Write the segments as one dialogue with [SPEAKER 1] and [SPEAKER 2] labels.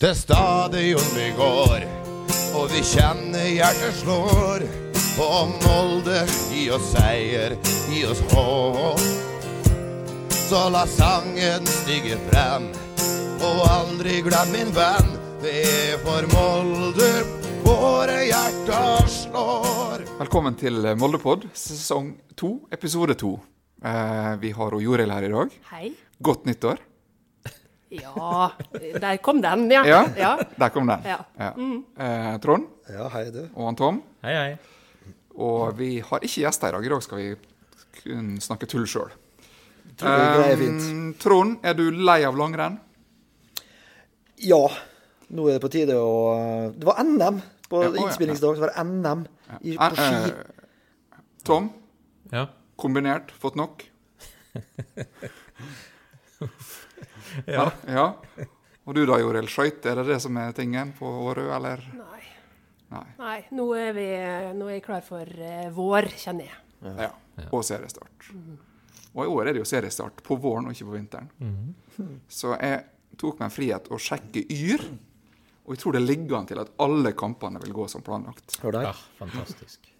[SPEAKER 1] til stadion vi går. Og vi kjenner hjertet slår. Og Molde, gi oss seier, gi oss håp. Så la sangen stige frem, og aldri glem min venn. Det er for Molde våre hjerter slår.
[SPEAKER 2] Velkommen til Moldepod, sesong to, episode to. Eh, vi har jo Joril her i dag.
[SPEAKER 3] Hei.
[SPEAKER 2] Godt nyttår.
[SPEAKER 3] Ja, der kom den, ja.
[SPEAKER 2] Ja,
[SPEAKER 3] ja.
[SPEAKER 2] der kom den.
[SPEAKER 3] Ja. Mm.
[SPEAKER 2] Eh, Trond
[SPEAKER 4] Ja, hei du.
[SPEAKER 2] og han Tom.
[SPEAKER 5] Hei, hei.
[SPEAKER 2] Og vi har ikke gjester i dag. I dag skal vi kun snakke tull sjøl.
[SPEAKER 4] Tror det greier fint.
[SPEAKER 2] Trond, er du lei av langrenn?
[SPEAKER 4] Ja, nå er det på tide å Det var NM
[SPEAKER 2] Ja,
[SPEAKER 4] på
[SPEAKER 2] å, ja, ja.
[SPEAKER 4] innspillingsdag. Så var det NM i, på ski.
[SPEAKER 2] Eh, Tom,
[SPEAKER 5] Ja.
[SPEAKER 2] kombinert, fått nok?
[SPEAKER 5] Ja.
[SPEAKER 2] Ja. Og du da, Joril, skøyter, er det det som er tingen på Årø, eller?
[SPEAKER 3] Nei.
[SPEAKER 2] Nei.
[SPEAKER 3] Nei, nå er, vi, nå er jeg klar for eh, vår, kjenner jeg.
[SPEAKER 2] Ja. Og seriestart. Og i år er det jo seriestart på våren og ikke på vinteren. Så jeg tok meg en frihet å sjekke Yr, og jeg tror det ligger an til at alle kampene vil gå som planlagt.
[SPEAKER 4] Hør
[SPEAKER 5] ja.
[SPEAKER 4] der.
[SPEAKER 5] Ah, Fantastisk.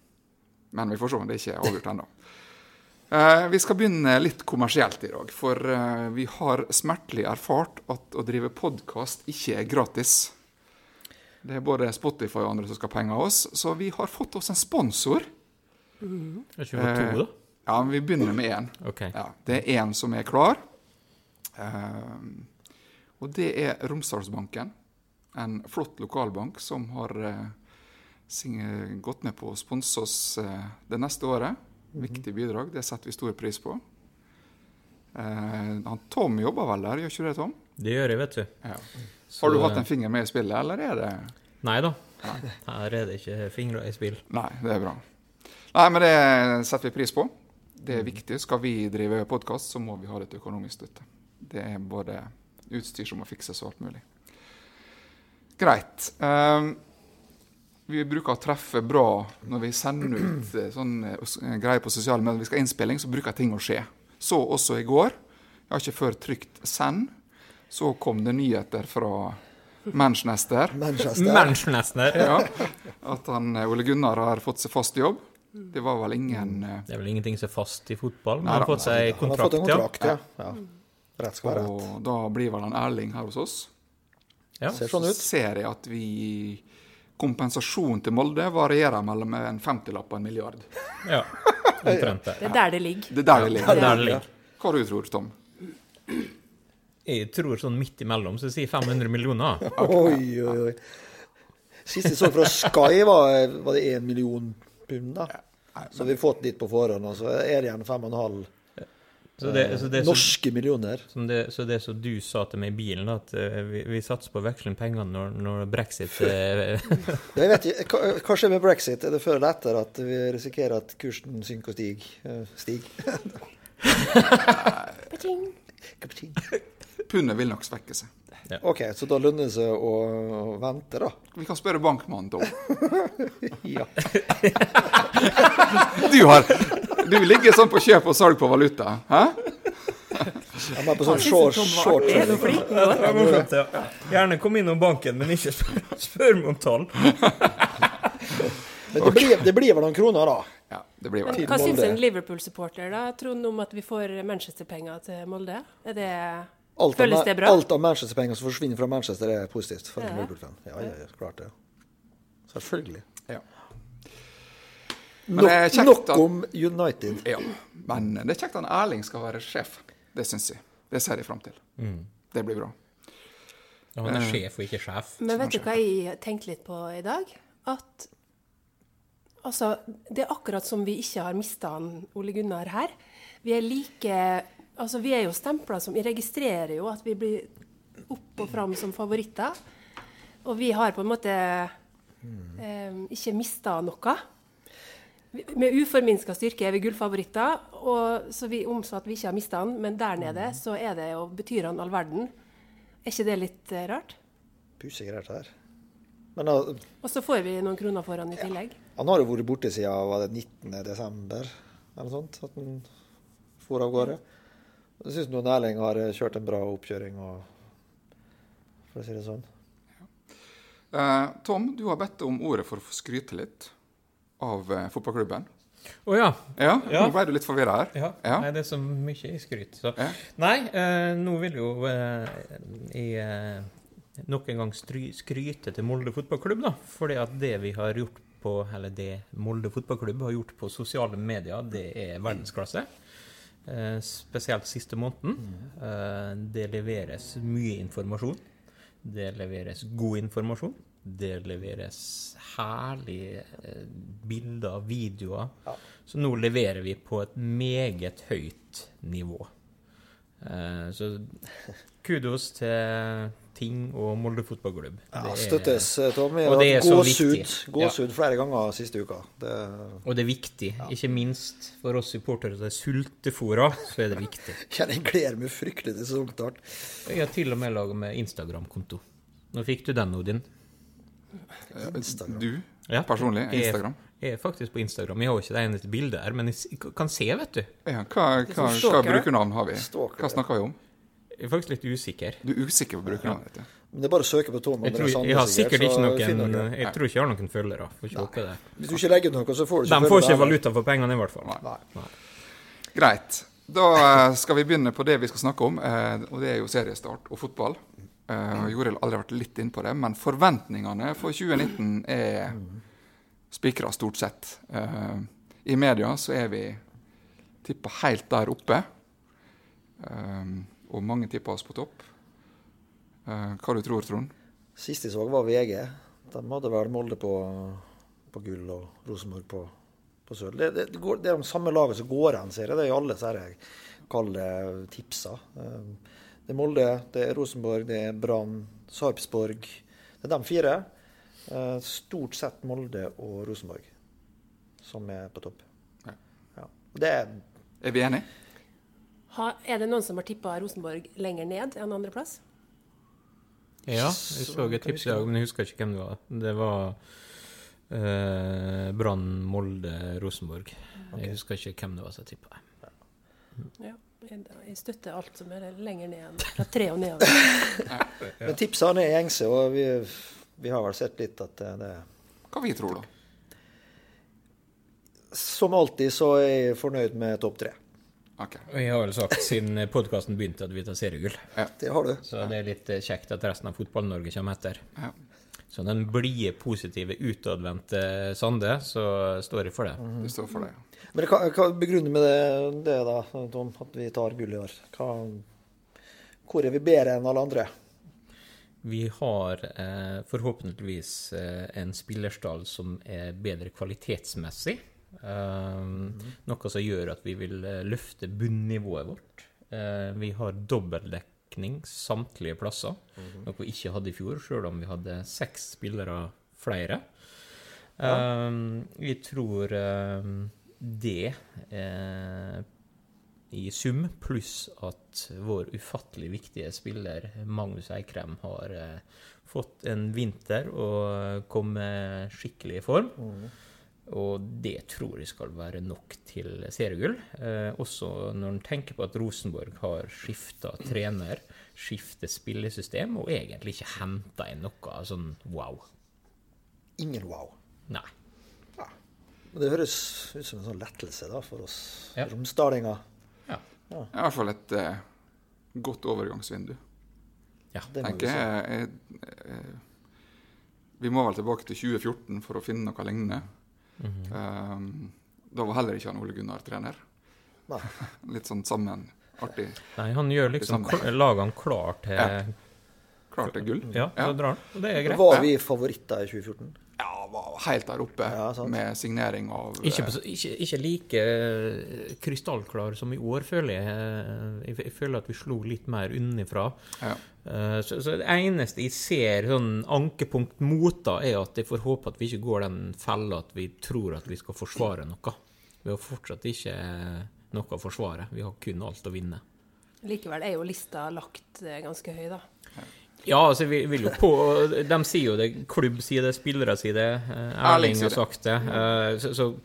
[SPEAKER 2] Men vi får se, det er ikke avgjort ennå. Eh, vi skal begynne litt kommersielt i dag, for eh, vi har smertelig erfart at å drive podkast ikke er gratis. Det er både Spotify og andre som skal ha penger av oss, så vi har fått oss en sponsor.
[SPEAKER 5] Er ikke vi på to, da?
[SPEAKER 2] Ja, men Vi begynner med én.
[SPEAKER 5] Ok.
[SPEAKER 2] Ja, det er én som er klar. Ehm, og det er Romsdalsbanken. En flott lokalbank som har eh, sing- gått med på å sponse oss eh, det neste året. Viktig bidrag. Det setter vi stor pris på. Eh, han Tom jobber vel der, gjør ikke du det, Tom?
[SPEAKER 5] Det gjør jeg, vet du.
[SPEAKER 2] har du hatt en finger med i spillet, eller er det
[SPEAKER 5] Nei da. Her er det ikke fingre i spill.
[SPEAKER 2] Nei, det er bra. Nei, men det setter vi pris på. Det er viktig. Skal vi drive podkast, så må vi ha litt økonomisk støtte. Det er både utstyr som må fikses og alt mulig. Greit. Ehm, vi bruker å treffe bra når vi sender ut eh, sånn eh, s- eh, greier på sosiale medier. Vi skal ha innspilling, så bruker ting å skje. Så også i går. Jeg har ikke før trykt 'send'. Så kom det nyheter fra Manchester
[SPEAKER 4] Manchester.
[SPEAKER 5] Manchester!
[SPEAKER 2] ja, at han, eh, Ole Gunnar har fått seg fast jobb. Det var vel ingen
[SPEAKER 4] Mm.
[SPEAKER 2] eh,
[SPEAKER 5] Det er vel ingenting som er fast i fotball, men
[SPEAKER 2] Nei
[SPEAKER 5] han
[SPEAKER 2] da,
[SPEAKER 5] har fått seg
[SPEAKER 4] Han har fått
[SPEAKER 5] kontrakt,
[SPEAKER 4] en
[SPEAKER 5] ja.
[SPEAKER 4] kontrakt, ja. ja. Rett skal være rett.
[SPEAKER 2] Og da blir vel han Erling her hos oss.
[SPEAKER 5] ja.
[SPEAKER 4] Ser sånn
[SPEAKER 2] Så
[SPEAKER 4] ut.
[SPEAKER 2] ser jeg at vi Kompensasjonen til Molde varierer mellom en femtilapp og en milliard.
[SPEAKER 5] ja. Omtrent der.
[SPEAKER 3] Det er der det ligger.
[SPEAKER 2] Det er der det
[SPEAKER 5] Det er
[SPEAKER 2] ligger.
[SPEAKER 5] der det ligger.
[SPEAKER 2] Hva du tror du, Tom?
[SPEAKER 5] Jeg tror sånn midt imellom så sier 500 millioner.
[SPEAKER 4] Oi, oi, oi. Sist jeg så fra Sky, var, var det én million pund, da. Så vi har fått litt på forhånd. Og så er det igjen fem og en halv
[SPEAKER 5] Så det, så det, er så,
[SPEAKER 4] norske millioner.
[SPEAKER 5] som det, så det som du sa til meg i bilen, at eh, vi, vi satser på å veksle inn pengene når, når brexit eh,
[SPEAKER 4] Jeg vet ikke, hva- Hva skjer med brexit? Er det før eller etter at vi risikerer at kursen synker og stiger? Eh, Stig?
[SPEAKER 3] Pating.
[SPEAKER 2] Pundet vil nok svekke seg.
[SPEAKER 4] OK, så da lønner det seg å å vente, da.
[SPEAKER 2] Vi kan spørre bankmannen, Tom.
[SPEAKER 4] Ja.
[SPEAKER 2] Du, har, du ligger sånn på kjøp og salg på valuta. Hæ?
[SPEAKER 4] Jeg må på
[SPEAKER 3] Han
[SPEAKER 4] sånn short,
[SPEAKER 3] synes det var
[SPEAKER 4] short
[SPEAKER 3] artig. Er du flink nå?
[SPEAKER 5] Det er morsomt, ja. Gjerne kom innom banken, men ikke spør, spør meg om tall.
[SPEAKER 4] Men det blir, det blir vel noen kroner, da.
[SPEAKER 2] Ja, det blir
[SPEAKER 3] Men
[SPEAKER 2] vel
[SPEAKER 3] hva
[SPEAKER 4] Molde.
[SPEAKER 3] syns en Liverpool-supporter da, Trond, om at vi får Manchester-penger til Molde? Er det,
[SPEAKER 4] Alt av,
[SPEAKER 3] føles det bra?
[SPEAKER 4] alt av Manchester-penger som forsvinner fra Manchester, er positivt for en
[SPEAKER 3] Ja.
[SPEAKER 4] Liverpool-fan. Ja, ja, ja, klart det. Selvfølgelig.
[SPEAKER 2] ja. Men
[SPEAKER 4] Nok,
[SPEAKER 2] det er kjekt
[SPEAKER 4] nok
[SPEAKER 2] at-
[SPEAKER 4] om United.
[SPEAKER 2] Ja, men eh, det er kjekt at Erling skal være sjef. Det syns jeg. Det ser jeg fram til.
[SPEAKER 5] Mm.
[SPEAKER 2] Det blir bra.
[SPEAKER 5] Han er sjef og ikke sjef.
[SPEAKER 3] Men vet du hva jeg tenkte litt på i dag? At altså, det er akkurat som vi ikke har mista Ole Gunnar her. Vi er like Altså, vi er jo stempla som Vi registrerer jo at vi blir opp og fram som favoritter. Og vi har på en måte eh, ikke mista noe. Vi- Med uforminska styrke er vi gullfavoritter, og så vi omsatt vi ikke har mista han, men der nede så er det jo, betyr han all verden. Er ikke det litt eh, rart?
[SPEAKER 4] Pussige greier, det her. Men uh,
[SPEAKER 3] Og så får vi noen kroner for han i tillegg.
[SPEAKER 4] han har jo vært borte siden var det 19. desember, eller noe sånt, at han for av gårde. Jeg syns Erling har eh, kjørt en bra oppkjøring, og, for å si det sånn.
[SPEAKER 2] Eh, Tom, du har bedt om ordet for å få skryte litt av eh, fotballklubben.
[SPEAKER 5] Å ja.
[SPEAKER 2] Ja,
[SPEAKER 5] Ja.
[SPEAKER 2] nå ble du litt forvirra her.
[SPEAKER 5] Ja.
[SPEAKER 2] Ja.
[SPEAKER 5] Nei, det er så mye i skryt. Så.
[SPEAKER 2] Ja.
[SPEAKER 5] Nei, eh, nå vil jo eh, jeg eh, nok en gang stry, skryte til Molde fotballklubb, da. Fordi at det vi har gjort på, eller det Molde fotballklubb har gjort på sosiale medier, det er verdensklasse. Eh, spesielt siste måneden. Eh, det leveres mye informasjon. Det leveres god informasjon. Det leveres herlige eh, bilder, videoer. Så nå leverer vi på et meget høyt nivå. Eh, så kudos til Ting og Molde fotballklubb.
[SPEAKER 4] Ja,
[SPEAKER 5] Det er-
[SPEAKER 4] støttes, eh, Tommy.
[SPEAKER 5] Og det er så
[SPEAKER 4] Gåsehud
[SPEAKER 5] viktig.
[SPEAKER 4] gåsehud flere ganger siste uka. Det,
[SPEAKER 5] Og det er viktig. Ikke minst for oss supportere som er sultefòra, så er det viktig.
[SPEAKER 4] jeg gleder meg fryktelig til sesongstart.
[SPEAKER 5] Jeg har til og med laga meg Instagram-konto. Nå fikk du den, Odin.
[SPEAKER 2] Eh,
[SPEAKER 4] Instagram.
[SPEAKER 2] Du
[SPEAKER 5] Ja.
[SPEAKER 2] personlig?
[SPEAKER 5] Jeg er-
[SPEAKER 2] Instagram?
[SPEAKER 5] Jeg er faktisk på Instagram. Jeg har jo ikke det eneste bildet her, men jeg s- kan se, vet du.
[SPEAKER 2] Ja, hva, hva,
[SPEAKER 3] som
[SPEAKER 2] hva
[SPEAKER 3] stalker.
[SPEAKER 2] brukernavn har vi?
[SPEAKER 4] Stalker.
[SPEAKER 2] Hva snakker vi om?
[SPEAKER 5] Jeg er faktisk litt usikker.
[SPEAKER 2] Du er usikker på brukernavnet ditt? ja.
[SPEAKER 4] Men det er bare å søke på Tom
[SPEAKER 5] Jeg,
[SPEAKER 4] André
[SPEAKER 5] tror,
[SPEAKER 4] Sande.
[SPEAKER 5] jeg har sikkert ikke
[SPEAKER 4] så finner
[SPEAKER 5] noen eh,
[SPEAKER 4] dere det.
[SPEAKER 5] Jeg tror ikke jeg har noen følgere. Får ikke håpe det.
[SPEAKER 4] Hvis du ikke legger ut noe, så får du følge
[SPEAKER 5] De får
[SPEAKER 4] med
[SPEAKER 5] ikke
[SPEAKER 4] heller.
[SPEAKER 5] valuta for pengene, i hvert fall.
[SPEAKER 4] Nei.
[SPEAKER 2] Greit. Da eh, skal vi begynne på det vi skal snakke om, eh, og det er jo seriestart og fotball. Eh, og Joril har allerede vært litt inn på det, men forventningene for 2019 er spikra stort sett. Eh, I media så er vi tippa helt der oppe, eh, og mange tipper oss på topp. Eh, hva du tror Trond?
[SPEAKER 4] Sist jeg så, var VG. De hadde vel Molde på, på gull og Rosenborg på, på sølv. Det, det, det, går- det er de samme laget som går an, ser jeg. Det er i alle disse kalde tipsa. Um, Det er Molde, det er Rosenborg, det er Brann, Sarpsborg. Det er de fire. Eh, Stort sett Molde og Rosenborg som er på topp.
[SPEAKER 2] Ja.
[SPEAKER 4] Ja. Og Det er
[SPEAKER 2] Er vi enige?
[SPEAKER 3] Ha, er det noen som har tippa Rosenborg lenger ned enn andreplass?
[SPEAKER 5] Ja, jeg så et tips i dag, men jeg husker ikke hvem det var. Det var eh, Brann, Molde, Rosenborg. Jeg husker ikke hvem det var som tippa.
[SPEAKER 3] Ja. Jeg jeg støtter alt som er lenger ned enn fra tre og nedover.
[SPEAKER 4] Men tipsene er gjengse, og vi, vi har vel sett litt at eh, det er
[SPEAKER 2] Hva vi tror, da?
[SPEAKER 4] Som alltid så er jeg fornøyd med topp tre.
[SPEAKER 2] Ok.
[SPEAKER 5] Og jeg har vel sagt siden podkasten begynte at vi tar seriegull.
[SPEAKER 4] Det har du.
[SPEAKER 5] Så det er litt eh, kjekt at resten av Fotball-Norge kommer etter.
[SPEAKER 2] Ja.
[SPEAKER 5] Så den blide, positive, utadvendte Sande, så står jeg for det.
[SPEAKER 2] Du står for det. ja.
[SPEAKER 4] Men hva, hva begrunner med det, det da, Tom, at vi tar gull i år? Hva, hvor er vi bedre enn alle andre?
[SPEAKER 5] Vi har eh, forhåpentligvis eh, en spillerstall som er bedre kvalitetsmessig. Um, Noe som gjør at vi vil eh, løfte bunnivået vårt. Eh, vi har dobbeltdekning samtlige plasser, noe vi ikke hadde i fjor, sjøl om vi hadde seks spillere flere. Um, vi tror um, det eh, i sum, pluss at vår ufattelig viktige spiller Magnus Eikrem har eh, fått en vinter og kommet skikkelig i form.
[SPEAKER 2] Mm.
[SPEAKER 5] Og det tror jeg skal være nok til seriegull. Eh, også når en tenker på at Rosenborg har skifta trener, skiftet spillesystem og egentlig ikke henta inn noe sånn wow.
[SPEAKER 4] Ingen wow.
[SPEAKER 5] Nei.
[SPEAKER 4] Men det høres ut som en sånn lettelse da, for oss
[SPEAKER 5] Ja.
[SPEAKER 4] romsdalinger.
[SPEAKER 5] Ja.
[SPEAKER 2] Det er I hvert fall et eh, godt overgangsvindu.
[SPEAKER 5] ja.
[SPEAKER 4] Det må
[SPEAKER 2] tenker
[SPEAKER 4] vi si.
[SPEAKER 2] jeg, eh, eh, Vi må vel tilbake til 2014 for å finne noe lignende.
[SPEAKER 5] Mhm.
[SPEAKER 2] Um, da var heller ikke han Ole Gunnar trener.
[SPEAKER 4] Nei.
[SPEAKER 2] Litt sånn sammen, artig.
[SPEAKER 5] Nei, han gjør liksom
[SPEAKER 2] Det samme.
[SPEAKER 5] kl- lager han klar til
[SPEAKER 2] Ja. Klart det er gull.
[SPEAKER 5] Ja, så
[SPEAKER 2] Ja.
[SPEAKER 5] drar han. Og det er greit.
[SPEAKER 4] Var vi favoritter i 2014?
[SPEAKER 2] Ja, var helt der oppe
[SPEAKER 4] Ja, sant.
[SPEAKER 2] med signering av
[SPEAKER 5] Ikke,
[SPEAKER 2] eh,
[SPEAKER 5] på, så- ikke, ikke like eh, krystallklar som i år, føler jeg. Eh, Jeg, jeg føler at vi slo litt mer unnifra.
[SPEAKER 2] ja.
[SPEAKER 5] Eh, Så, så det eneste jeg ser sånn ankepunkt mot, da, er at jeg får håpe at vi ikke går den fella at vi tror at vi skal forsvare noe. Vi har fortsatt ikke eh, noe å forsvare. Vi har kun alt å vinne.
[SPEAKER 3] Likevel er jo lista lagt eh, ganske høy, da.
[SPEAKER 5] Ja, altså, vi vil jo på De sier jo det. Klubb sier det, spillere sier det. eh,
[SPEAKER 2] Erling
[SPEAKER 5] Erling
[SPEAKER 2] sier
[SPEAKER 5] har
[SPEAKER 2] det.
[SPEAKER 5] sagt det. eh, Så, så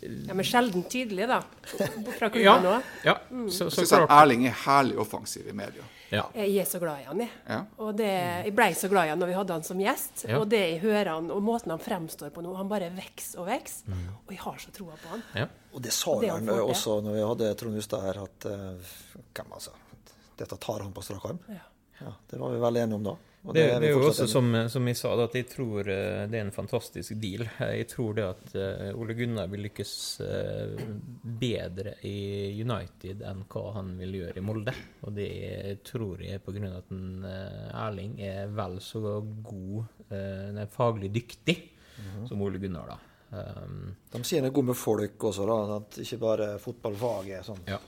[SPEAKER 3] De er sjelden tydelige, da. Fra
[SPEAKER 5] ja.
[SPEAKER 3] klubben òg.
[SPEAKER 5] ja så, så
[SPEAKER 2] Mm. Jeg syns at
[SPEAKER 5] klart.
[SPEAKER 2] Erling er herlig offensiv i media.
[SPEAKER 5] Ja.
[SPEAKER 3] Jeg er så glad i han, jeg.
[SPEAKER 2] Ja.
[SPEAKER 3] Og det, jeg blei så glad i han når vi hadde han som gjest.
[SPEAKER 5] Ja.
[SPEAKER 3] Og det jeg hører han, og måten han fremstår på nå, han bare vokser og vokser.
[SPEAKER 5] Mm.
[SPEAKER 3] Og jeg har så troa på han.
[SPEAKER 5] ja.
[SPEAKER 4] Og det sa
[SPEAKER 3] Og det
[SPEAKER 4] jo han
[SPEAKER 3] har fått det.
[SPEAKER 4] også når vi hadde Trond Hustad her, at eh, hvem altså, dette tar han på strak arm.
[SPEAKER 3] Ja.
[SPEAKER 4] Ja, det var vi vel enige om da. Og
[SPEAKER 5] Det,
[SPEAKER 4] er vi
[SPEAKER 5] det er jo
[SPEAKER 4] fortsatt
[SPEAKER 5] også
[SPEAKER 4] enige om.
[SPEAKER 5] som, som jeg sa, da, at jeg tror eh, det er en fantastisk deal. Eh, Jeg tror det at eh, Ole Gunnar vil lykkes eh, bedre i United enn hva han vil gjøre i Molde. Og det tror jeg er på grunn av at en, eh, Erling er vel så god, eh, nei, faglig dyktig,
[SPEAKER 4] Mhm.
[SPEAKER 5] som Ole Gunnar, da. Um,
[SPEAKER 4] De sier han er god med folk også, da. At ikke bare fotballfaget. Sånn.
[SPEAKER 5] Ja.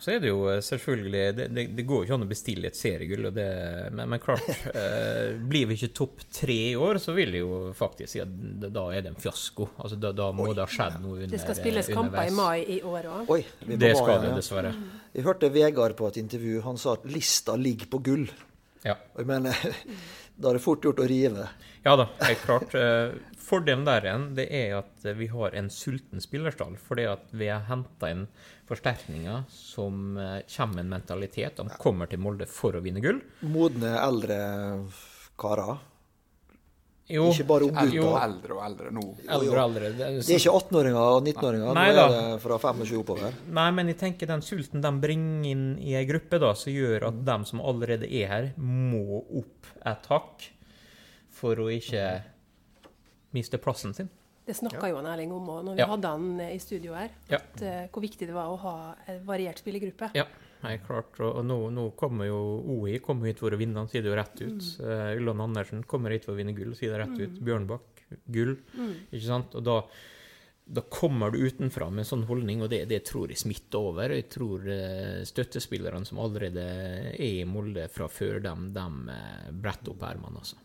[SPEAKER 5] Så er det jo eh, selvfølgelig Det, det, det går jo ikke an å bestille et seriegull, og det, men, men klart eh, Blir vi ikke topp tre i år, så vil jeg jo faktisk si at da- da er det en fiasko. Altså, da, da må det ha skjedd noe under, eh,
[SPEAKER 3] Det skal spilles kamper i mai i år òg.
[SPEAKER 4] Oi, vi må
[SPEAKER 5] Det
[SPEAKER 4] bare-
[SPEAKER 5] skal det, dessverre.
[SPEAKER 4] Vi hørte Vegard på et intervju. Han sa at lista ligger på gull.
[SPEAKER 5] Ja.
[SPEAKER 4] Og jeg mener, da er det fort gjort å rive.
[SPEAKER 5] Ja da, helt klart. Eh, Fordelen der igjen, det er at vi har en sulten spillerstall. Fordi at vi har henta inn forsterkninger som eh, kommer med en mentalitet. De kommer til Molde for å vinne gull.
[SPEAKER 4] Modne, eldre karer.
[SPEAKER 5] Jo, eh,
[SPEAKER 4] Ikke bare unggutter.
[SPEAKER 2] Eldre
[SPEAKER 5] Jo.
[SPEAKER 2] og eldre og eldre nå.
[SPEAKER 5] eldre og eldre. Det-
[SPEAKER 4] Det er ikke 18-åringer og 19-åringer. Nå
[SPEAKER 5] Nei
[SPEAKER 4] er
[SPEAKER 5] da.
[SPEAKER 4] det fra 25 oppover.
[SPEAKER 5] Nei, men jeg tenker den sulten de bringer inn i ei gruppe, da, som gjør at de som allerede er her, må opp et hakk for å ikke miste plassen sin.
[SPEAKER 3] Det snakka jo han Erling om òg når vi
[SPEAKER 5] Ja.
[SPEAKER 3] hadde han eh, i studio her.
[SPEAKER 5] Ja.
[SPEAKER 3] At, eh, hvor viktig det var å ha en variert spillergruppe.
[SPEAKER 5] Ja, helt klart. Og, og nå, nå kommer jo OI kommer hit for å vinne, han sier det jo rett ut. Eh, Ulland Andersen kommer hit for å vinne gull, sier det rett ut. Bjørnbakk, gull. Ikke sant? Og da, da kommer du utenfra med en sånn holdning, og det, det tror jeg smitter over. Jeg tror eh, støttespillerne som allerede er i Molde fra før, dem, dem eh, bretter opp ermene, altså.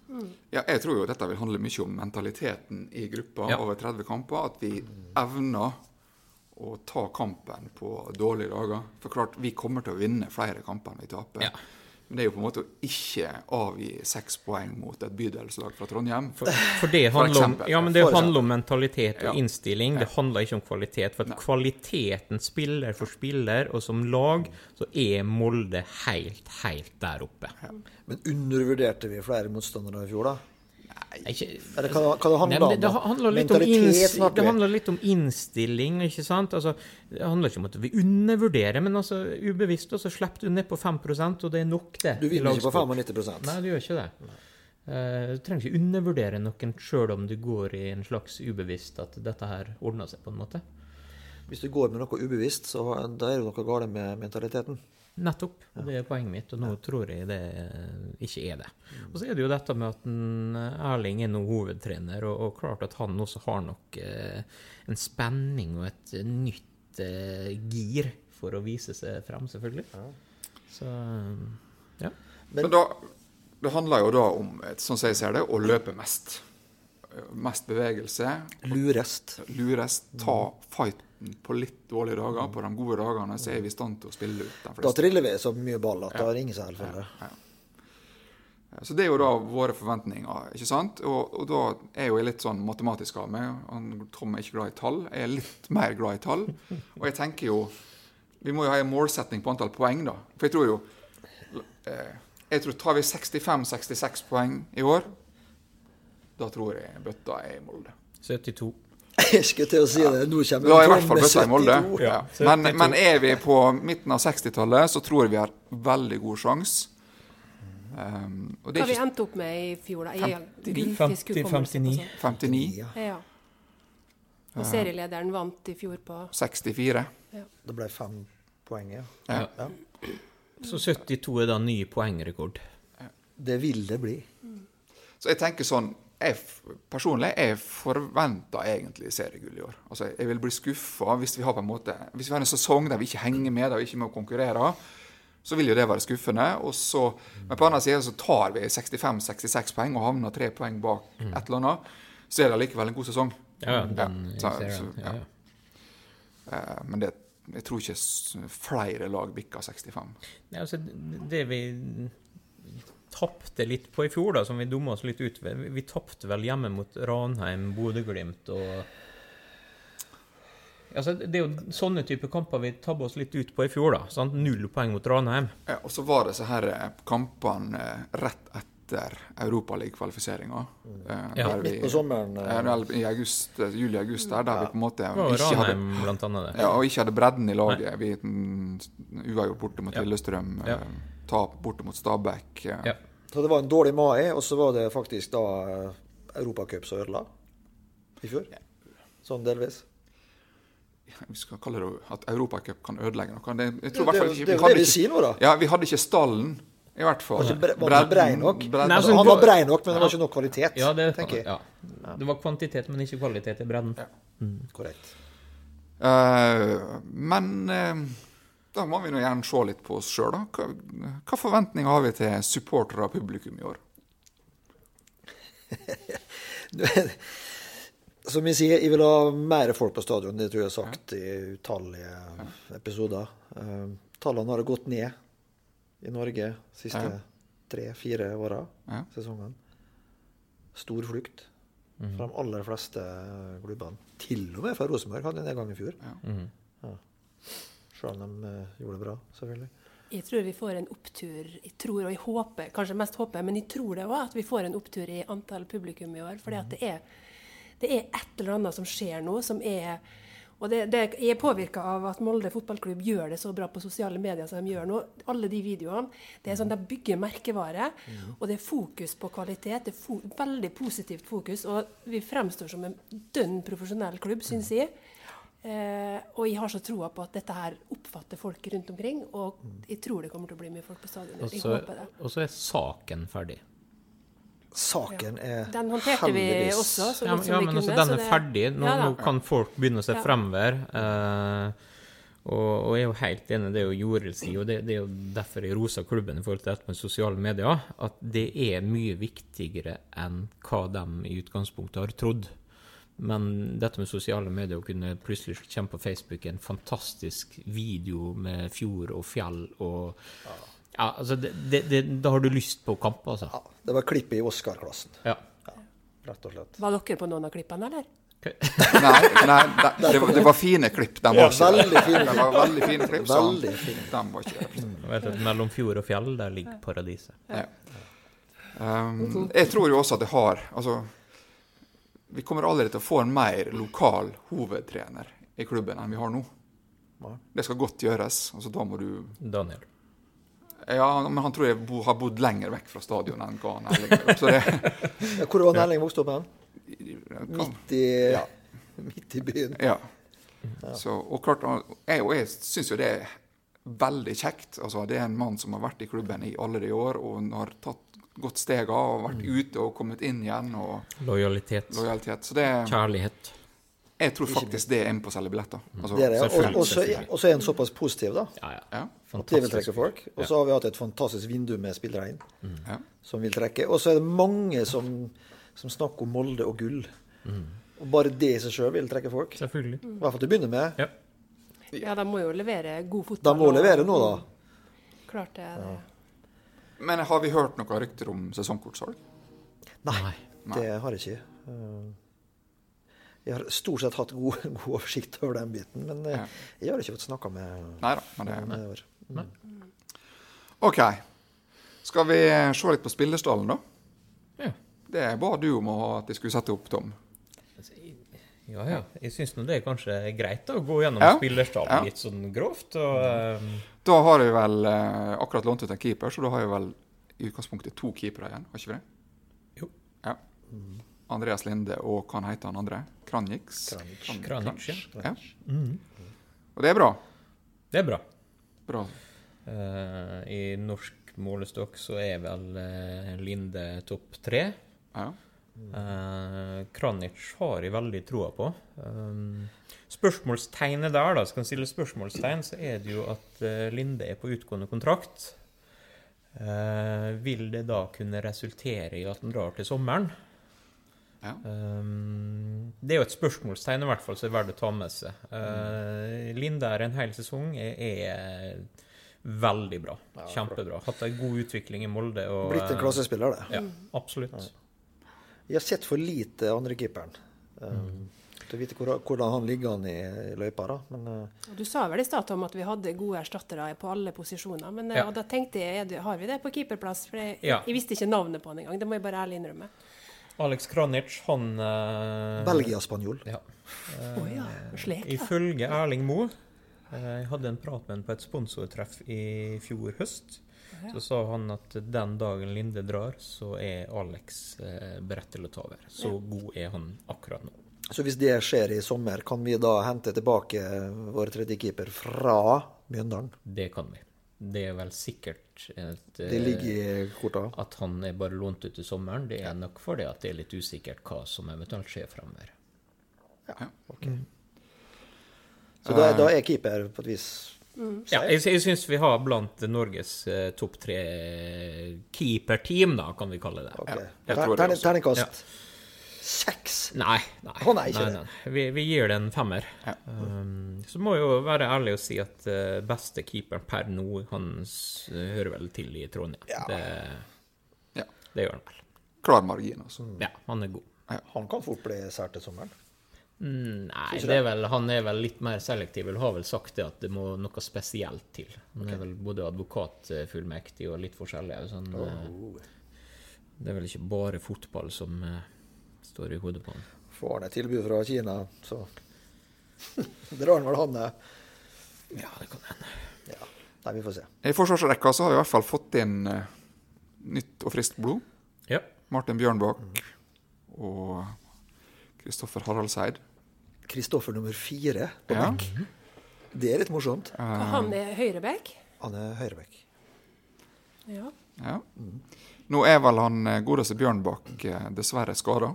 [SPEAKER 2] Ja, jeg tror jo dette vil handle mye om mentaliteten i gruppa
[SPEAKER 5] Ja.
[SPEAKER 2] over 30 kamper. At vi evner å ta kampen på dårlige dager. For klart, vi kommer til å vinne flere kamper enn vi taper.
[SPEAKER 5] Ja.
[SPEAKER 2] Men det er jo på en måte å ikke avgi seks poeng mot et bydelslag fra Trondheim.
[SPEAKER 5] For, for det handler om,
[SPEAKER 2] eksempel.
[SPEAKER 5] ja, men det
[SPEAKER 4] For
[SPEAKER 5] handler om mentalitet og
[SPEAKER 2] Ja.
[SPEAKER 5] innstilling. Det handler ikke om kvalitet. For at kvaliteten spiller for spiller, og som lag, så er Molde helt, helt der oppe.
[SPEAKER 4] Men undervurderte vi flere motstandere i fjor, da?
[SPEAKER 5] Ikke,
[SPEAKER 4] Eller hva, hva det
[SPEAKER 5] Nei,
[SPEAKER 4] handla
[SPEAKER 5] men
[SPEAKER 4] om?
[SPEAKER 5] det, det,
[SPEAKER 4] da?
[SPEAKER 5] handler litt om
[SPEAKER 4] Mentalitet
[SPEAKER 5] inns,
[SPEAKER 4] snakker
[SPEAKER 5] det
[SPEAKER 4] vi.
[SPEAKER 5] handler litt om innstilling, ikke sant? Altså, det handler ikke om at vi undervurderer, men altså, ubevisst og så slipper du ned på 5 og det er nok, det.
[SPEAKER 4] Du
[SPEAKER 5] i
[SPEAKER 4] vinner ikke på
[SPEAKER 5] lagsport.
[SPEAKER 4] 95
[SPEAKER 5] Nei, du gjør ikke det. Eh, Du trenger ikke undervurdere noen sjøl om du går i en slags ubevisst at dette her ordner seg, på en måte.
[SPEAKER 4] Hvis du går med noe ubevisst, så da er det noe galt med mentaliteten.
[SPEAKER 5] Nettopp. og Det er poenget mitt, og nå tror jeg det eh, ikke er det. Og så er det jo dette med at en Erling er nå hovedtrener, og, og klart at han også har nok eh, en spenning og et nytt eh, gir for å vise seg frem, selvfølgelig. Så eh, ja.
[SPEAKER 2] Men da, det handler jo da om, et, sånn som jeg ser det, å løpe mest. Mest bevegelse.
[SPEAKER 4] Lurest.
[SPEAKER 2] Lures. Ta fighten på litt dårlige dager. På de gode dagene så er vi i stand til å spille ut de
[SPEAKER 4] Da
[SPEAKER 2] fleste.
[SPEAKER 4] triller vi så mye ball at det har ingen seg for det.
[SPEAKER 2] Eh, Så det er jo da våre forventninger, ikke sant? Og, og da er jo jeg litt sånn matematisk av meg. Han Tom er ikke glad i tall. Jeg er litt mer glad i tall. Og jeg tenker jo Vi må jo ha en målsetning på antall poeng, da. For jeg tror jo eh, Jeg tror Tar vi 65-66 poeng i år, da tror jeg bøtta er i Molde.
[SPEAKER 5] 72.
[SPEAKER 4] Jeg skulle til å si det. Nå kommer
[SPEAKER 2] Da er i hvert
[SPEAKER 4] Trond
[SPEAKER 2] fall
[SPEAKER 4] med
[SPEAKER 2] bøtta i Molde.
[SPEAKER 4] 72.
[SPEAKER 2] Ja. Men, men er vi på midten av 60-tallet, så tror jeg vi har veldig god sjanse. Um, og det
[SPEAKER 3] Hva
[SPEAKER 2] er
[SPEAKER 3] vi
[SPEAKER 2] ikke
[SPEAKER 3] endte opp med i fjor, da? i-
[SPEAKER 5] 50,
[SPEAKER 3] gullfiskhukommelse på
[SPEAKER 5] 59.
[SPEAKER 3] sånt.
[SPEAKER 2] 59,
[SPEAKER 4] Ja,
[SPEAKER 3] Ja. Og serielederen vant i fjor på
[SPEAKER 2] 64.
[SPEAKER 4] det ble fem poeng, ja.
[SPEAKER 2] Ja.
[SPEAKER 4] ja.
[SPEAKER 5] Så 72 er da ny poengrekord.
[SPEAKER 4] Det vil det bli.
[SPEAKER 2] Så jeg tenker sånn jeg, f- Personlig jeg forventer egentlig seriegull i år. Altså, jeg vil bli skuffa hvis vi har på en måte Hvis vi har en sesong der vi ikke henger med, der vi ikke må konkurrere, så vil jo det være skuffende. Og så, men på den andre siden så tar vi 65-66 poeng og havner tre poeng bak et eller annet. Så er det allikevel en god sesong.
[SPEAKER 5] Mm. Ja, ja, den
[SPEAKER 2] så,
[SPEAKER 5] jeg ser
[SPEAKER 2] så,
[SPEAKER 5] den.
[SPEAKER 2] ja.
[SPEAKER 5] Ja, ja.
[SPEAKER 2] Eh, Men det, jeg tror ikke s- flere lag bikker 65.
[SPEAKER 5] Nei, altså, det vi tapte litt på i fjor, da, som vi dumma oss litt ut ved. Vi- Vi tapte vel hjemme mot Ranheim, Bodø-Glimt og Altså, det er jo sånne type kamper vi tabba oss litt ut på i fjor. da, sant? Null poeng mot Ranheim.
[SPEAKER 2] Eh, Og så var det så her eh, kampene eh, rett etter Eh, Europaliga-kvalifiseringa.
[SPEAKER 5] Ja.
[SPEAKER 4] Midt på sommeren. eh,
[SPEAKER 2] I august, eh, juli-august der, der vi på en måte
[SPEAKER 5] Det var jo
[SPEAKER 2] ikke hadde,
[SPEAKER 5] Ranheim, blant annet. det.
[SPEAKER 2] ja, og ikke hadde bredden i laget. Vi mm, uavgjort borte mot
[SPEAKER 5] Ja.
[SPEAKER 2] Lillestrøm, eh,
[SPEAKER 5] Ja.
[SPEAKER 2] tap borte mot Stabæk. eh.
[SPEAKER 5] Ja.
[SPEAKER 4] Så det var en dårlig mai, og så var det faktisk da eh, Europacup som ødela i fjor. Sånn delvis.
[SPEAKER 2] Vi skal kalle det at Europacup kan ødelegge noe. Det, jeg tror i hvert
[SPEAKER 4] Det-
[SPEAKER 2] fall ikke
[SPEAKER 4] det er jo
[SPEAKER 2] hadde
[SPEAKER 4] det vi
[SPEAKER 2] ikke-
[SPEAKER 4] sier nå, da.
[SPEAKER 2] Ja, vi hadde ikke stallen, i hvert fall.
[SPEAKER 4] Var ikke bre- var ikke brei nok.
[SPEAKER 2] bredden-
[SPEAKER 5] Nei, altså,
[SPEAKER 4] Han var brei nok, men det var ikke nok kvalitet,
[SPEAKER 5] Ja, det,
[SPEAKER 4] tenker jeg.
[SPEAKER 5] ja. det var kvantitet, men ikke kvalitet i bredden.
[SPEAKER 4] Korrekt.
[SPEAKER 2] Eh, men eh, da må vi nå gjerne se litt på oss sjøl, da. Hva, hva forventninger har vi til supportere og publikum i år?
[SPEAKER 4] Som jeg sier, jeg vil ha mer folk på stadion. Det tror jeg jeg har sagt i utallige episoder. Eh, Tallene har gått ned i Norge de siste
[SPEAKER 2] Ja.
[SPEAKER 4] tre-fire åra,
[SPEAKER 2] Ja.
[SPEAKER 4] sesongen. Stor flukt
[SPEAKER 2] Mhm.
[SPEAKER 4] fra de aller fleste klubbene. Til og med fra Rosenborg hadde en nedgang i fjor. Ja. Selv om de eh, gjorde det bra, selvfølgelig.
[SPEAKER 3] Jeg tror vi får en opptur. Jeg tror og jeg håper, kanskje mest håper, men jeg tror det også, at vi får en opptur i antall publikum i år. For det, er- det er et eller annet som skjer nå som er Og det, det jeg er påvirka av at Molde fotballklubb gjør det så bra på sosiale medier som de gjør nå. Alle de videoene. det er sånn De bygger merkevare, og det er fokus på kvalitet. Det er fo veldig positivt fokus. Og vi fremstår som en dønn profesjonell klubb, syns jeg. Eh, og jeg har så troa på at dette her oppfatter folk rundt omkring. Og jeg tror det kommer til å bli mye folk på stadion.
[SPEAKER 5] Og
[SPEAKER 3] Jeg
[SPEAKER 5] så
[SPEAKER 3] håper det.
[SPEAKER 5] og så er saken ferdig.
[SPEAKER 4] Saken er
[SPEAKER 3] Den håndterte vi
[SPEAKER 4] heldigvis-
[SPEAKER 3] også så
[SPEAKER 5] Ja,
[SPEAKER 3] godt
[SPEAKER 5] men,
[SPEAKER 3] som
[SPEAKER 5] ja,
[SPEAKER 3] vi
[SPEAKER 5] men
[SPEAKER 3] kunne.
[SPEAKER 5] altså,
[SPEAKER 3] så
[SPEAKER 5] den er
[SPEAKER 3] det-
[SPEAKER 5] ferdig. Nå,
[SPEAKER 3] Ja da.
[SPEAKER 5] nå kan folk begynne å se
[SPEAKER 3] Ja.
[SPEAKER 5] fremover. eh, og, og jeg er jo helt enig i det jo Joril sier, og det, det er jo derfor jeg roser klubben i forhold til dette med sosiale medier, at det er mye viktigere enn hva de i utgangspunktet har trodd. Men dette med sosiale medier, å kunne plutselig komme på Facebook en fantastisk video med fjord og fjell og ja, altså det, det, det, Da har du lyst på kamp, altså.
[SPEAKER 4] Ja, det var klippet i Oscar-klassen,
[SPEAKER 5] Ja.
[SPEAKER 4] rett og slett.
[SPEAKER 3] Var dere på noen av klippene, eller?
[SPEAKER 2] Nei, nei de- det, var- det var fine klipp. De var ikke
[SPEAKER 4] veldig fine
[SPEAKER 2] De var veldig fine klipp. så
[SPEAKER 4] Veldig fine.
[SPEAKER 2] De var ikke representert.
[SPEAKER 5] Jeg vet at mellom fjord og fjell, der ligger paradiset.
[SPEAKER 2] Ja. Um, jeg tror jo også at det har Altså, vi kommer aldri til å få en mer lokal hovedtrener i klubben enn vi har nå.
[SPEAKER 4] Nei.
[SPEAKER 2] Det skal godt gjøres. Altså, da må du
[SPEAKER 5] Daniel.
[SPEAKER 2] Ja, men han tror jeg bo, har bodd lenger vekk fra stadion enn hva han Erling har gjort. Så det
[SPEAKER 4] Ja, Hvor var Erling vokst opp hen?
[SPEAKER 2] kan,
[SPEAKER 4] Midt i, midt i byen.
[SPEAKER 2] Ja. Så, og klart, og jeg, og jeg syns jo det er veldig kjekt. Altså, det er en mann som har vært i klubben i alle de år, og han har tatt godt stega og vært ute og kommet inn igjen, og
[SPEAKER 5] Lojalitet.
[SPEAKER 2] lojalitet. Så det
[SPEAKER 5] Kjærlighet.
[SPEAKER 2] Jeg tror faktisk det er inn på å selge billetter. Altså,
[SPEAKER 4] Det er det.
[SPEAKER 5] Selvfølgelig,
[SPEAKER 4] Og, og, så,
[SPEAKER 5] selvfølgelig.
[SPEAKER 4] og så er en såpass positiv, da.
[SPEAKER 5] Ja, ja.
[SPEAKER 2] Ja.
[SPEAKER 4] At det vil trekke folk. Og så har vi hatt et fantastisk vindu med spillere inn
[SPEAKER 2] Ja.
[SPEAKER 4] som vil trekke. Og så er det mange som, som snakker om Molde og gull. Og bare det i seg sjøl vil trekke folk. I
[SPEAKER 5] Selvfølgelig.
[SPEAKER 4] hvert fall til å begynne med.
[SPEAKER 5] Ja.
[SPEAKER 3] Ja, de må jo levere god fotball.
[SPEAKER 4] De må
[SPEAKER 3] og-
[SPEAKER 4] levere nå, da.
[SPEAKER 3] Klart det. det.
[SPEAKER 2] Men har vi hørt noen rykter om sesongkortsalg?
[SPEAKER 4] Nei, det har jeg ikke. Eh, Jeg har stort sett hatt god, god oversikt over den biten, men eh, jeg har ikke fått snakka med
[SPEAKER 2] Nei da. Men det,
[SPEAKER 4] med over.
[SPEAKER 2] OK. Skal vi se litt på spillerstallen, da?
[SPEAKER 5] Ja,
[SPEAKER 2] Det ba du om å- at jeg skulle sette opp, Tom.
[SPEAKER 5] Altså, ja. ja. Jeg syns nå det er kanskje greit å gå gjennom
[SPEAKER 2] Ja.
[SPEAKER 5] spillerstallen
[SPEAKER 2] Ja. Mm.
[SPEAKER 5] litt sånn grovt. Og, ehm,
[SPEAKER 2] Da har jeg vel eh, akkurat lånt ut en keeper, så da har jeg vel i utgangspunktet to keepere igjen, har ikke vi det?
[SPEAKER 5] Jo.
[SPEAKER 2] Ja. Andreas Linde og hva han heter han andre? Kranjiks?
[SPEAKER 4] Kranic.
[SPEAKER 2] Kran-
[SPEAKER 5] Kranic, ja.
[SPEAKER 2] ja. Mm. Og det er bra.
[SPEAKER 5] det er bra.
[SPEAKER 2] Bra.
[SPEAKER 5] Eh, I norsk målestokk så er vel eh, Linde topp tre.
[SPEAKER 2] Ja.
[SPEAKER 5] Eh, Kranic har jeg veldig troa på. Um, spørsmålstegnet der, da, skal en stille spørsmålstegn, så er det jo at eh, Linde er på utgående kontrakt. Eh, vil det da kunne resultere i at han drar til sommeren?
[SPEAKER 2] Ja.
[SPEAKER 5] Um, det er jo et spørsmålstegn i hvert fall som er verdt å ta med seg. Eh, Linde er en hel sesong. Jeg er Veldig bra. Kjempebra. Hatt en god utvikling i Molde. Og,
[SPEAKER 4] Blitt en klassespiller, det.
[SPEAKER 5] Ja, absolutt.
[SPEAKER 4] Jeg har sett for lite andrekeeperen.
[SPEAKER 5] Mm.
[SPEAKER 4] Um, Til å vite hvor, hvordan han ligger an i, i løypa, da. Men eh,
[SPEAKER 3] Og Du sa vel i stad Tom, at vi hadde gode erstattere på alle posisjoner. Men eh,
[SPEAKER 5] Ja.
[SPEAKER 3] og da tenkte jeg, er det, har vi det på keeperplass? For jeg,
[SPEAKER 5] Ja.
[SPEAKER 3] jeg visste ikke navnet på han engang. Det må jeg bare ærlig innrømme.
[SPEAKER 5] Alex Kranic, han eh,
[SPEAKER 4] Belgia-spanjol.
[SPEAKER 5] Ja.
[SPEAKER 4] Eh,
[SPEAKER 3] Å ja. Slik, ja.
[SPEAKER 5] Ifølge Erling Moe eh, Jeg hadde en prat med han på et sponsortreff i fjor høst. Så sa han at den dagen Linde drar, så er Alex eh, beredt til å ta over. Så god er han akkurat nå.
[SPEAKER 4] Så hvis det skjer i sommer, kan vi da hente tilbake eh, vår tredje keeper fra Mjøndalen?
[SPEAKER 5] Det kan vi. Det er vel sikkert et, eh,
[SPEAKER 4] Det ligger i korta.
[SPEAKER 5] at han er bare lånt ut i sommeren. Det er nok fordi at det er litt usikkert hva som eventuelt skjer fremover.
[SPEAKER 4] Så da,
[SPEAKER 5] eh,
[SPEAKER 4] da er keeper på et vis
[SPEAKER 5] Ja, jeg, jeg syns vi har blant Norges eh, topp tre eh, keeperteam, da, kan vi kalle det.
[SPEAKER 4] Ok.
[SPEAKER 2] jeg tror det
[SPEAKER 4] Terning-
[SPEAKER 2] også.
[SPEAKER 5] Ja.
[SPEAKER 4] Terningkast seks.
[SPEAKER 5] Nei. nei,
[SPEAKER 4] Å, nei, ikke
[SPEAKER 5] nei,
[SPEAKER 4] det.
[SPEAKER 5] nei. Vi, vi gir det en femmer. Um, så må jeg jo være ærlig og si at eh, beste keeperen per nå, han s- hører vel til i Trondheim. Det,
[SPEAKER 2] Ja.
[SPEAKER 5] det gjør han vel.
[SPEAKER 2] Klar margin, altså.
[SPEAKER 5] Ja, han er god.
[SPEAKER 4] Han kan fort bli sær til sommeren.
[SPEAKER 5] Mm, Nei, det er vel, han er vel litt mer selektiv. Eller har vel sagt det at det må noe spesielt til. Han er vel både advokatfullmektig og litt forskjellig. Så han, eh, Det er vel ikke bare fotball som eh, står i hodet på han.
[SPEAKER 4] Får han et tilbud fra Kina, så drar han vel han eh.
[SPEAKER 5] Ja, det kan hende.
[SPEAKER 4] Ja. Nei, vi får se.
[SPEAKER 2] I forsvarsrekka så har vi i hvert fall fått inn eh, nytt og friskt blod.
[SPEAKER 5] Ja.
[SPEAKER 2] Martin Bjørnbakk og Kristoffer Haraldseid.
[SPEAKER 4] Kristoffer nummer fire. på
[SPEAKER 2] Ja.
[SPEAKER 4] bekk. Det er litt morsomt.
[SPEAKER 3] Og han er høyreback.
[SPEAKER 4] Han er høyrebekk.
[SPEAKER 3] Ja.
[SPEAKER 2] Ja. Mm. Nå er vel han eh, godeste Bjørnbakk eh, dessverre skada.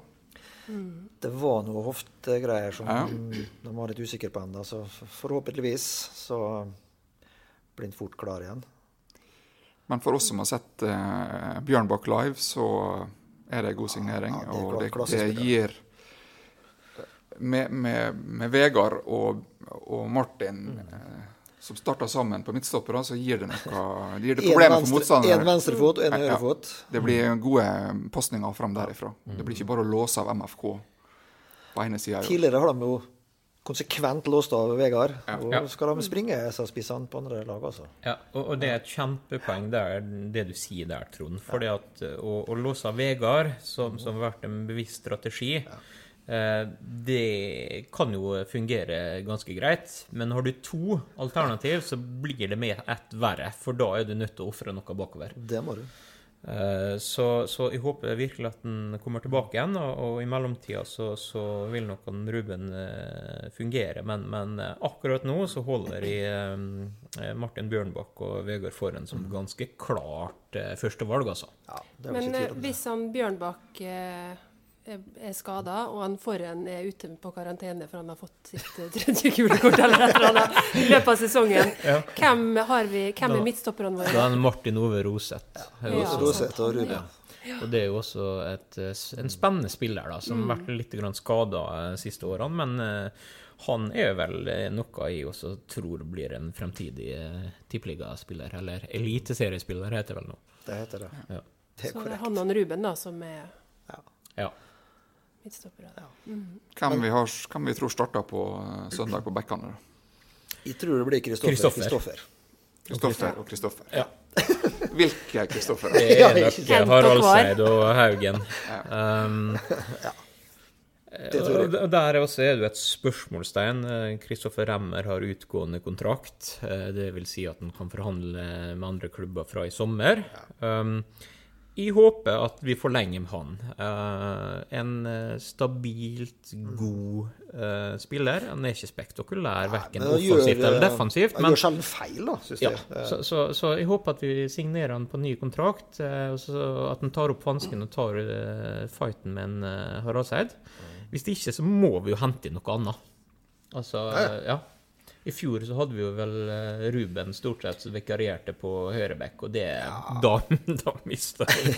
[SPEAKER 4] Det var noe hoftegreier som
[SPEAKER 2] Ja.
[SPEAKER 4] de var litt usikre på ennå, så forhåpentligvis så blir han fort klar igjen.
[SPEAKER 2] Men for oss som har sett eh, Bjørnbakk live, så er det en god signering.
[SPEAKER 4] ja, det er
[SPEAKER 2] og det,
[SPEAKER 4] klassisk
[SPEAKER 2] det
[SPEAKER 4] spiller.
[SPEAKER 2] gir med, med, med Vegard og, og Martin
[SPEAKER 4] Mm.
[SPEAKER 2] eh, som starta sammen på midtstopper, da, så gir det noe det gir det
[SPEAKER 4] En
[SPEAKER 2] problemer for
[SPEAKER 4] venstre- en
[SPEAKER 2] motstanderen.
[SPEAKER 4] venstrefot og en
[SPEAKER 2] Ja, ja.
[SPEAKER 4] høyrefot. Mm.
[SPEAKER 2] Det blir gode eh, pasninger fram derifra. Det blir ikke bare å låse av MFK på ene sida.
[SPEAKER 4] Tidligere har de jo konsekvent låst av Vegard. Og skal de springe, så spisser han på andre lag, altså.
[SPEAKER 5] Ja, og, og det er et kjempepoeng der, det du sier der, Trond. Fordi at eh, å, å låse av Vegard, som, som har vært en bevisst strategi, eh, det kan jo fungere ganske greit. Men har du to alternativ, så blir det med ett verre. For da er du nødt til å ofre noe bakover.
[SPEAKER 4] Det må du.
[SPEAKER 5] Eh, Så, så jeg håper virkelig at den kommer tilbake igjen, og, og i mellomtida så, så vil nok han Ruben eh, fungere. Men, men eh, akkurat nå så holder jeg eh, Martin Bjørnbakk og Vegard Forhen som ganske klart eh, førstevalg, altså.
[SPEAKER 4] Ja, det er vel
[SPEAKER 3] Men eh,
[SPEAKER 4] ikke tvil om det.
[SPEAKER 3] hvis han Bjørnbakk eh, er- er skada, og han Forhen er ute på karantene for han har fått sitt eh, tredje gule kort eller et eller annet i løpet av sesongen, hvem, har vi, hvem
[SPEAKER 5] Da-
[SPEAKER 3] er midtstopperne
[SPEAKER 5] Da
[SPEAKER 3] våre?
[SPEAKER 5] er det Martin Ove Roseth. er
[SPEAKER 3] Ja.
[SPEAKER 5] også-
[SPEAKER 4] Roseth og Ruben.
[SPEAKER 5] Og det er jo også et, eh, s- en spennende spiller da, som har vært litt skada de siste årene. Men eh, han er vel eh, noe jeg også tror blir en fremtidig eh, tippeligaspiller, eller eliteseriespiller heter det vel nå.
[SPEAKER 4] Det heter det.
[SPEAKER 5] Ja.
[SPEAKER 4] Det
[SPEAKER 3] Så det
[SPEAKER 4] er
[SPEAKER 3] er
[SPEAKER 4] korrekt.
[SPEAKER 3] han og Ruben da, som er
[SPEAKER 4] Ja.
[SPEAKER 5] Ja.
[SPEAKER 3] midtstoppere.
[SPEAKER 2] Hvem vi, har, hvem vi tror starta på eh, søndag på Bekkane. da.
[SPEAKER 4] Jeg tror det blir Kristoffer.
[SPEAKER 5] Kristoffer.
[SPEAKER 4] Kristoffer.
[SPEAKER 2] Kristoffer og Kristoffer. Hvilke Kristoffer?
[SPEAKER 5] Det
[SPEAKER 4] Ja,
[SPEAKER 5] er nok
[SPEAKER 3] ikke sant.
[SPEAKER 5] Haraldseid og Haugen. Um,
[SPEAKER 4] Det tror jeg.
[SPEAKER 5] og- Og der også er det jo et spørsmålstegn. Eh, Kristoffer Remmer har utgående kontrakt. eh, Det vil si at han kan forhandle med andre klubber fra i sommer. Um, jeg håper at vi forlenger med han. Eh, en eh, stabilt god eh, spiller. Han er ikke spektakulær, verken
[SPEAKER 4] han gjør,
[SPEAKER 5] offensivt eller
[SPEAKER 4] eh,
[SPEAKER 5] defensivt,
[SPEAKER 4] han
[SPEAKER 5] men
[SPEAKER 4] gjør sjelden feil, da, syns
[SPEAKER 5] Ja,
[SPEAKER 4] jeg. Eh,
[SPEAKER 5] så, så, så jeg håper at vi signerer han på ny kontrakt, eh, og så at han tar opp hansken og tar eh, fighten med en eh, Haraldseid. Hvis det ikke, så må vi jo hente inn noe annet. Altså, eh, ja. I fjor så hadde vi jo vel eh, Ruben stort sett som vikarierte på høyreback, og det Da, da mista vi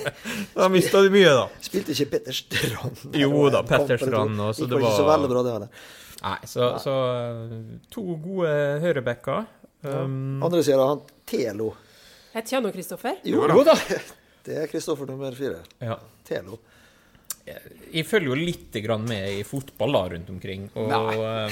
[SPEAKER 5] Da mista vi mye, da.
[SPEAKER 4] Spilte ikke Petter Strand? der
[SPEAKER 5] Jo
[SPEAKER 4] også
[SPEAKER 5] da,
[SPEAKER 4] en
[SPEAKER 5] Petter
[SPEAKER 4] kamp eller to?
[SPEAKER 5] Strand også,
[SPEAKER 4] Gikk
[SPEAKER 5] det
[SPEAKER 4] vel ikke så
[SPEAKER 5] var-
[SPEAKER 4] veldig bra, det heller.
[SPEAKER 5] Nei, så, så eh, to gode høyrebacker. Um,
[SPEAKER 4] Andre sier han Telo.
[SPEAKER 3] Jeg kjenner Kristoffer.
[SPEAKER 4] Jo, jo da! Det er Kristoffer nummer fire.
[SPEAKER 5] ja.
[SPEAKER 4] Telo.
[SPEAKER 5] Jeg følger jo litt grann med i fotball da, rundt omkring. Og, eh,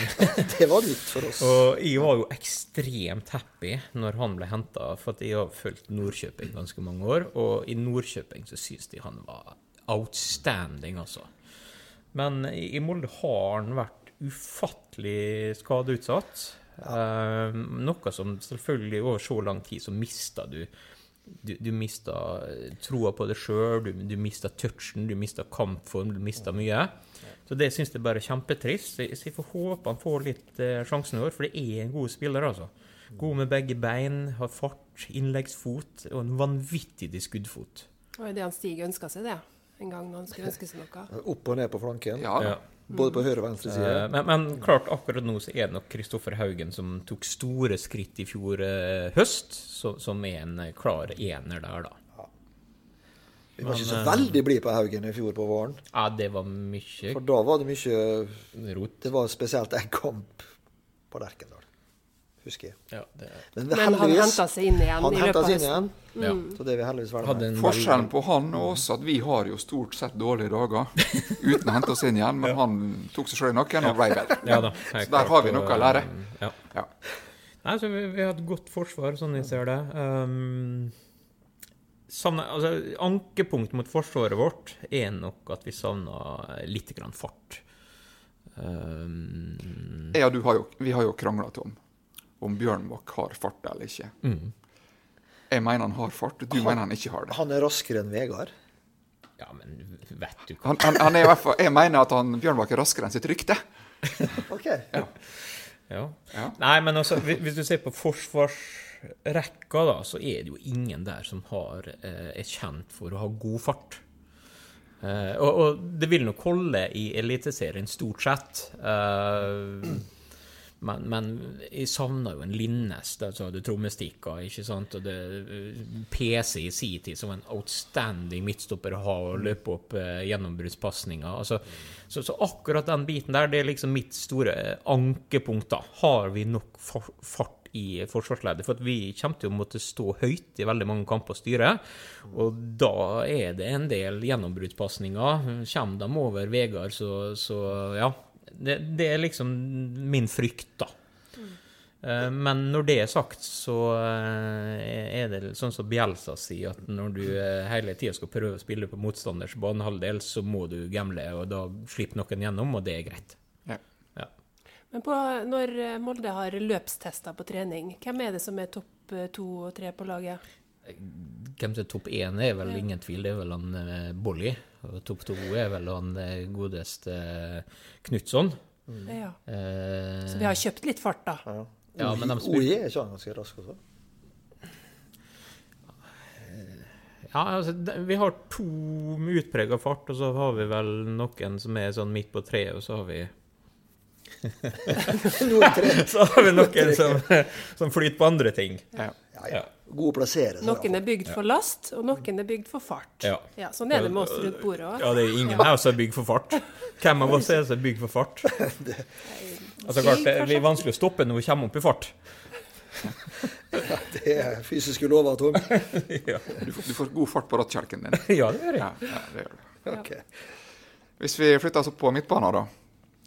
[SPEAKER 4] Det var nytt for oss.
[SPEAKER 5] og jeg var jo ekstremt happy når han ble henta, for at jeg har fulgt Nordkjøping ganske mange år. Og i Nordkjøping så syns de han var outstanding, altså. Men i Molde har han vært ufattelig skadeutsatt. Eh, noe som selvfølgelig over så lang tid så mista du du, du mista troa på deg sjøl, du, du mista touchen, du mista kampform, du mista mye. Så det syns jeg bare er kjempetrist. Så jeg- så jeg får håpe han får litt eh, sjansen i år, for det er en god spiller, altså. God med begge bein, har fart, innleggsfot og en vanvittig skuddfot.
[SPEAKER 3] Det var jo det han Stig ønska seg, det. En gang når han skulle ønske seg noe.
[SPEAKER 4] Opp og ned på flanken.
[SPEAKER 2] Ja,
[SPEAKER 5] Ja.
[SPEAKER 4] Både på høyre og venstre side.
[SPEAKER 5] Eh, Men, men klart, akkurat nå så er det nok Kristoffer Haugen som tok store skritt i fjor eh, høst, så, som er en eh, klar ener der, da.
[SPEAKER 4] Vi var ikke så
[SPEAKER 5] eh,
[SPEAKER 4] veldig blide på Haugen i fjor på våren.
[SPEAKER 5] Ja, det var mye
[SPEAKER 4] For da var det mye
[SPEAKER 5] rot.
[SPEAKER 4] Det var spesielt en kamp på Lerkendal, husker jeg.
[SPEAKER 5] Ja, det er
[SPEAKER 4] Men,
[SPEAKER 3] Men han
[SPEAKER 4] heldigvis-
[SPEAKER 3] hentet seg inn igjen
[SPEAKER 4] Han
[SPEAKER 3] i løpet
[SPEAKER 4] hentet
[SPEAKER 3] av
[SPEAKER 4] seg inn igjen.
[SPEAKER 5] Ja.
[SPEAKER 4] Så det er vi heldigvis veldig
[SPEAKER 5] Hadde
[SPEAKER 4] med.
[SPEAKER 5] en
[SPEAKER 2] Forskjellen på han og oss at vi har jo stort sett dårlige dager uten å hente oss inn igjen, men han tok seg sjøl i nakken og ble bedre.
[SPEAKER 5] Ja da.
[SPEAKER 2] Så der har vi noe å lære.
[SPEAKER 5] Ja.
[SPEAKER 2] Ja.
[SPEAKER 5] Nei, så vi, vi har et godt forsvar, sånn jeg ser det. Um, savner, altså, ankepunkt mot forsvaret vårt er nok at vi savner litt grann fart. Um,
[SPEAKER 2] Jeg og du har jo, vi har jo krangla om om Bjørnbakk har fart eller ikke.
[SPEAKER 5] Mm.
[SPEAKER 2] Jeg mener han har fart, du mener han ikke har det.
[SPEAKER 4] Han er raskere enn Vegard.
[SPEAKER 5] ja, men vet du hva
[SPEAKER 2] Han, han, han er i hvert fall, jeg mener at han Bjørnbakk er raskere enn sitt rykte.
[SPEAKER 4] OK.
[SPEAKER 5] ja.
[SPEAKER 2] Ja.
[SPEAKER 5] Nei, men altså, hvis- hvis du ser på forsvarsrekka, da, så er det jo ingen der som har, eh, er kjent for å ha god fart. Eh, og, og det vil nok holde i Eliteserien stort sett. Eh, men, men jeg savner jo en Linnes. Der så hadde trommestikka, sånn, ikke sant? Og det, PC i sin tid som en outstanding midtstopper å ha og løpe opp eh, gjennombruddspasninger. Altså, så, så akkurat den biten der, det er liksom mitt store eh, ankepunkt. da. Har vi nok fa- fart i forsvarsleddet. For at vi kommer til å måtte stå høyt i veldig mange kamper og styre. Og da er det en del gjennombruddspasninger. Kommer de over Vegard, så, så ja. Det, det er liksom min frykt, da. Eh, Men når det er sagt, så eh, er det sånn som Bjelsa sier, at når du eh, hele tida skal prøve å spille på motstanders banehalvdel, så må du gamble, og da slipper noen gjennom, og det er greit.
[SPEAKER 2] Ja.
[SPEAKER 5] Ja.
[SPEAKER 3] Men på, når eh, Molde har løpstester på trening, hvem er det som er topp eh, to og tre på laget?
[SPEAKER 5] Hvem som er topp én, er vel ingen tvil. Det er vel han eh, Bolli. Og topp to er vel han eh, godeste eh, Knutson.
[SPEAKER 4] Mm.
[SPEAKER 3] Ja.
[SPEAKER 5] Eh,
[SPEAKER 3] Så vi har kjøpt litt fart, da.
[SPEAKER 4] Ja.
[SPEAKER 5] Ja, men de
[SPEAKER 4] OJ-
[SPEAKER 5] spil-
[SPEAKER 4] OJ er ikke han ganske rask også?
[SPEAKER 5] ja, altså, de- vi har to med utprega fart, og så har vi vel noen som er sånn midt på treet, og så har vi
[SPEAKER 4] Noen tre.
[SPEAKER 5] Så har vi noen som, som flyter på andre ting.
[SPEAKER 2] Ja.
[SPEAKER 4] Ja, ja. God å plassere seg.
[SPEAKER 3] Noen
[SPEAKER 4] da.
[SPEAKER 3] er bygd for last, og noen er bygd for fart.
[SPEAKER 5] Ja.
[SPEAKER 3] sånn er det med oss rundt bordet òg.
[SPEAKER 5] Ja, det er ingen her som er bygd for fart. Hvem av oss er det som er bygd for fart? Altså, klart, det blir vanskelig å stoppe når vi kommer opp i fart.
[SPEAKER 4] Det er fysiske lover, Tom.
[SPEAKER 5] Ja,
[SPEAKER 2] Du, får- du får god fart på rattkjelken din.
[SPEAKER 5] ja det gjør jeg.
[SPEAKER 2] Ja, ja, det gjør du.
[SPEAKER 4] Ok.
[SPEAKER 2] Hvis vi flytter oss opp på midtbanen, da.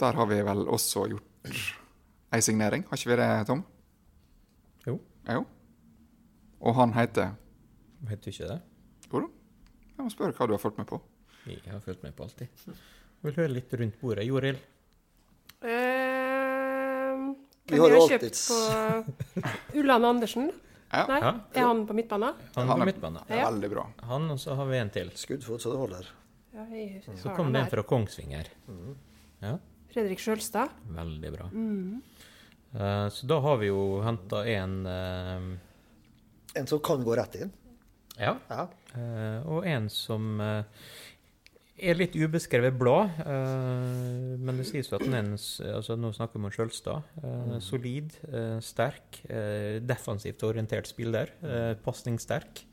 [SPEAKER 2] Der har vi vel også gjort ei signering, har ikke vi det, Tom?
[SPEAKER 5] Jo,
[SPEAKER 2] Ja, Jo. Og han heter
[SPEAKER 5] vet du ikke det?
[SPEAKER 2] Jo da, jeg må spørre hva du har fulgt med på.
[SPEAKER 5] Jeg har fulgt med på alltid. Vil høre litt rundt bordet. Jorild?
[SPEAKER 4] Vi
[SPEAKER 3] Vi
[SPEAKER 4] har
[SPEAKER 3] har
[SPEAKER 4] jo
[SPEAKER 3] kjøpt på Ulland Andersen.
[SPEAKER 2] Ja.
[SPEAKER 3] Nei,
[SPEAKER 5] Ja.
[SPEAKER 3] er han på midtbanen?
[SPEAKER 5] Han på midtbane.
[SPEAKER 2] er veldig bra.
[SPEAKER 5] Han, og så har vi en til.
[SPEAKER 4] Skuddfot, så det holder.
[SPEAKER 3] Ja, jeg har
[SPEAKER 5] Så kom det
[SPEAKER 3] han
[SPEAKER 5] en
[SPEAKER 3] her.
[SPEAKER 5] fra Kongsvinger. Ja,
[SPEAKER 3] Fredrik Sjølstad.
[SPEAKER 5] veldig bra. Eh, Så da har vi jo henta en eh,
[SPEAKER 4] En som kan gå rett inn.
[SPEAKER 5] Ja.
[SPEAKER 4] Ja.
[SPEAKER 5] Eh, og en som eh, er litt ubeskrevet blad. eh, men det sies jo at den er en s- altså Nå snakker vi om Skjølstad. eh, Solid, eh, sterk, eh, defensivt orientert spiller. Uh, Pasningssterk.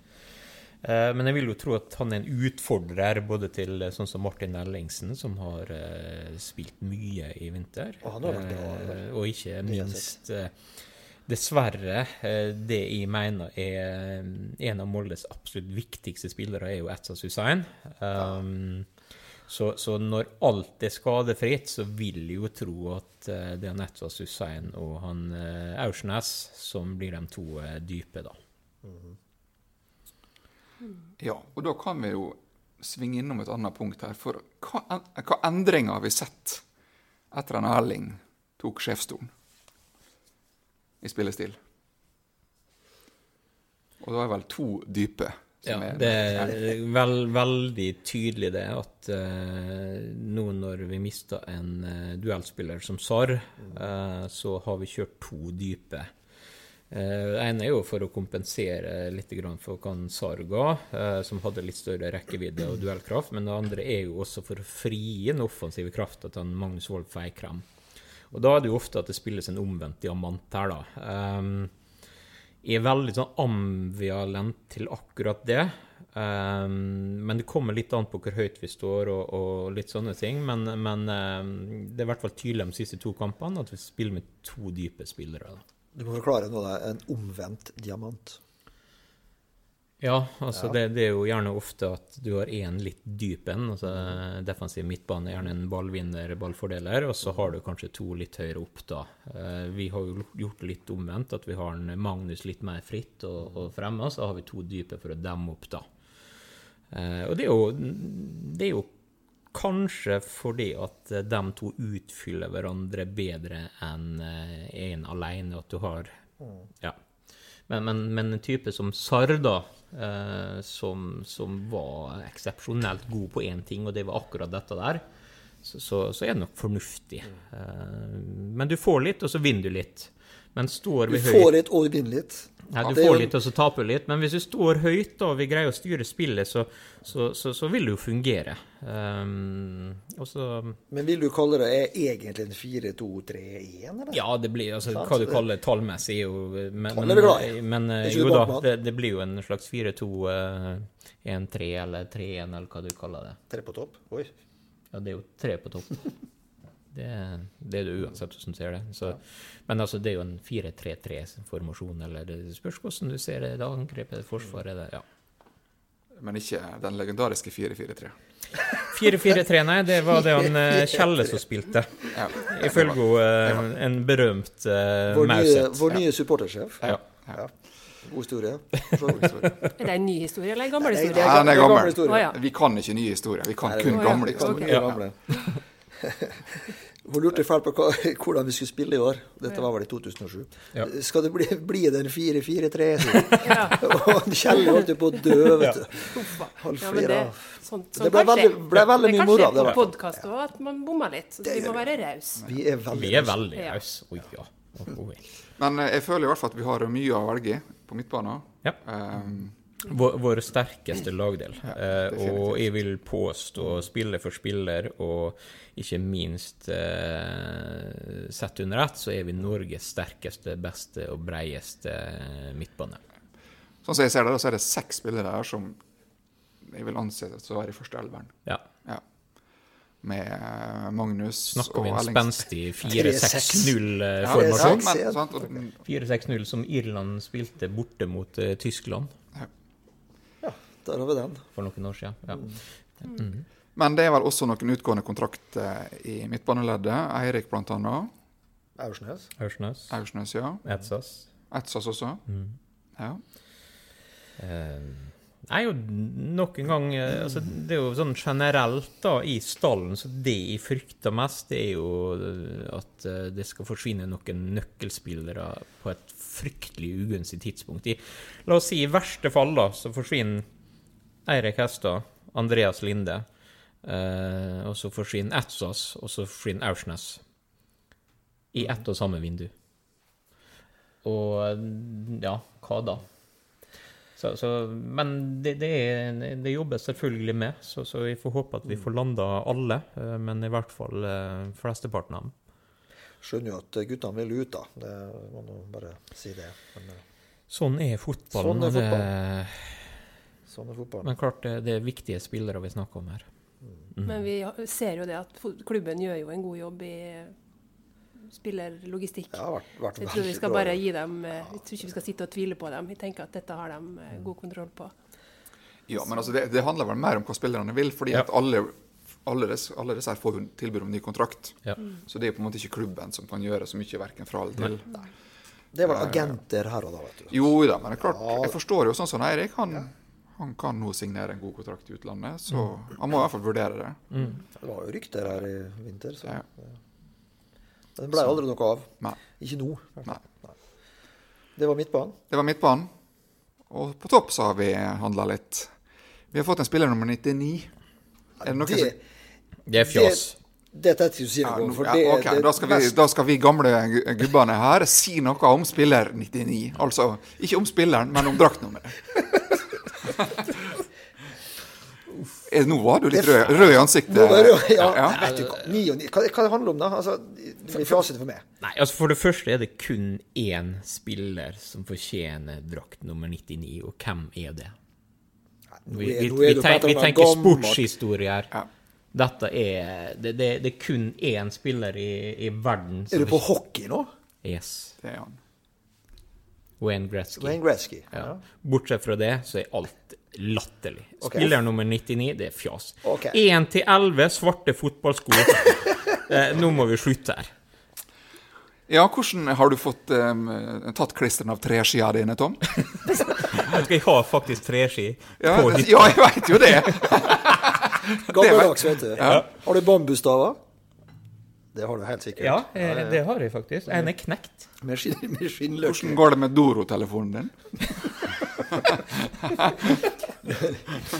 [SPEAKER 5] Eh, men jeg vil jo tro at han er en utfordrer både til eh, sånn som Martin Ellingsen, som har eh, spilt mye i vinter,
[SPEAKER 4] Og han har vært bra,
[SPEAKER 5] eh, og ikke minst eh, Dessverre. eh, Det jeg mener er eh, en av Moldes absolutt viktigste spillere, er jo Etza Susain. Um, så, så når alt er skadefritt, så vil jeg jo tro at eh, det er Etza Susain og han eh, Aursnes som blir de to eh, dype, da.
[SPEAKER 2] Ja, og da kan vi jo svinge innom et annet punkt her. For hva, en- hva endringer har vi sett etter at Erling tok sjefsstolen i spillestil? Og det er vel to dype.
[SPEAKER 5] Ja,
[SPEAKER 2] som er-
[SPEAKER 5] det er vel, veldig tydelig det at eh, nå når vi mista en eh, duellspiller som Sar, eh, så har vi kjørt to dype. Eh, det ene er jo for å kompensere litt grann for hva han Sar ga, eh, som hadde litt større rekkevidde og duellkraft, men det andre er jo også for å frie den offensive krafta til han Magnus Wolff Eikrem. Og da er det jo ofte at det spilles en omvendt diamant her, da. Ehm, jeg er veldig sånn ambivalent til akkurat det. Ehm, men det kommer litt an på hvor høyt vi står og, og litt sånne ting. Men, men ehm, det er i hvert fall tydelig de siste to kampene at vi spiller med to dype spillere. Da.
[SPEAKER 4] Du må forklare nå, da. En omvendt diamant.
[SPEAKER 5] Ja, altså Det, det er jo gjerne ofte at du har én litt dyp en, altså defensiv midtbane, gjerne en ballvinner, ballfordeler, og så har du kanskje to litt høyere opp, da. Eh, Vi har jo gjort det litt omvendt, at vi har en Magnus litt mer fritt og, og fremme, og så har vi to dype for å demme opp, da. Eh, Og det er jo, det er jo kanskje fordi at de to utfyller hverandre bedre enn én alene, at du har
[SPEAKER 4] Mm.
[SPEAKER 5] Ja. Men, men, men en type som Sarr, da, eh, som, som var eksepsjonelt god på én ting, og det var akkurat dette der, så, så, så er det nok fornuftig.
[SPEAKER 4] Mm.
[SPEAKER 5] Eh, men du får litt, og så vinner du litt. Men står
[SPEAKER 4] Du
[SPEAKER 5] vi høyt
[SPEAKER 4] får litt og du vinner litt.
[SPEAKER 5] Nei, du
[SPEAKER 4] Det er
[SPEAKER 5] får
[SPEAKER 4] jo-
[SPEAKER 5] litt, og så taper du litt. Men hvis du står høyt da, og vi greier å styre spillet, så, så, så, så vil det jo fungere. Ehm, og så
[SPEAKER 4] Men vil du kalle det er egentlig en 4-2-3-1, eller?
[SPEAKER 5] Ja, det blir altså
[SPEAKER 4] Sant,
[SPEAKER 5] Hva du
[SPEAKER 4] det-
[SPEAKER 5] kaller det tallmessig, er jo Men,
[SPEAKER 4] Tall er
[SPEAKER 5] men,
[SPEAKER 4] vi glad i.
[SPEAKER 5] men eh,
[SPEAKER 4] Det er ikke
[SPEAKER 5] jo
[SPEAKER 4] noe
[SPEAKER 5] da,
[SPEAKER 4] bakmat.
[SPEAKER 5] det, det blir jo en slags 4-2-1-3 eller 3-1, eller hva du kaller det.
[SPEAKER 4] Tre på topp? Oi.
[SPEAKER 5] Ja, det er jo tre på topp. Det, det er det uansett hvordan du ser det. Så, men altså, det er jo en 4-3-3-formasjon, eller det spørs hvordan du ser det. Det angrepet, forsvaret, det, ja.
[SPEAKER 2] Men ikke den legendariske 4-4-3.
[SPEAKER 5] 4-4-3, nei, det var det han eh, Kjelle som spilte.
[SPEAKER 2] Ja.
[SPEAKER 5] Ifølge jo, eh, en berømt uh,
[SPEAKER 4] Vår nye,
[SPEAKER 5] Mauseth.
[SPEAKER 4] vår nye supportersjef.
[SPEAKER 5] Ja.
[SPEAKER 4] Ja. God historie.
[SPEAKER 3] Er det en ny historie eller en gammel
[SPEAKER 4] Nei,
[SPEAKER 3] historie?
[SPEAKER 4] det er-
[SPEAKER 2] Ja, den er gammel.
[SPEAKER 4] historie.
[SPEAKER 3] Å, ja.
[SPEAKER 2] Vi kan ikke nye historier. Vi kan
[SPEAKER 4] Nei, det er
[SPEAKER 2] kun
[SPEAKER 3] bra.
[SPEAKER 2] gamle
[SPEAKER 3] Vi kan
[SPEAKER 2] historier.
[SPEAKER 3] kun-
[SPEAKER 4] Ja. Hun lurte fælt på hva, hvordan vi skulle spille i år. Dette var vel i 2007.
[SPEAKER 5] Ja.
[SPEAKER 4] Skal det bli, bli den 4-4-3? sier hun.
[SPEAKER 3] Ja.
[SPEAKER 4] Og Kjell holdt jo på å dø, vet du. Han
[SPEAKER 3] Ja, men
[SPEAKER 4] flirer
[SPEAKER 3] det, sånn-
[SPEAKER 4] av.
[SPEAKER 3] sånt,
[SPEAKER 4] Det ble veldig- ble veldig mye moro av
[SPEAKER 3] Det er kanskje
[SPEAKER 4] det,
[SPEAKER 3] på
[SPEAKER 4] da.
[SPEAKER 3] podkast òg at man bomma litt. Så vi må være rause.
[SPEAKER 4] Vi er veldig
[SPEAKER 5] Vi er veldig
[SPEAKER 3] Ja.
[SPEAKER 5] rause. Oi, ja. Oi, oi.
[SPEAKER 2] Men eh, jeg føler i hvert fall at vi har mye å velge i på midtbanen.
[SPEAKER 5] Ja.
[SPEAKER 2] Um,
[SPEAKER 5] Vår, vår sterkeste lagdel. Eh, og jeg vil påstå spiller for spiller, og ikke minst eh, sett under ett, så er vi Norges sterkeste, beste og breieste eh, midtbane.
[SPEAKER 2] Sånn som jeg ser det, da, så er det seks spillere her som jeg vil anse som å være i første elveren.
[SPEAKER 5] Ja.
[SPEAKER 2] Ja. Med eh, Magnus
[SPEAKER 5] Snakker vi
[SPEAKER 2] og
[SPEAKER 5] en
[SPEAKER 2] Erlingsen.
[SPEAKER 5] spenstig eh,
[SPEAKER 4] 3-6.
[SPEAKER 5] 4-6-0-formasjon?
[SPEAKER 2] Ja, men, sant, og, mm,
[SPEAKER 5] 4-6-0 som Irland spilte borte mot eh, Tyskland
[SPEAKER 4] Der har vi den.
[SPEAKER 5] for noen år siden.
[SPEAKER 2] men det er vel også noen utgående kontrakter i midtbaneleddet. Eirik blant annet.
[SPEAKER 4] Aursnes.
[SPEAKER 5] Ja. Aursnes,
[SPEAKER 2] Aursnes, ja.
[SPEAKER 5] Edsas.
[SPEAKER 2] Etsas også. Ja.
[SPEAKER 5] Eh, Nei, jo, nok en gang eh, altså, Det er jo sånn generelt, da, i stallen, så det jeg frykter mest, det er jo eh, at eh, det skal forsvinne noen nøkkelspillere på et fryktelig ugunstig tidspunkt. I, la oss si i verste fall, da, så forsvinner Eirik Hestad, Andreas Linde, eh, og så forsvinner Etsas, og så forsvinner Aursnes. I ett og samme vindu. Og eh, ja, hva da? Så, så, men det, det, er, det jobbes selvfølgelig med, så, så vi får håpe at vi får landa alle. eh, Men i hvert fall eh, flesteparten av dem.
[SPEAKER 4] Skjønner jo at guttene vil ut, da. Det må nå bare si det. Men eh,
[SPEAKER 5] Sånn er fotballen.
[SPEAKER 4] Sånn er
[SPEAKER 5] og det-
[SPEAKER 4] fotballen. sånn er fotballen.
[SPEAKER 5] Men klart, det, det er viktige spillere vi snakker om her.
[SPEAKER 4] Mm.
[SPEAKER 3] Men vi ser jo det at fo- klubben gjør jo en god jobb i eh, spillerlogistikk.
[SPEAKER 4] Ja, det har vært, vært
[SPEAKER 3] Så jeg tror vi
[SPEAKER 4] veldig
[SPEAKER 3] skal
[SPEAKER 4] bra.
[SPEAKER 3] bare gi dem eh, Jeg tror ikke vi skal sitte og tvile på dem. Jeg tenker at dette har de
[SPEAKER 4] Mm.
[SPEAKER 3] eh, god kontroll på.
[SPEAKER 2] Ja, men altså det, det handler vel mer om hva spillerne vil, fordi
[SPEAKER 5] Ja.
[SPEAKER 2] at alle, alle, disse, alle disse her får jo tilbud om ny kontrakt.
[SPEAKER 5] Ja.
[SPEAKER 2] Så det er på en måte ikke klubben som kan gjøre så mye verken fra eller til.
[SPEAKER 4] Det er vel agenter her og da, vet du.
[SPEAKER 2] Jo da, men det er klart, jeg forstår jo sånn som Eirik. Han, han kan nå signere en god kontrakt i utlandet, så
[SPEAKER 5] Mm.
[SPEAKER 2] han må i hvert fall vurdere det.
[SPEAKER 4] Det var jo rykter her i vinter, så
[SPEAKER 2] Ja.
[SPEAKER 4] Men det ble aldri noe av.
[SPEAKER 2] Nei.
[SPEAKER 4] Ikke nå.
[SPEAKER 2] Nei.
[SPEAKER 4] Det var midtbanen.
[SPEAKER 2] Det var midtbanen. Og på topp så har vi handla litt. Vi har fått en spiller nummer 99. Er det noen
[SPEAKER 4] Det,
[SPEAKER 2] som
[SPEAKER 5] Det er fjas.
[SPEAKER 4] det er tett å si
[SPEAKER 2] ja,
[SPEAKER 4] noe om,
[SPEAKER 2] no,
[SPEAKER 4] for
[SPEAKER 2] ja,
[SPEAKER 4] det,
[SPEAKER 2] ok,
[SPEAKER 4] det
[SPEAKER 2] da, skal vi, da skal vi gamle gu- gubbene her si noe om spiller 99. Altså ikke om spilleren, men om draktnummeret. Eh, Nå var du litt rød, rød i ansiktet.
[SPEAKER 4] Nå var det- ja,
[SPEAKER 2] Ja.
[SPEAKER 4] Vet du hva, 99 hva, hva det handler om, da? Altså, det blir fjasete for meg.
[SPEAKER 5] Nei, altså for det første er det kun én spiller som fortjener drakt nummer 99, og hvem er det? Vi,
[SPEAKER 4] nå er-
[SPEAKER 5] vi,
[SPEAKER 4] nå er
[SPEAKER 5] vi,
[SPEAKER 4] du på
[SPEAKER 5] tenk,
[SPEAKER 4] et
[SPEAKER 5] vi
[SPEAKER 4] eller annet
[SPEAKER 5] tenker
[SPEAKER 4] gammelt.
[SPEAKER 5] sportshistorie her.
[SPEAKER 2] Ja.
[SPEAKER 5] Dette er det, det, det er kun én spiller i, i verden
[SPEAKER 4] Er
[SPEAKER 5] som
[SPEAKER 4] du på hockey nå?
[SPEAKER 5] Yes.
[SPEAKER 2] Det er han.
[SPEAKER 5] Wayne Gretzky.
[SPEAKER 4] Wayne Gretzky.
[SPEAKER 5] Ja. Bortsett fra det, så er alt latterlig.
[SPEAKER 4] Ok.
[SPEAKER 5] Spiller nummer 99, det er fjas.
[SPEAKER 4] Ok.
[SPEAKER 5] 1 til 11 svarte fotballsko. eh, nå må vi slutte her.
[SPEAKER 2] Ja, hvordan har du fått eh, tatt klisteren av treskia dine, Tom?
[SPEAKER 5] Jeg skal ha faktisk treski
[SPEAKER 2] Ja,
[SPEAKER 5] på ditt
[SPEAKER 2] ja jeg veit jo det!
[SPEAKER 4] Gammeldags, vet du. Har du bambusstaver? Det har du helt sikkert.
[SPEAKER 5] Ja, eh, det har jeg faktisk. En er knekt.
[SPEAKER 4] Med, skinn, med skinnløk.
[SPEAKER 2] Hvordan går det med Doro-telefonen din?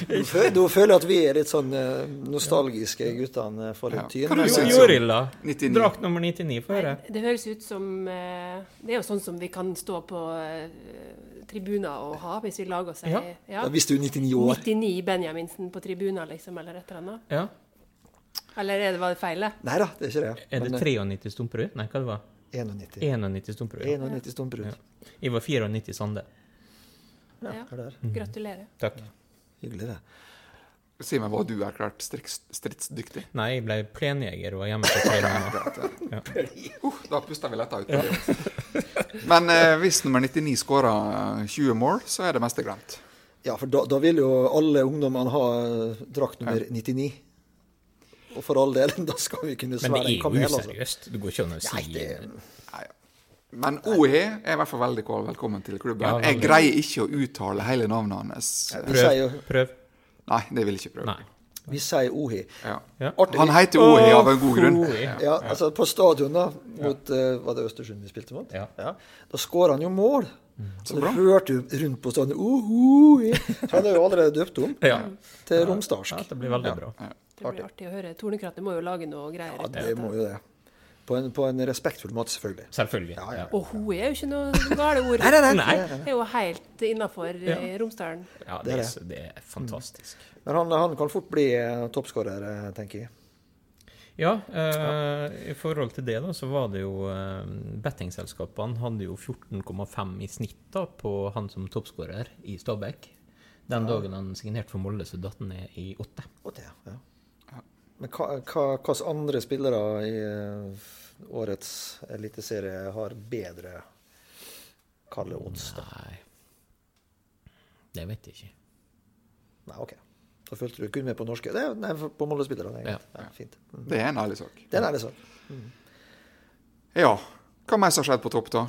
[SPEAKER 4] Nå fø- Nå føler jeg at vi er litt sånn eh, nostalgiske guttene eh, for Altså,
[SPEAKER 2] Ja.
[SPEAKER 4] ja. tyn.
[SPEAKER 2] Hva
[SPEAKER 4] men-
[SPEAKER 2] du synes?
[SPEAKER 4] Jo,
[SPEAKER 5] Jorild, da?
[SPEAKER 2] 99.
[SPEAKER 5] Drakt nummer 99, få høre.
[SPEAKER 3] Det høres ut som eh, Det er jo sånn som vi kan stå på eh, tribuner og ha hvis vi lager oss ei
[SPEAKER 5] Ja.
[SPEAKER 4] ja,
[SPEAKER 3] ja.
[SPEAKER 4] Hvis du er 99 år.
[SPEAKER 3] 99 Benjaminsen på tribuner, liksom, eller et eller annet.
[SPEAKER 5] Ja.
[SPEAKER 3] Eller er det, var det feil? det?
[SPEAKER 4] Nei da, det er ikke det.
[SPEAKER 5] Er det
[SPEAKER 4] Men, eh,
[SPEAKER 5] 93 stumperud? Nei, hva det var
[SPEAKER 4] 91.
[SPEAKER 5] 91 stumperud. ja.
[SPEAKER 4] 91 stumperud.
[SPEAKER 5] Ja. Jeg var 94 Sande.
[SPEAKER 3] Ja.
[SPEAKER 4] Hva er det her?
[SPEAKER 3] Gratulerer.
[SPEAKER 5] Takk.
[SPEAKER 4] Hyggelig, det.
[SPEAKER 2] Si meg, var du erklært striks, stridsdyktig?
[SPEAKER 5] Nei, jeg ble plenjeger og var hjemme på trening.
[SPEAKER 2] Uh, da puster vi letta ut. Men eh, hvis nummer 99 skårer 20 mål, så er det meste glemt.
[SPEAKER 4] Ja, for da, da vil jo alle ungdommene ha eh, drakt nummer 99. Og for all del, da skal vi kunne
[SPEAKER 5] Men det
[SPEAKER 4] svære en
[SPEAKER 5] er
[SPEAKER 4] kamel.
[SPEAKER 5] jo
[SPEAKER 4] Altså.
[SPEAKER 5] useriøst. Det går ikke an å si eh,
[SPEAKER 2] Nei, ja. Men OE er i hvert fall veldig kål. velkommen til klubben.
[SPEAKER 5] Ja,
[SPEAKER 2] jeg
[SPEAKER 5] veldig.
[SPEAKER 2] greier ikke å uttale hele navnet hans.
[SPEAKER 4] Vi
[SPEAKER 5] Prøv.
[SPEAKER 4] sier jo
[SPEAKER 5] Prøv.
[SPEAKER 2] Nei, det vil jeg ikke prøve.
[SPEAKER 5] Nei.
[SPEAKER 4] vi sier Ohi.
[SPEAKER 2] Ja.
[SPEAKER 5] Ja.
[SPEAKER 4] Artig.
[SPEAKER 2] Han heter OE av en god grunn.
[SPEAKER 5] Oi.
[SPEAKER 4] Ja, altså på stadion da, mot eh, var det Østersund vi spilte mot,
[SPEAKER 5] Ja. Mm.
[SPEAKER 4] da skåra han jo mål. Så
[SPEAKER 2] bra.
[SPEAKER 4] det hørte jo rundt på stadion «Oho!» Så han er jo allerede døpt om
[SPEAKER 5] Ja.
[SPEAKER 4] til
[SPEAKER 5] Ja,
[SPEAKER 4] romsdalsk.
[SPEAKER 5] det blir veldig bra.
[SPEAKER 3] Det blir artig å høre. Tornekrattet må jo lage noe greier.
[SPEAKER 4] Ja,
[SPEAKER 3] ut av
[SPEAKER 4] det
[SPEAKER 3] dette.
[SPEAKER 4] må jo det. På en, på en respektfull måte, selvfølgelig.
[SPEAKER 5] Selvfølgelig.
[SPEAKER 4] Ja, ja.
[SPEAKER 3] Og ho er jo ikke noe gale ord.
[SPEAKER 4] Nei, nei, nei.
[SPEAKER 5] Nei,
[SPEAKER 3] Det er jo helt innafor eh, Romsdalen.
[SPEAKER 5] ja, det, Mm. er, så- det er fantastisk.
[SPEAKER 4] Men han, han kan fort bli eh, toppskårer, eh, tenker jeg.
[SPEAKER 5] Ja, eh, i forhold til det, da, så var det jo eh, Bettingselskapene hadde jo 14,5 i snitt da på han som toppskårer i Stabæk. Den dagen han signerte for Molde, så datt han ned i åtte.
[SPEAKER 4] Og det, ja. Men hva hvilke andre spillere i eh, årets eliteserie har bedre kalde odds? da?
[SPEAKER 5] Nei Det vet jeg ikke.
[SPEAKER 4] Nei, OK. Da fulgte du kun med på norske det, er- Nei, på Molde-spillere. det er greit. Ja, fint. Mm.
[SPEAKER 2] Det er en ærlig sak.
[SPEAKER 4] Den er det sånn.
[SPEAKER 2] Ja. Hva mer som har skjedd på topp, da?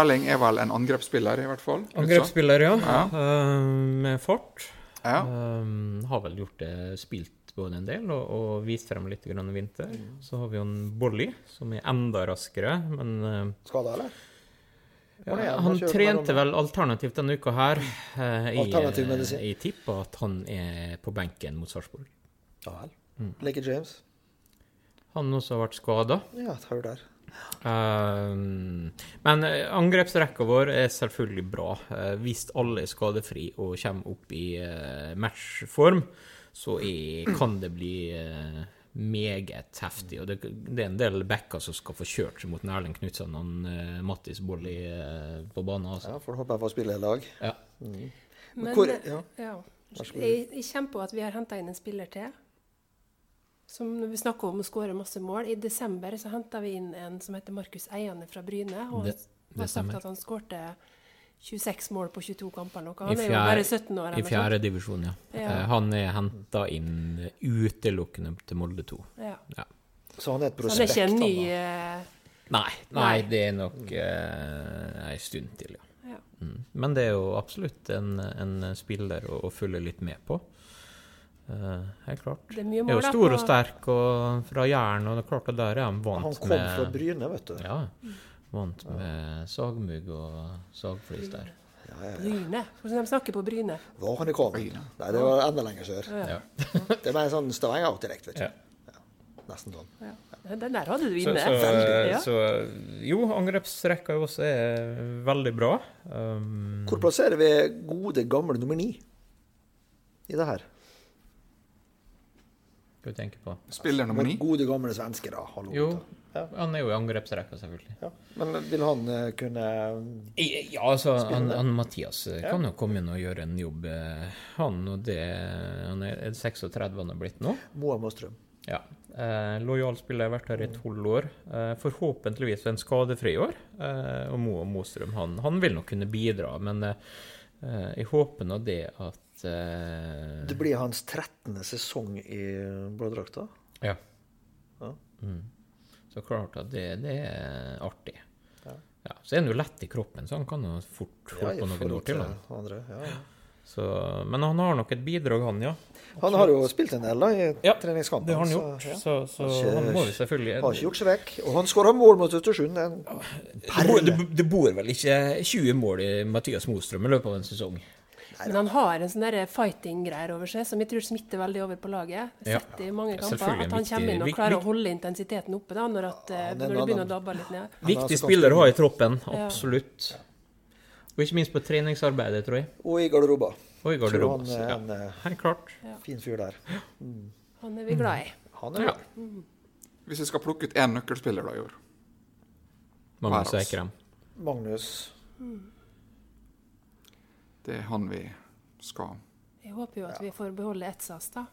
[SPEAKER 2] Erling er vel en angrepsspiller, i hvert fall.
[SPEAKER 5] Angrepsspiller, ja.
[SPEAKER 2] Ja.
[SPEAKER 5] Eh, med fart.
[SPEAKER 2] Ja.
[SPEAKER 5] Um, har vel gjort det, spilt både en del og, og vist frem litt grann i vinter. Så har vi jo en Bolly, som er enda raskere, men eh,
[SPEAKER 4] Skada, eller?
[SPEAKER 5] ja,
[SPEAKER 4] nei, han
[SPEAKER 5] han
[SPEAKER 4] kjører
[SPEAKER 5] trente
[SPEAKER 4] mellom-
[SPEAKER 5] vel alternativt denne uka her. eh,
[SPEAKER 4] Alternativ
[SPEAKER 5] jeg,
[SPEAKER 4] medisin.
[SPEAKER 5] jeg tipper at han er på benken mot Sarpsborg.
[SPEAKER 4] Ja vel. Leker Mm. James.
[SPEAKER 5] Han også har vært skada.
[SPEAKER 4] Ja, et hull der.
[SPEAKER 5] Um, men eh, angrepsrekka vår er selvfølgelig bra. Eh, Hvis alle er skadefri og kommer opp i eh, matchform, så er, kan det bli eh, meget heftig. Og det, det er en del backer som skal få kjørt seg mot Erling Knutsen og eh, Mattis Bolli eh, på banen. Altså.
[SPEAKER 4] Ja, Får håpe jeg får spille i lag.
[SPEAKER 5] Ja.
[SPEAKER 4] Men
[SPEAKER 3] Men
[SPEAKER 4] hvor-
[SPEAKER 3] eh,
[SPEAKER 4] ja.
[SPEAKER 3] ja. jeg, jeg kommer på at vi har henta inn en spiller til. som når vi snakker om å skåre masse mål. I desember så henta vi inn en som heter Markus Eiane fra Bryne. Og
[SPEAKER 5] Det- det
[SPEAKER 3] har sagt
[SPEAKER 5] stemmer.
[SPEAKER 3] at han skårte 26 mål på 22 kamper. eller Noe.
[SPEAKER 5] I
[SPEAKER 3] Han er jo
[SPEAKER 5] fjerde-
[SPEAKER 3] bare 17 år.
[SPEAKER 5] I
[SPEAKER 3] eller
[SPEAKER 5] fjerde divisjon, ja.
[SPEAKER 3] Ja.
[SPEAKER 5] Eh, Han er henta inn utelukkende til Molde 2.
[SPEAKER 3] sånt. Ja.
[SPEAKER 5] Ja.
[SPEAKER 4] Så han er et
[SPEAKER 3] Så han er
[SPEAKER 4] prospekt.
[SPEAKER 3] ikke en ny
[SPEAKER 4] han, da.
[SPEAKER 3] eh,
[SPEAKER 5] Nei,
[SPEAKER 3] Nei.
[SPEAKER 5] nei, det er nok eh, ei stund til, ja.
[SPEAKER 3] Ja.
[SPEAKER 5] Mm. Men det er jo absolutt en, en spiller å, å følge litt med på. Eh, helt klart.
[SPEAKER 3] Det er mye
[SPEAKER 5] er
[SPEAKER 3] mål,
[SPEAKER 5] jo
[SPEAKER 3] da,
[SPEAKER 5] stor og
[SPEAKER 3] på-
[SPEAKER 5] sterk og fra Jæren, og det er klart at der er han vant
[SPEAKER 4] han kom
[SPEAKER 5] med
[SPEAKER 4] fra Bryne, vet du.
[SPEAKER 5] Ja,
[SPEAKER 3] Mm.
[SPEAKER 5] vant med sagmugg og sagflis der.
[SPEAKER 3] Bryne. Hvordan de snakker på Bryne.
[SPEAKER 4] Var han i Kåven? Nei, det var enda lenger sør.
[SPEAKER 5] Ja.
[SPEAKER 4] Det er mer sånn Stavanger-dialekt, vet du.
[SPEAKER 5] Ja.
[SPEAKER 4] Nesten sånn.
[SPEAKER 3] Ja. Den der hadde du
[SPEAKER 5] Så,
[SPEAKER 3] inne.
[SPEAKER 5] så,
[SPEAKER 3] ja.
[SPEAKER 5] så jo, angrepsrekka jo også er veldig bra. Um,
[SPEAKER 4] Hvor plasserer vi gode, gamle nummer ni i det her?
[SPEAKER 5] skal vi tenke på.
[SPEAKER 2] Spiller nummer ni.
[SPEAKER 4] Gode, gamle svensker, da. Hallo.
[SPEAKER 5] Jo,
[SPEAKER 4] gutta.
[SPEAKER 5] han er jo i angrepsrekka, selvfølgelig.
[SPEAKER 4] Ja. Men vil han eh, kunne
[SPEAKER 5] I- Ja, altså, han, han Mathias eh, kan jo komme inn og gjøre en jobb, eh, han. Og det Han er er 36 han har blitt nå.
[SPEAKER 4] Moa Måstrøm?
[SPEAKER 5] Ja. Eh, Lojal spiller har vært her i tolv år. Eh, forhåpentligvis en skadefri år. Eh, og Moa Mostrøm han, han vil nok kunne bidra, men eh, eh, jeg håper nå det at eh,
[SPEAKER 4] Det blir hans 13. sesong i eh, blådrakta.
[SPEAKER 5] Ja.
[SPEAKER 4] Ja.
[SPEAKER 5] Mm. Så klart at det, det er artig. Ja, så er han jo lett i kroppen, så han kan jo fort holde på noen år til. Han.
[SPEAKER 4] Andre, ja.
[SPEAKER 5] Så, men han har nok et bidrag, han, ja.
[SPEAKER 4] Han har jo spilt en del da, i
[SPEAKER 5] Ja,
[SPEAKER 4] treningskampen.
[SPEAKER 5] Det har han gjort,
[SPEAKER 4] Så, ja.
[SPEAKER 5] så, så
[SPEAKER 4] Har ikke-
[SPEAKER 5] han må jo
[SPEAKER 4] Har ikke
[SPEAKER 5] selvfølgelig
[SPEAKER 4] gjort seg vekk. Og han skåra mål mot Østersund. En
[SPEAKER 5] det bor, det, det bor vel ikke 20 mål i Mathias Mostrøm i løpet av en sesong?
[SPEAKER 3] Men han har en sånn der fighting-greier over seg som jeg tror smitter veldig over på laget. Jeg har
[SPEAKER 5] Ja.
[SPEAKER 3] sett det i mange
[SPEAKER 5] Ja,
[SPEAKER 3] kamper.
[SPEAKER 5] selvfølgelig
[SPEAKER 3] At
[SPEAKER 5] en
[SPEAKER 3] han kommer inn og
[SPEAKER 5] viktig-
[SPEAKER 3] klarer
[SPEAKER 5] vik-
[SPEAKER 3] å holde intensiteten oppe da, når, at, eh,
[SPEAKER 4] Ja, det er
[SPEAKER 3] når det
[SPEAKER 4] en
[SPEAKER 3] begynner
[SPEAKER 4] annen-
[SPEAKER 3] å dabbe litt ned.
[SPEAKER 4] Han er
[SPEAKER 5] Viktig
[SPEAKER 4] altså
[SPEAKER 5] spiller å ha
[SPEAKER 4] ganske-
[SPEAKER 5] i troppen,
[SPEAKER 3] Ja.
[SPEAKER 5] absolutt. Og ikke minst på treningsarbeidet, tror jeg.
[SPEAKER 4] Og i garderoba.
[SPEAKER 5] Og i
[SPEAKER 4] Tror
[SPEAKER 5] garderoben.
[SPEAKER 4] han
[SPEAKER 5] så
[SPEAKER 4] er
[SPEAKER 5] Ja.
[SPEAKER 4] en eh,
[SPEAKER 5] Helt klart.
[SPEAKER 4] fin fyr der.
[SPEAKER 3] Han er vi glad i.
[SPEAKER 4] Han er
[SPEAKER 5] Ja.
[SPEAKER 2] Hvis jeg skal plukke ut én nøkkelspiller da i år
[SPEAKER 4] altså.
[SPEAKER 5] Magnus
[SPEAKER 2] Værås.
[SPEAKER 5] Eikrem.
[SPEAKER 4] Magnus
[SPEAKER 2] Det er han vi skal
[SPEAKER 3] Jeg håper jo at vi får beholde Etsas da.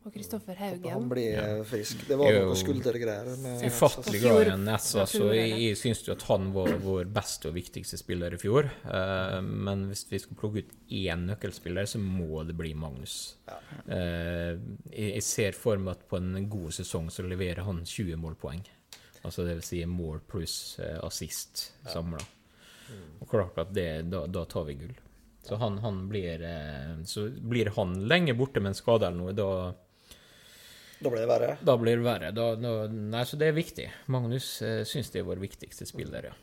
[SPEAKER 3] Og Kristoffer
[SPEAKER 4] Han
[SPEAKER 3] Haugen.
[SPEAKER 4] blir eh, frisk. Det var
[SPEAKER 5] Jo.
[SPEAKER 4] noe skuldergreier. med-
[SPEAKER 5] Ufattelig
[SPEAKER 3] Og
[SPEAKER 5] glad i
[SPEAKER 3] fjor-
[SPEAKER 5] en S, altså.
[SPEAKER 3] fjor er
[SPEAKER 5] Jeg,
[SPEAKER 3] det.
[SPEAKER 5] jeg syns jo at han var vår beste og viktigste spiller i fjor. Eh, men hvis vi skal plukke ut én nøkkelspiller, så må det bli Magnus. Eh, jeg, jeg ser for meg at på en god sesong så leverer han 20 målpoeng. Altså det vil si mål pluss eh, assist samla. Og klart at det, da, da tar vi gull. Så han, han blir eh, Så blir han lenge borte med en skade eller noe, da
[SPEAKER 4] Da ble det verre.
[SPEAKER 5] da blir det verre. Da, da, nei, så det er viktig. Magnus eh, syns det er vår viktigste spiller, ja.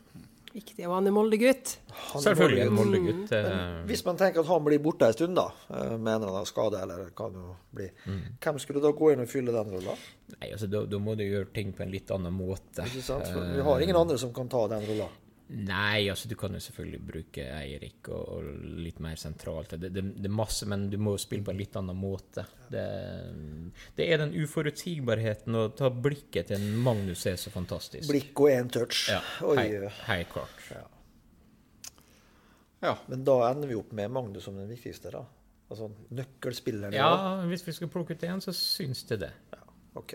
[SPEAKER 3] Viktig. Og han er Molde-gutt.
[SPEAKER 4] Han Mm.
[SPEAKER 5] Selvfølgelig en
[SPEAKER 4] var-
[SPEAKER 5] Molde-gutt.
[SPEAKER 4] Men
[SPEAKER 5] Eh,
[SPEAKER 4] Hvis man tenker at han blir borte en stund, da, eh, med en eller annen skade, eller hva det nå blir,
[SPEAKER 5] Mm.
[SPEAKER 4] hvem skulle da gå inn og fylle den rolla?
[SPEAKER 5] nei, altså, da, da må du gjøre ting på en litt annen måte.
[SPEAKER 4] Ikke sant? For Vi har ingen andre som kan ta den rolla.
[SPEAKER 5] Nei, altså, du kan jo selvfølgelig bruke Eirik og, og litt mer sentralt. Det, det, det er masse, men du må jo spille på en litt annen måte. Det, det er den uforutsigbarheten å ta blikket til en Magnus er så fantastisk.
[SPEAKER 4] Blikk og én touch.
[SPEAKER 5] Ja,
[SPEAKER 4] Oi.
[SPEAKER 5] hei, hei, klart.
[SPEAKER 2] Ja.
[SPEAKER 4] Men da ender vi opp med Magnus som den viktigste, da. Altså nøkkelspilleren.
[SPEAKER 5] Ja,
[SPEAKER 4] da.
[SPEAKER 5] hvis vi skal plukke ut én, så syns det det.
[SPEAKER 4] Ok.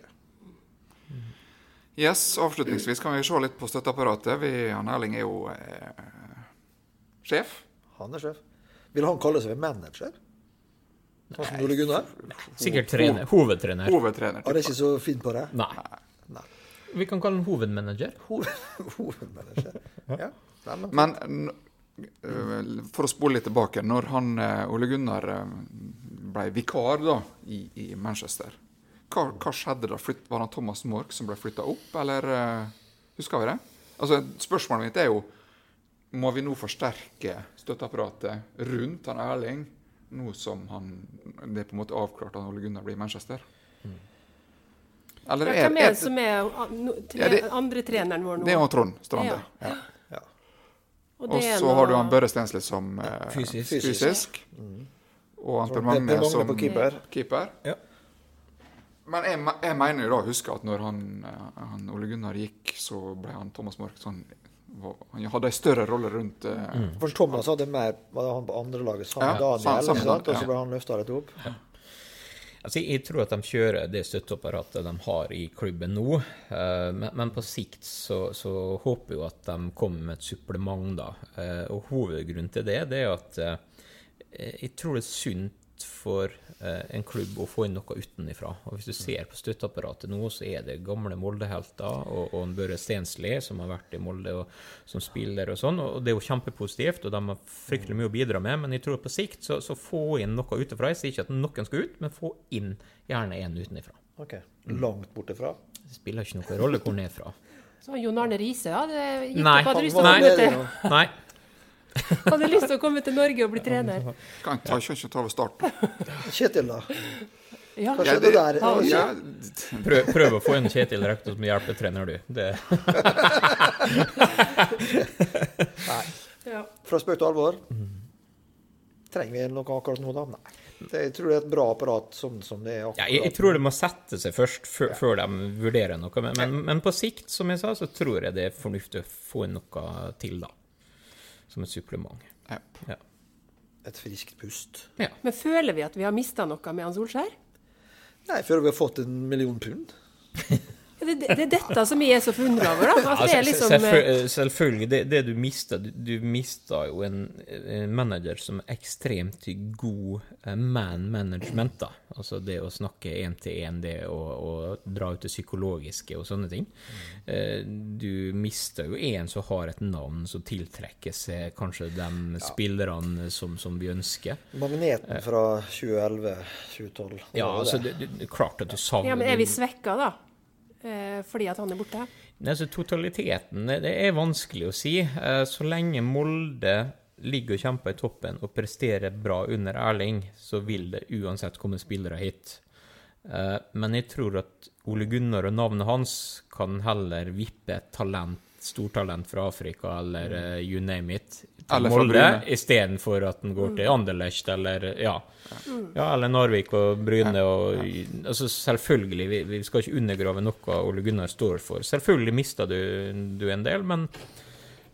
[SPEAKER 2] Yes, Avslutningsvis kan vi se litt på støtteapparatet. Vi, han Erling er jo eh, sjef.
[SPEAKER 4] Han er sjef. Vil han kalle seg manager? Sånn som Ole Gunnar?
[SPEAKER 5] Sikkert trener, hovedtrener.
[SPEAKER 2] Hovedtrener.
[SPEAKER 4] Han er ikke så fin på det.
[SPEAKER 5] Nei. Vi kan kalle den hovedmanager.
[SPEAKER 4] Hoved- Hovedmanager. Ja. Nei, men
[SPEAKER 2] Men n- øh, for å spole litt tilbake. Når han, eh, Ole Gunnar eh, ble vikar da, i, i Manchester, hva, hva skjedde da? Flytt, var det Thomas Mork som ble flytta opp, eller eh, husker vi det? Altså, Spørsmålet mitt er jo må vi nå forsterke støtteapparatet rundt han Erling, nå som han, det er på en måte avklart at Ole Gunnar blir i Manchester? Eller
[SPEAKER 3] Ja,
[SPEAKER 2] er,
[SPEAKER 3] Hvem er
[SPEAKER 2] er,
[SPEAKER 3] det som er an- no, tre,
[SPEAKER 2] Ja, det-
[SPEAKER 3] andre treneren vår
[SPEAKER 2] det er
[SPEAKER 3] nå?
[SPEAKER 2] jo Trond Strande.
[SPEAKER 3] Ja.
[SPEAKER 2] Ja.
[SPEAKER 4] ja.
[SPEAKER 3] Og
[SPEAKER 2] Og
[SPEAKER 3] det er
[SPEAKER 2] så har du
[SPEAKER 3] nå-
[SPEAKER 2] han Børre Stensli som eh, fysisk. Og han Per
[SPEAKER 4] Per
[SPEAKER 2] Magne
[SPEAKER 4] Magne
[SPEAKER 2] som
[SPEAKER 4] på keeper.
[SPEAKER 5] Ja.
[SPEAKER 2] Men jeg, me- jeg mener jo da å huske at når han, eh, han Ole Gunnar gikk, så ble han Thomas Mork sånn var- Han hadde ei større rolle rundt eh,
[SPEAKER 5] Mm.
[SPEAKER 4] For Thomas hadde mer var det han på andrelaget sammen
[SPEAKER 2] Ja,
[SPEAKER 4] med Daniel,
[SPEAKER 2] sammen- sammen
[SPEAKER 4] ikke sant?
[SPEAKER 2] med
[SPEAKER 4] og så
[SPEAKER 2] Daniel,
[SPEAKER 4] ble han løfta litt opp.
[SPEAKER 5] Altså, jeg tror at de kjører det støtteapparatet de har i klubben nå. eh, Men, men på sikt så, så håper jeg jo at de kommer med et supplement, da. Eh, Og hovedgrunnen til det, det er at eh, jeg tror det er sunt for eh, en klubb å få inn noe utenifra. Og hvis du ser på støtteapparatet nå, så er det gamle Molde-helter og, og en Børre Stensli som har vært i Molde og, som spiller og sånn. Og det er jo kjempepositivt, og de har fryktelig mye å bidra med. Men jeg tror på sikt så, så få inn noe utenfra. Jeg sier ikke at noen skal ut, men få inn gjerne en utenfra.
[SPEAKER 4] Ok. Langt bortifra.
[SPEAKER 5] Det spiller ikke noen rolle hvor nedfra.
[SPEAKER 3] Så Jon Arne Riise, ja. Det gikk
[SPEAKER 5] Nei.
[SPEAKER 3] opp, hadde lyst til å
[SPEAKER 5] Nei.
[SPEAKER 3] komme til-
[SPEAKER 5] Nei.
[SPEAKER 3] hadde lyst til å komme til Norge og bli trener.
[SPEAKER 2] Kan ta, kan ikke ta over starten.
[SPEAKER 4] Kjetil, da?
[SPEAKER 3] Ja.
[SPEAKER 4] Hva skjedde der?
[SPEAKER 3] Ja, det-
[SPEAKER 2] Ja,
[SPEAKER 5] Prøv, prøv å få inn Kjetil Rekdal som hjelpetrener, du. Det
[SPEAKER 3] Ja.
[SPEAKER 4] Fra spøk til alvor. Trenger vi noe akkurat nå, da? Nei. Det, jeg tror det er et bra apparat som, som det er akkurat
[SPEAKER 5] Ja, jeg, jeg tror det må sette seg først, før, før de vurderer noe. Men, men, men på sikt, som jeg sa, så tror jeg det er fornuftig å få inn noe til, da. Som et supplement.
[SPEAKER 2] ja.
[SPEAKER 5] Ja.
[SPEAKER 4] et friskt pust.
[SPEAKER 5] ja.
[SPEAKER 3] Men føler vi at vi har mista noe med han Solskjær?
[SPEAKER 4] Nei, før vi har fått en million pund.
[SPEAKER 3] Ja, Det, det, det er dette som jeg er så forundra over, da. Altså, det er
[SPEAKER 5] Altså,
[SPEAKER 3] liksom,
[SPEAKER 5] selvfø-
[SPEAKER 3] eh,
[SPEAKER 5] selvfølgelig. Det, det du mister Du, du mister jo en, en manager som er ekstremt god eh, man management, da. Altså det å snakke én til én, det og, og dra ut det psykologiske og sånne ting. Eh, Du mister jo en som har et navn som tiltrekker seg kanskje de spillerne som, som vi ønsker.
[SPEAKER 4] Magneten fra 2011-2012.
[SPEAKER 5] Ja, altså det, det, det er klart at du savner
[SPEAKER 3] ja, men er vi
[SPEAKER 5] du-
[SPEAKER 3] svekka, da? Eh, fordi at han er borte?
[SPEAKER 5] Nei, Altså, totaliteten det det er vanskelig å si. Eh, Så lenge Molde ligger og kjemper i toppen og presterer bra under Erling, så vil det uansett komme spillere hit. Eh, Men jeg tror at Ole Gunnar og navnet hans kan heller vippe et talent, stortalent fra Afrika eller eh, you name it, til
[SPEAKER 2] Eller fra
[SPEAKER 5] Molde,
[SPEAKER 2] Bryne.
[SPEAKER 5] istedenfor at den går til Anderlecht eller ja. Ja, eller Narvik og Bryne og altså Selvfølgelig, vi, vi skal ikke undergrave noe Ole Gunnar står for. Selvfølgelig mista du, du en del, men,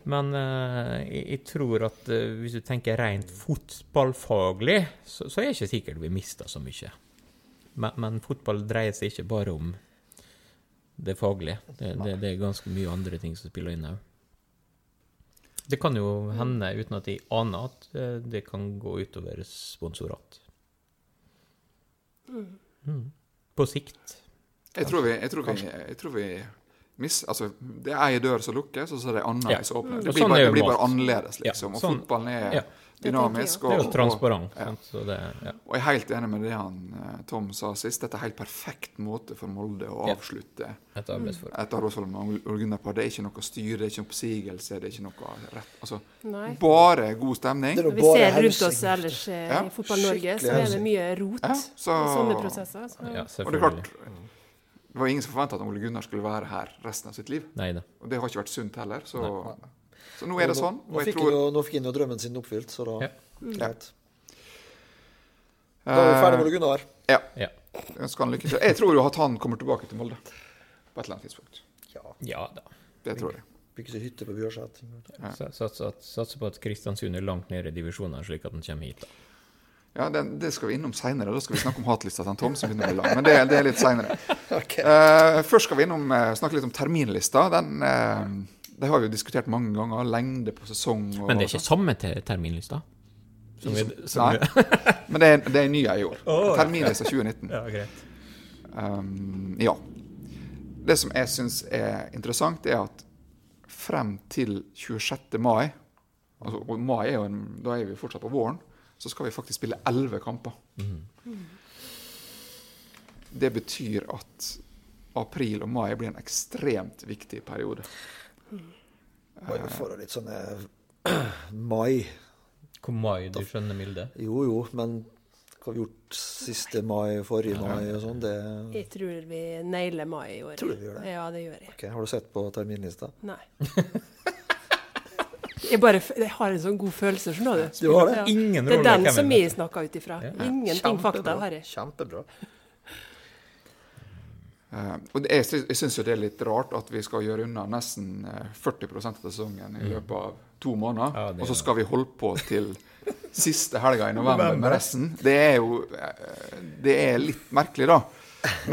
[SPEAKER 5] men eh, jeg, jeg tror at eh, hvis du tenker rent fotballfaglig, så, så er det ikke sikkert vi mista så mye. Men, men fotball dreier seg ikke bare om det faglige. Det, det, det er ganske mye andre ting som spiller inn òg. Det kan jo hende, uten at jeg aner, at eh, det kan gå utover sponsorat. Mm. På sikt.
[SPEAKER 2] Jeg tror vi, jeg tror vi, jeg tror vi mis, altså, Det er ei dør som lukkes, og så er det annen
[SPEAKER 5] Ja.
[SPEAKER 2] ei som åpner.
[SPEAKER 5] Og
[SPEAKER 2] Det blir,
[SPEAKER 5] sånn
[SPEAKER 2] bare,
[SPEAKER 5] er
[SPEAKER 2] det
[SPEAKER 5] jo
[SPEAKER 2] blir bare
[SPEAKER 5] mat.
[SPEAKER 2] annerledes,
[SPEAKER 5] Ja,
[SPEAKER 2] liksom. Og
[SPEAKER 5] sånn-
[SPEAKER 2] fotballen
[SPEAKER 5] ja.
[SPEAKER 2] er dynamisk.
[SPEAKER 5] Det er jo
[SPEAKER 2] og-
[SPEAKER 5] transparent.
[SPEAKER 2] og- ja.
[SPEAKER 5] sant? Så det, ja.
[SPEAKER 2] Og jeg er helt enig med det han eh, Tom sa sist. Dette er helt perfekt måte for Molde å
[SPEAKER 5] Ja.
[SPEAKER 2] avslutte
[SPEAKER 5] Et arbeidsforhold.
[SPEAKER 2] et arbeidsforhold med Ole Gunnar på. Det er ikke noe styre, det er ikke oppsigelse, det er ikke noe rett Altså
[SPEAKER 3] Nei.
[SPEAKER 2] bare god stemning.
[SPEAKER 4] Det er jo
[SPEAKER 3] Når vi
[SPEAKER 4] bare
[SPEAKER 3] ser rundt
[SPEAKER 4] helsing.
[SPEAKER 3] oss ellers eh,
[SPEAKER 2] Ja,
[SPEAKER 3] i Fotball-Norge, så er
[SPEAKER 4] skikkelig
[SPEAKER 3] det mye rot
[SPEAKER 2] Ja, så-
[SPEAKER 3] og sånne prosesser. Så.
[SPEAKER 4] Mm.
[SPEAKER 5] Ja,
[SPEAKER 2] Og det er
[SPEAKER 5] selvfølgelig.
[SPEAKER 2] klart Det var ingen som forventa at Ole Gunnar skulle være her resten av sitt liv.
[SPEAKER 5] Nei da.
[SPEAKER 2] Og det har ikke vært sunt heller. Så, så nå er det sånn.
[SPEAKER 4] Nå,
[SPEAKER 2] Og jeg
[SPEAKER 4] fikk han
[SPEAKER 2] tror Mm.
[SPEAKER 4] jo, nå fikk han jo drømmen sin oppfylt, så da
[SPEAKER 5] Ja.
[SPEAKER 4] Greit. Da er vi
[SPEAKER 2] Eh.
[SPEAKER 4] ferdig med Ole Gunnar.
[SPEAKER 2] Ja,
[SPEAKER 5] Ja.
[SPEAKER 2] jeg ønsker han lykke til. Jeg tror jo at han kommer tilbake til Molde på et eller annet tidspunkt.
[SPEAKER 4] Ja,
[SPEAKER 5] ja da.
[SPEAKER 2] Det tror jeg.
[SPEAKER 4] Bygge seg hytte på Bjørset.
[SPEAKER 5] Sa- Satser at- satser på at Kristiansund er langt nede i divisjonene, slik at den kommer hit. da.
[SPEAKER 2] Ja, det, det skal vi innom seinere. Da skal vi snakke om hatlista til han Tom. som begynner å bli lang, Men det, det er litt senere.
[SPEAKER 4] Ok.
[SPEAKER 2] Eh, først skal vi innom, eh, snakke litt om terminlista. Den eh, det har vi jo diskutert mange ganger. Lengde på sesong og sånn.
[SPEAKER 5] Men det er ikke samme te- terminlista? Som vi, som vi,
[SPEAKER 2] Nei. Men det er, det er en ny i år.
[SPEAKER 5] Å, ja.
[SPEAKER 2] Terminlista 2019.
[SPEAKER 5] ja, greit.
[SPEAKER 2] Um, ja. Det som jeg syns er interessant, er at frem til 26. mai altså, Og mai er jo en, da er vi jo fortsatt på våren. Så skal vi faktisk spille elleve kamper.
[SPEAKER 5] Mhm.
[SPEAKER 2] Det betyr at april og mai blir en ekstremt viktig periode.
[SPEAKER 4] Må jo få litt sånn mai.
[SPEAKER 5] Hvor mai du skjønner Milde?
[SPEAKER 4] Jo jo, men hva har vi gjort siste mai, forrige mai og sånn? Det
[SPEAKER 3] Jeg tror vi nailer mai i år.
[SPEAKER 4] Tror du vi gjør det?
[SPEAKER 3] Ja, det gjør jeg.
[SPEAKER 4] Ok, Har du sett på terminlista?
[SPEAKER 3] Nei. Jeg bare f- jeg har en sånn god følelse, skjønner du.
[SPEAKER 4] Du har det?
[SPEAKER 3] Ja.
[SPEAKER 5] Ingen
[SPEAKER 3] det er
[SPEAKER 5] rolle
[SPEAKER 3] den
[SPEAKER 5] hvem
[SPEAKER 3] som
[SPEAKER 5] vi
[SPEAKER 3] jeg snakker ut ifra. Ingenting fakta har jeg.
[SPEAKER 4] Kjempebra.
[SPEAKER 2] Eh, og det, jeg, sy- jeg syns jo det er litt rart at vi skal gjøre unna nesten eh, 40 av sesongen i løpet av to måneder,
[SPEAKER 5] Mm. Ja, det er
[SPEAKER 2] og så skal vi holde på til siste helga i november med resten. Det er jo eh, Det er litt merkelig, da.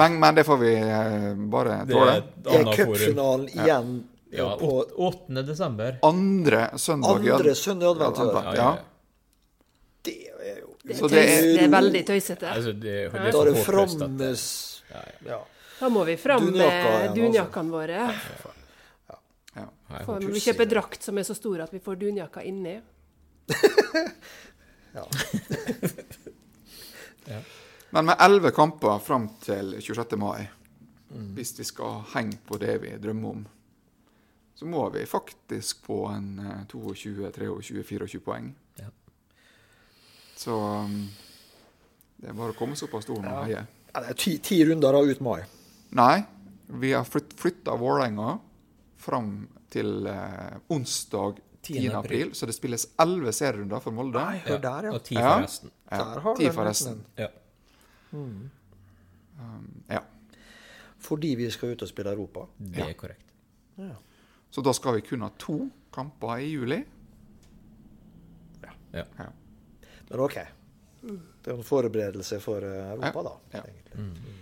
[SPEAKER 2] Men, men det får vi eh, bare
[SPEAKER 5] Det
[SPEAKER 2] tåle.
[SPEAKER 5] er et
[SPEAKER 4] Er
[SPEAKER 5] annet forum.
[SPEAKER 4] cupfinalen igjen
[SPEAKER 5] Ja,
[SPEAKER 4] på
[SPEAKER 5] åt- 8. desember.
[SPEAKER 2] Andre søndag i
[SPEAKER 4] andre
[SPEAKER 2] advent.
[SPEAKER 4] søndag i advent?
[SPEAKER 2] Ja,
[SPEAKER 4] Ja,
[SPEAKER 2] advent, ja.
[SPEAKER 4] Det er jo
[SPEAKER 3] Det,
[SPEAKER 2] Så
[SPEAKER 3] er
[SPEAKER 2] det
[SPEAKER 3] tøys,
[SPEAKER 2] er-
[SPEAKER 3] det er veldig tøysete.
[SPEAKER 5] Altså, det, det er
[SPEAKER 4] Da
[SPEAKER 5] så
[SPEAKER 4] er det
[SPEAKER 5] håpløst at
[SPEAKER 4] fram
[SPEAKER 5] det-
[SPEAKER 4] ja.
[SPEAKER 3] Da må vi fram
[SPEAKER 4] Dunjakka igjen,
[SPEAKER 3] med
[SPEAKER 4] altså.
[SPEAKER 3] dunjakkene våre.
[SPEAKER 5] Nei,
[SPEAKER 3] Får vi kjøpe drakt som er så stor at vi får dunjakka inni.
[SPEAKER 2] Men med elleve kamper fram til 26. mai, hvis vi skal henge på det vi drømmer om, så må vi faktisk på en eh, 22, 23, 24 poeng.
[SPEAKER 5] Ja.
[SPEAKER 2] Så um, det er bare å komme såpass stor og heie.
[SPEAKER 4] Ja, det er ti, ti runder da ut mai.
[SPEAKER 2] Nei, vi har flytta Vålerenga fram til eh, onsdag 10.
[SPEAKER 5] 10. april.
[SPEAKER 2] april, så det spilles elleve serierunder for Molde.
[SPEAKER 4] Hør der, ja.
[SPEAKER 5] Og ti
[SPEAKER 2] Ja.
[SPEAKER 5] for resten.
[SPEAKER 2] Ja,
[SPEAKER 4] Der har du
[SPEAKER 2] ti
[SPEAKER 4] den
[SPEAKER 2] for
[SPEAKER 4] resten.
[SPEAKER 2] resten.
[SPEAKER 5] Ja.
[SPEAKER 2] Ja.
[SPEAKER 4] Fordi vi skal ut og spille Europa.
[SPEAKER 5] Det er korrekt.
[SPEAKER 2] Så da skal vi kun ha to kamper i juli.
[SPEAKER 5] Ja.
[SPEAKER 2] Ja.
[SPEAKER 4] Men OK. Det er jo en forberedelse for eh, Europa, da.
[SPEAKER 2] Ja. Mm.
[SPEAKER 4] egentlig.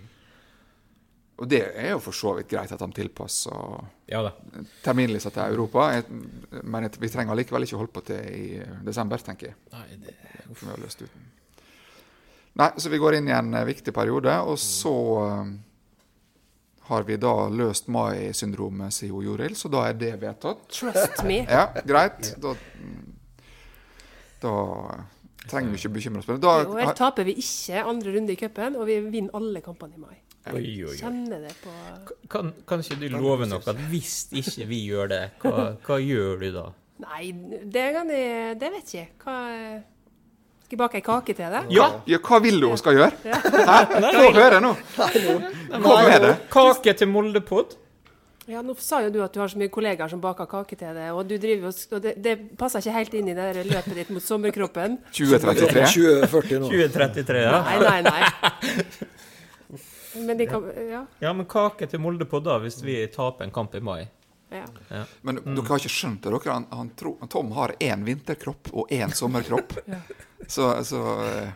[SPEAKER 2] Og det er jo for så vidt greit at de tilpasser
[SPEAKER 5] ja da.
[SPEAKER 2] terminlista til Europa, Jeg- men jeg- vi trenger likevel ikke holde på til i desember, tenker jeg.
[SPEAKER 5] Nei, det er
[SPEAKER 2] Det kan vi ha løst uten. Nei, så vi går inn i en eh, viktig periode, og så eh, har vi da løst Mai-syndromet, sier jo Joril, så da er det vedtatt.
[SPEAKER 3] Trust me.
[SPEAKER 2] Ja, greit. Da, mm, da trenger vi ikke bekymre oss for det.
[SPEAKER 3] Jo, her
[SPEAKER 2] Da,
[SPEAKER 3] taper vi ikke andre runde i cupen, og vi vinner alle kampene i mai.
[SPEAKER 5] Oi, oi, oi.
[SPEAKER 3] Kjenner det på
[SPEAKER 5] Kan, kan ikke du love noe? at Hvis ikke vi gjør det, hva, hva gjør du da?
[SPEAKER 3] Nei, det, kan jeg, det vet jeg. Hva Skal jeg bake ei kake til deg?
[SPEAKER 2] ja, ja, hva vil du hun skal gjøre? Hæ? Få høre nå! Kom med det!
[SPEAKER 5] Kake til Moldepod?
[SPEAKER 3] Ja, nå sa jo du at du har så mye kollegaer som baker kake til deg, og, du driver, jo s- og det, det passer ikke helt inn i det der løpet ditt mot sommerkroppen.
[SPEAKER 2] 2033.
[SPEAKER 4] 2040 sånn nå.
[SPEAKER 5] 2033, ja.
[SPEAKER 3] Nei, nei, nei. Men de kan Ja.
[SPEAKER 5] Ja, men kake til Moldepod, da, hvis vi taper en kamp i mai?
[SPEAKER 3] ja.
[SPEAKER 2] Men dere har ikke skjønt det, dere. Han, han tror, han Tom har én vinterkropp og én sommerkropp. Så, så eh,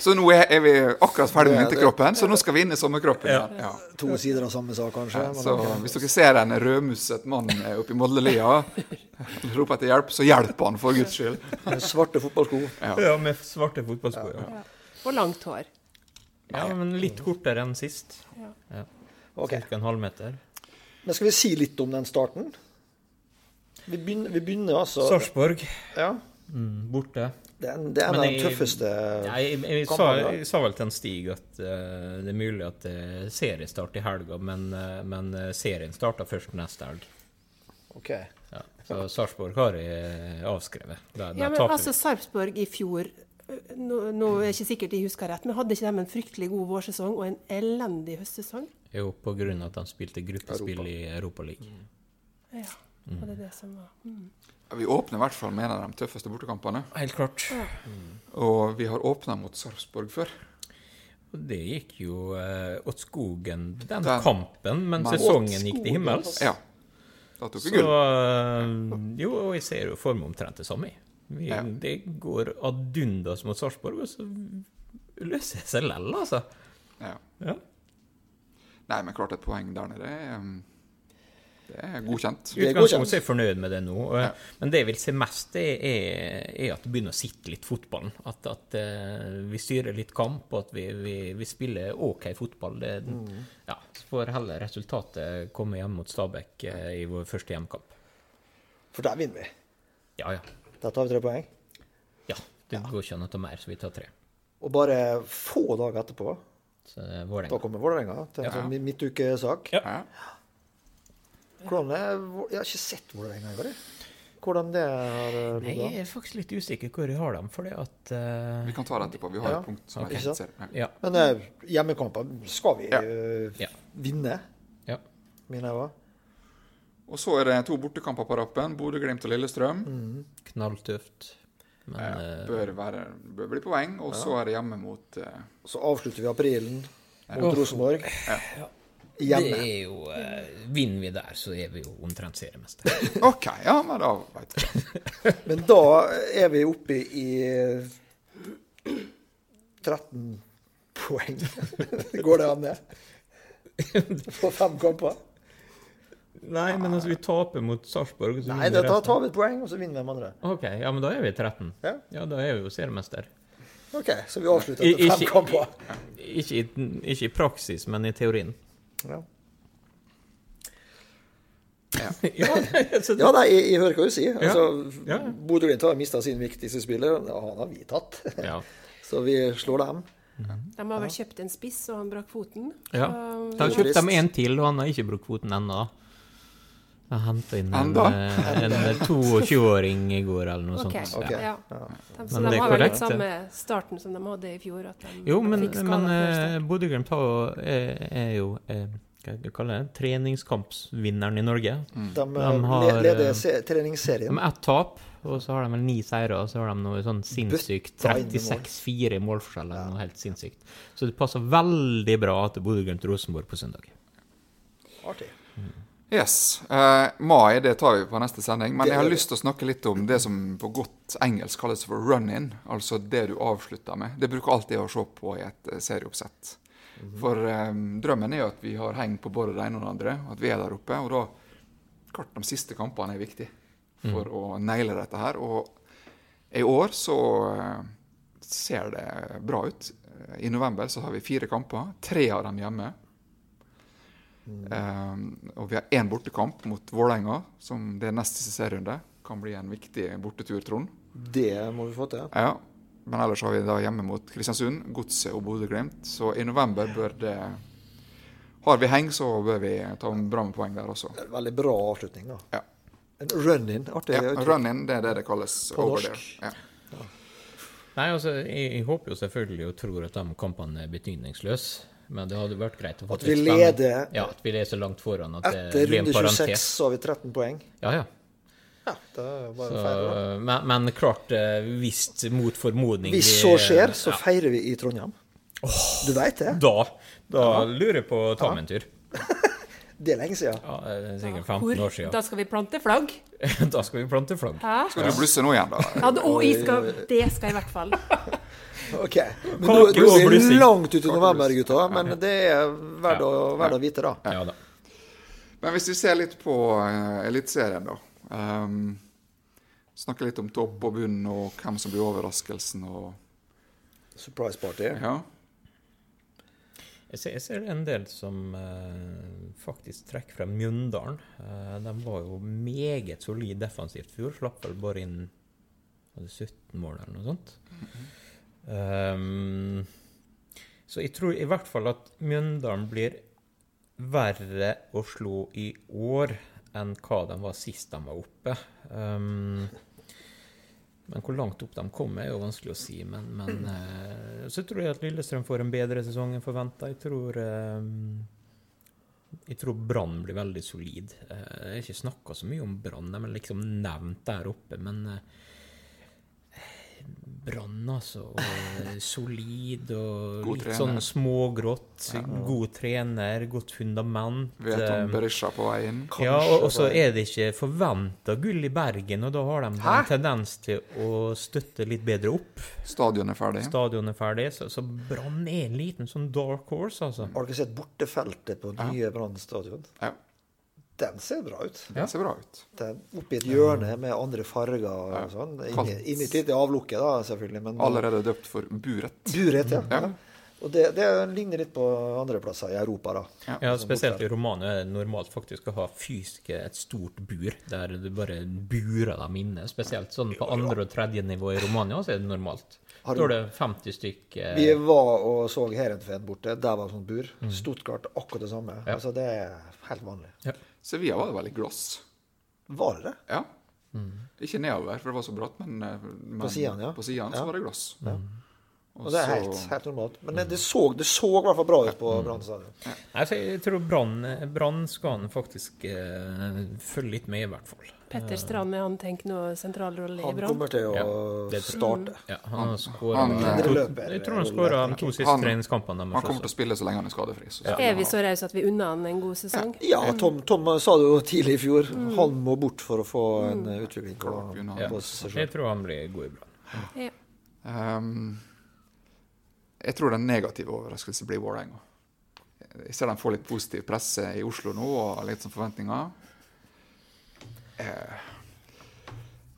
[SPEAKER 2] Så nå er, er vi akkurat ferdig med vinterkroppen, så nå skal vi inn i sommerkroppen. igjen. Ja.
[SPEAKER 4] To sider av samme sak, kanskje. men
[SPEAKER 2] Så
[SPEAKER 4] ok.
[SPEAKER 2] hvis dere ser en rødmusset mann eh, oppe i Modellia roper etter hjelp, så hjelp han, for guds skyld.
[SPEAKER 4] Med svarte fotballsko.
[SPEAKER 5] Ja, med svarte fotballsko, ja.
[SPEAKER 3] Og langt hår.
[SPEAKER 5] Ja, men litt kortere enn sist. Ja.
[SPEAKER 4] Ok.
[SPEAKER 5] Cirka en halvmeter.
[SPEAKER 4] Men skal vi si litt om den starten? Vi begynner, vi begynner altså
[SPEAKER 5] Sarpsborg
[SPEAKER 4] ja,
[SPEAKER 5] mm, borte.
[SPEAKER 4] det, er, en- det er en
[SPEAKER 5] Men
[SPEAKER 4] av de
[SPEAKER 5] jeg-
[SPEAKER 4] tøffeste
[SPEAKER 5] Nei, jeg, jeg, sa,
[SPEAKER 4] kampene.
[SPEAKER 5] jeg sa vel til en Stig at eh, det er mulig at det er seriestart i helga, men, eh, men eh, serien starter først neste helg.
[SPEAKER 4] Ok.
[SPEAKER 5] Ja. Så Sarpsborg har jeg avskrevet. Da, da
[SPEAKER 3] Ja, men
[SPEAKER 5] taper
[SPEAKER 3] altså, Sarpsborg i fjor øh, nå, nå er jeg ikke sikkert de husker rett, men hadde ikke de en fryktelig god vårsesong og en elendig høstsesong?
[SPEAKER 5] vi. Jo, på grunn av at de spilte gruppespill i Europaligaen.
[SPEAKER 3] Ja, var det det som var mm.
[SPEAKER 2] Vi åpner i hvert fall med en av de tøffeste bortekampene.
[SPEAKER 5] Helt klart.
[SPEAKER 2] Og vi har åpna mot Sarpsborg før.
[SPEAKER 5] Og det gikk jo eh, åt skogen den,
[SPEAKER 2] Den-
[SPEAKER 5] kampen, men sesongen gikk til himmels.
[SPEAKER 2] Ja. Da tok vi
[SPEAKER 5] Så
[SPEAKER 2] gull.
[SPEAKER 5] eh, Jo, og jeg ser jo for meg omtrent det samme. jeg. Vi,
[SPEAKER 2] Ja.
[SPEAKER 5] Det går ad undas mot Sarpsborg, og så løser det seg lell, altså.
[SPEAKER 2] Ja.
[SPEAKER 5] Ja.
[SPEAKER 2] Nei, men klart et poeng der nede er, um, Det er godkjent.
[SPEAKER 4] Det er
[SPEAKER 5] Utgangspunktet
[SPEAKER 4] godkjent.
[SPEAKER 5] er jeg fornøyd med det nå. og- Men det jeg vil se mest, det er, er at det begynner å sitte litt fotballen. At, at eh, vi styrer litt kamp, og at vi, vi, vi spiller OK fotball. Det,
[SPEAKER 4] Mm.
[SPEAKER 5] ja, så får heller resultatet komme hjemme mot Stabæk eh, i vår første hjemmekamp.
[SPEAKER 4] For der vinner vi.
[SPEAKER 5] Ja, ja.
[SPEAKER 4] Der tar vi tre poeng.
[SPEAKER 5] ja det går ikke an å ta mer, så vi tar tre.
[SPEAKER 4] Og bare få dager etterpå,
[SPEAKER 5] Så det
[SPEAKER 4] da
[SPEAKER 5] er Vålerenga.
[SPEAKER 4] kommer Vålerenga til en sånn mi- midtukesak.
[SPEAKER 5] Ja.
[SPEAKER 2] Ja.
[SPEAKER 4] Hvordan er Vå- Jeg har ikke sett Vålerenga i år, jeg. Hvordan det har eh,
[SPEAKER 5] Nei,
[SPEAKER 4] ligget
[SPEAKER 5] Jeg er faktisk litt usikker hvor jeg har dem, fordi at eh,
[SPEAKER 2] Vi kan ta det etterpå. Vi har
[SPEAKER 4] Ja.
[SPEAKER 2] et punkt som
[SPEAKER 4] Ok.
[SPEAKER 2] er helt seriøst.
[SPEAKER 5] Ja.
[SPEAKER 4] Men eh, hjemmekamper skal vi
[SPEAKER 2] Ja.
[SPEAKER 4] eh,
[SPEAKER 5] Ja.
[SPEAKER 4] vinne,
[SPEAKER 5] ja.
[SPEAKER 4] mener jeg òg.
[SPEAKER 2] Og så er det to bortekamper på rappen. Bodø, Glimt og Lillestrøm.
[SPEAKER 5] Knalltøft. Mm, Men eh,
[SPEAKER 2] Bør, være, bør bli poeng. Og så er det hjemme mot eh,
[SPEAKER 4] Så avslutter vi aprilen
[SPEAKER 5] Ja.
[SPEAKER 4] mot Rosenborg.
[SPEAKER 5] Det
[SPEAKER 4] hjemme.
[SPEAKER 5] er jo eh, Vinner vi der, så er vi jo omtrent seriemester.
[SPEAKER 2] OK, ja, men da vet jeg.
[SPEAKER 4] Men da er vi oppe i eh, 13 poeng. Går det an, det? På fem kamper?
[SPEAKER 5] Nei, men altså, vi taper mot Sarpsborg. så
[SPEAKER 4] Nei,
[SPEAKER 5] vinner
[SPEAKER 4] da
[SPEAKER 5] vi
[SPEAKER 4] da
[SPEAKER 5] resten.
[SPEAKER 4] tar vi et poeng, og så vinner de andre.
[SPEAKER 5] OK, ja, men da er vi 13.
[SPEAKER 4] Ja.
[SPEAKER 5] Ja, da er vi jo seriemester.
[SPEAKER 4] OK, så vi avslutter
[SPEAKER 5] I-
[SPEAKER 4] etter
[SPEAKER 5] Ikke,
[SPEAKER 4] fem kamper.
[SPEAKER 5] ikke, i, ikke i praksis, men i teorien.
[SPEAKER 4] Ja,
[SPEAKER 5] Ja, så,
[SPEAKER 4] ja nei, jeg, jeg hører hva du sier.
[SPEAKER 5] Ja.
[SPEAKER 4] Altså,
[SPEAKER 5] Ja.
[SPEAKER 4] Bodø Glimt har mista sin viktigste spiller, og han har vi tatt.
[SPEAKER 5] ja.
[SPEAKER 4] Så vi slår dem.
[SPEAKER 3] De har vel kjøpt en spiss, og han brakk foten.
[SPEAKER 5] ja.
[SPEAKER 3] Så-
[SPEAKER 5] Da kjøpte de en til, og han har ikke brukt kvoten ennå. Jeg henta inn en,
[SPEAKER 2] Enda?
[SPEAKER 5] eh, en 22-åring i går, eller noe
[SPEAKER 3] Ok,
[SPEAKER 5] sånt.
[SPEAKER 4] Ok.
[SPEAKER 5] Ja.
[SPEAKER 3] ja. De, så
[SPEAKER 5] Men det
[SPEAKER 3] de
[SPEAKER 5] er
[SPEAKER 3] har vel
[SPEAKER 5] korrekt,
[SPEAKER 3] litt
[SPEAKER 5] det.
[SPEAKER 3] samme starten som de hadde i fjor. At de
[SPEAKER 5] Jo, men,
[SPEAKER 3] fikk skader
[SPEAKER 5] men
[SPEAKER 3] før
[SPEAKER 5] eh,
[SPEAKER 3] start.
[SPEAKER 5] Bodø-Glimt har jo- er, er jo eh, Hva skal jeg kalle det? Treningskampsvinneren i Norge.
[SPEAKER 4] De,
[SPEAKER 5] De
[SPEAKER 4] eh,
[SPEAKER 5] har,
[SPEAKER 4] le- leder
[SPEAKER 5] eh,
[SPEAKER 4] se treningsserien.
[SPEAKER 5] Med ett tap, og så har de vel ni seire, og så har de noe sånn sinnssykt
[SPEAKER 4] Bøtta inn i mål.
[SPEAKER 5] 36-4 i målforskjell. eller Noe helt sinnssykt. Så det passer veldig bra til Bodø-Glimt-Rosenborg på søndag.
[SPEAKER 4] Artig.
[SPEAKER 2] Yes. eh, mai, det tar vi på neste sending. Men
[SPEAKER 4] Det
[SPEAKER 2] jeg har
[SPEAKER 4] gjør vi.
[SPEAKER 2] lyst til å snakke litt om det som på godt engelsk kalles for run-in. Altså det du avslutter med. Det bruker alltid jeg å se på i et eh, serieoppsett.
[SPEAKER 4] Mhm.
[SPEAKER 2] For eh, drømmen er jo at vi har heng på både det ene og det andre, og at vi er der oppe. Og da Klart de siste kampene er viktig
[SPEAKER 4] Mhm.
[SPEAKER 2] for å naile dette her. Og i år så eh, ser det bra ut. Eh, I november så har vi fire kamper, tre av dem hjemme. Eh, og vi har én bortekamp mot Vålerenga, som det er nest siste serierunde. Kan bli en viktig bortetur, Trond.
[SPEAKER 4] Det må vi få til.
[SPEAKER 2] Ja, men ellers har vi da hjemme mot Kristiansund, Godset og Bodø-Glimt. Så i november bør det Har vi heng, så bør vi ta bra med poeng der også.
[SPEAKER 4] Veldig bra avslutning, da.
[SPEAKER 2] Ja.
[SPEAKER 4] En run-in. Artig.
[SPEAKER 2] Ja,
[SPEAKER 4] uttrykk.
[SPEAKER 2] run-in, det er det det kalles
[SPEAKER 4] På
[SPEAKER 2] over
[SPEAKER 4] norsk.
[SPEAKER 2] there. Ja.
[SPEAKER 5] Nei, altså, jeg, jeg håper jo selvfølgelig og tror at de kampene er betydningsløse. Men det hadde vært greit å få
[SPEAKER 4] At vi
[SPEAKER 5] litt spenning.
[SPEAKER 4] leder-
[SPEAKER 5] Ja, at vi er så langt foran at det
[SPEAKER 4] Etter
[SPEAKER 5] blir en
[SPEAKER 4] runde 26
[SPEAKER 5] Eh, parentes.
[SPEAKER 4] så har vi 13 poeng.
[SPEAKER 5] Ja, ja.
[SPEAKER 4] Ja, det er jo bare
[SPEAKER 5] Så,
[SPEAKER 4] å feire. da.
[SPEAKER 5] men, men klart, eh, hvis mot formodning
[SPEAKER 4] Hvis
[SPEAKER 5] vi-
[SPEAKER 4] så skjer, så feirer vi i Trondheim. Du veit det?
[SPEAKER 5] Da, da lurer jeg på å ta meg en tur.
[SPEAKER 4] Det er lenge siden.
[SPEAKER 5] Ja, det er sikkert
[SPEAKER 3] Hvor?
[SPEAKER 5] 15 år
[SPEAKER 3] Da
[SPEAKER 5] siden.
[SPEAKER 3] skal vi plante flagg.
[SPEAKER 5] Da skal vi plante flagg.
[SPEAKER 3] Hæ?
[SPEAKER 2] Skal du blusse nå igjen, da?
[SPEAKER 3] Ja, det, og jeg skal, det skal jeg i hvert fall.
[SPEAKER 4] OK. Men nå,
[SPEAKER 5] Kake
[SPEAKER 4] nå er
[SPEAKER 5] og
[SPEAKER 4] vi
[SPEAKER 5] blussing.
[SPEAKER 4] langt ut i november, gutta. Men det er verdt å, verdt å vite, da.
[SPEAKER 5] Ja da.
[SPEAKER 2] Men hvis vi ser litt på uh, Eliteserien, da. ehm, snakker litt om topp og bunn, og hvem som blir overraskelsen og
[SPEAKER 4] Surprise party.
[SPEAKER 2] Ja.
[SPEAKER 5] Jeg ser, jeg ser en del som eh, faktisk trekker frem Mjøndalen. Eh, de var jo meget solid defensivt i fjor. Slapp vel bare inn var det 17 mål eller noe sånt. Ehm, så jeg tror i hvert fall at Mjøndalen blir verre å slå i år enn hva de var sist de var oppe. Ehm, men hvor langt opp de kom, er jo vanskelig å si. Men, men eh, så tror jeg at Lillestrøm får en bedre sesong enn forventa. Jeg tror eh, jeg tror Brann blir veldig solid. Eh, Jeg har ikke snakka så mye om Brann, de er liksom nevnt der oppe, men eh, Brann, altså. Og solid og
[SPEAKER 2] God
[SPEAKER 5] litt
[SPEAKER 2] trener.
[SPEAKER 5] sånn smågrått. God trener, godt fundament.
[SPEAKER 2] Vet
[SPEAKER 5] eh,
[SPEAKER 2] om Berisha på vei inn.
[SPEAKER 5] ja, og, og så er det ikke forventa gull i Bergen, og da har de en tendens til å støtte litt bedre opp.
[SPEAKER 2] Stadion er ferdig.
[SPEAKER 5] Stadion er ferdig, så, så Brann er en liten sånn dark horse, altså.
[SPEAKER 4] Har dere sett bortefeltet på nye Brann stadion?
[SPEAKER 2] Ja,
[SPEAKER 4] Den ser bra ut.
[SPEAKER 2] det ser bra ut.
[SPEAKER 4] Den oppi et hjørne med andre farger og sånn. Inni,
[SPEAKER 2] Kaldt.
[SPEAKER 4] inni til det avlukket, da, selvfølgelig. Men
[SPEAKER 2] Allerede døpt for Buret.
[SPEAKER 4] Buret, ja.
[SPEAKER 2] Ja.
[SPEAKER 4] ja. Og det, det ligner litt på andre plasser i Europa, da.
[SPEAKER 5] Ja, Spesielt i Romania er det normalt faktisk å ha fysisk et stort bur, der du bare burer dem inne. Spesielt sånn på andre og tredje nivå i Romania så er det normalt.
[SPEAKER 4] Har du-
[SPEAKER 5] Da er det 50 stykk eh,
[SPEAKER 4] Vi var og så Heerenveen borte. Der var sånt bur. Stuttgart akkurat det samme.
[SPEAKER 5] Mm. Ja.
[SPEAKER 4] Altså, det er helt vanlig.
[SPEAKER 2] Sevilla var veldig glass.
[SPEAKER 4] Var det det?
[SPEAKER 2] Ja. Ikke nedover, for det var så bratt, men, eh, men
[SPEAKER 4] På siden, ja.
[SPEAKER 2] på siden så
[SPEAKER 4] Ja.
[SPEAKER 2] var det glass.
[SPEAKER 4] Og det er
[SPEAKER 2] så-
[SPEAKER 4] helt, helt normalt. Men det, det, så, det så i hvert fall bra ut
[SPEAKER 5] Mm.
[SPEAKER 4] på Brann stadion.
[SPEAKER 5] Altså, jeg tror Brann- Brann skal han faktisk eh, følge litt med, i hvert fall.
[SPEAKER 3] Petter Strand, er han tenkt noe sentral rolle i
[SPEAKER 4] Han
[SPEAKER 3] Brann?
[SPEAKER 4] kommer til å
[SPEAKER 5] Ja, det Mm. tror-
[SPEAKER 4] starte.
[SPEAKER 5] Ja, han har
[SPEAKER 2] han,
[SPEAKER 5] skåra
[SPEAKER 2] eh,
[SPEAKER 5] to,
[SPEAKER 4] løper,
[SPEAKER 5] Jeg tror han
[SPEAKER 4] eller
[SPEAKER 5] skåra
[SPEAKER 4] løper.
[SPEAKER 5] to siste
[SPEAKER 2] Han-
[SPEAKER 5] treningskampene
[SPEAKER 2] Han kommer
[SPEAKER 5] deres.
[SPEAKER 2] til å spille så lenge han er skadefri. Så skal
[SPEAKER 3] Er
[SPEAKER 2] han
[SPEAKER 3] vi
[SPEAKER 2] ha-
[SPEAKER 3] så rause at vi unner han en god sesong?
[SPEAKER 4] Ja, Tom, Tom sa det jo tidlig i fjor. Han må bort for å få en eh, utvikling på,
[SPEAKER 2] Unna.
[SPEAKER 5] Ja.
[SPEAKER 4] på seg
[SPEAKER 5] Jeg
[SPEAKER 4] selv.
[SPEAKER 5] tror han blir god i Brann.
[SPEAKER 3] Ja.
[SPEAKER 2] Ehm, jeg tror den negative overraskelsen blir Vålerenga. Jeg ser de får litt positiv presse i Oslo nå, og litt sånn forventninger. Eh,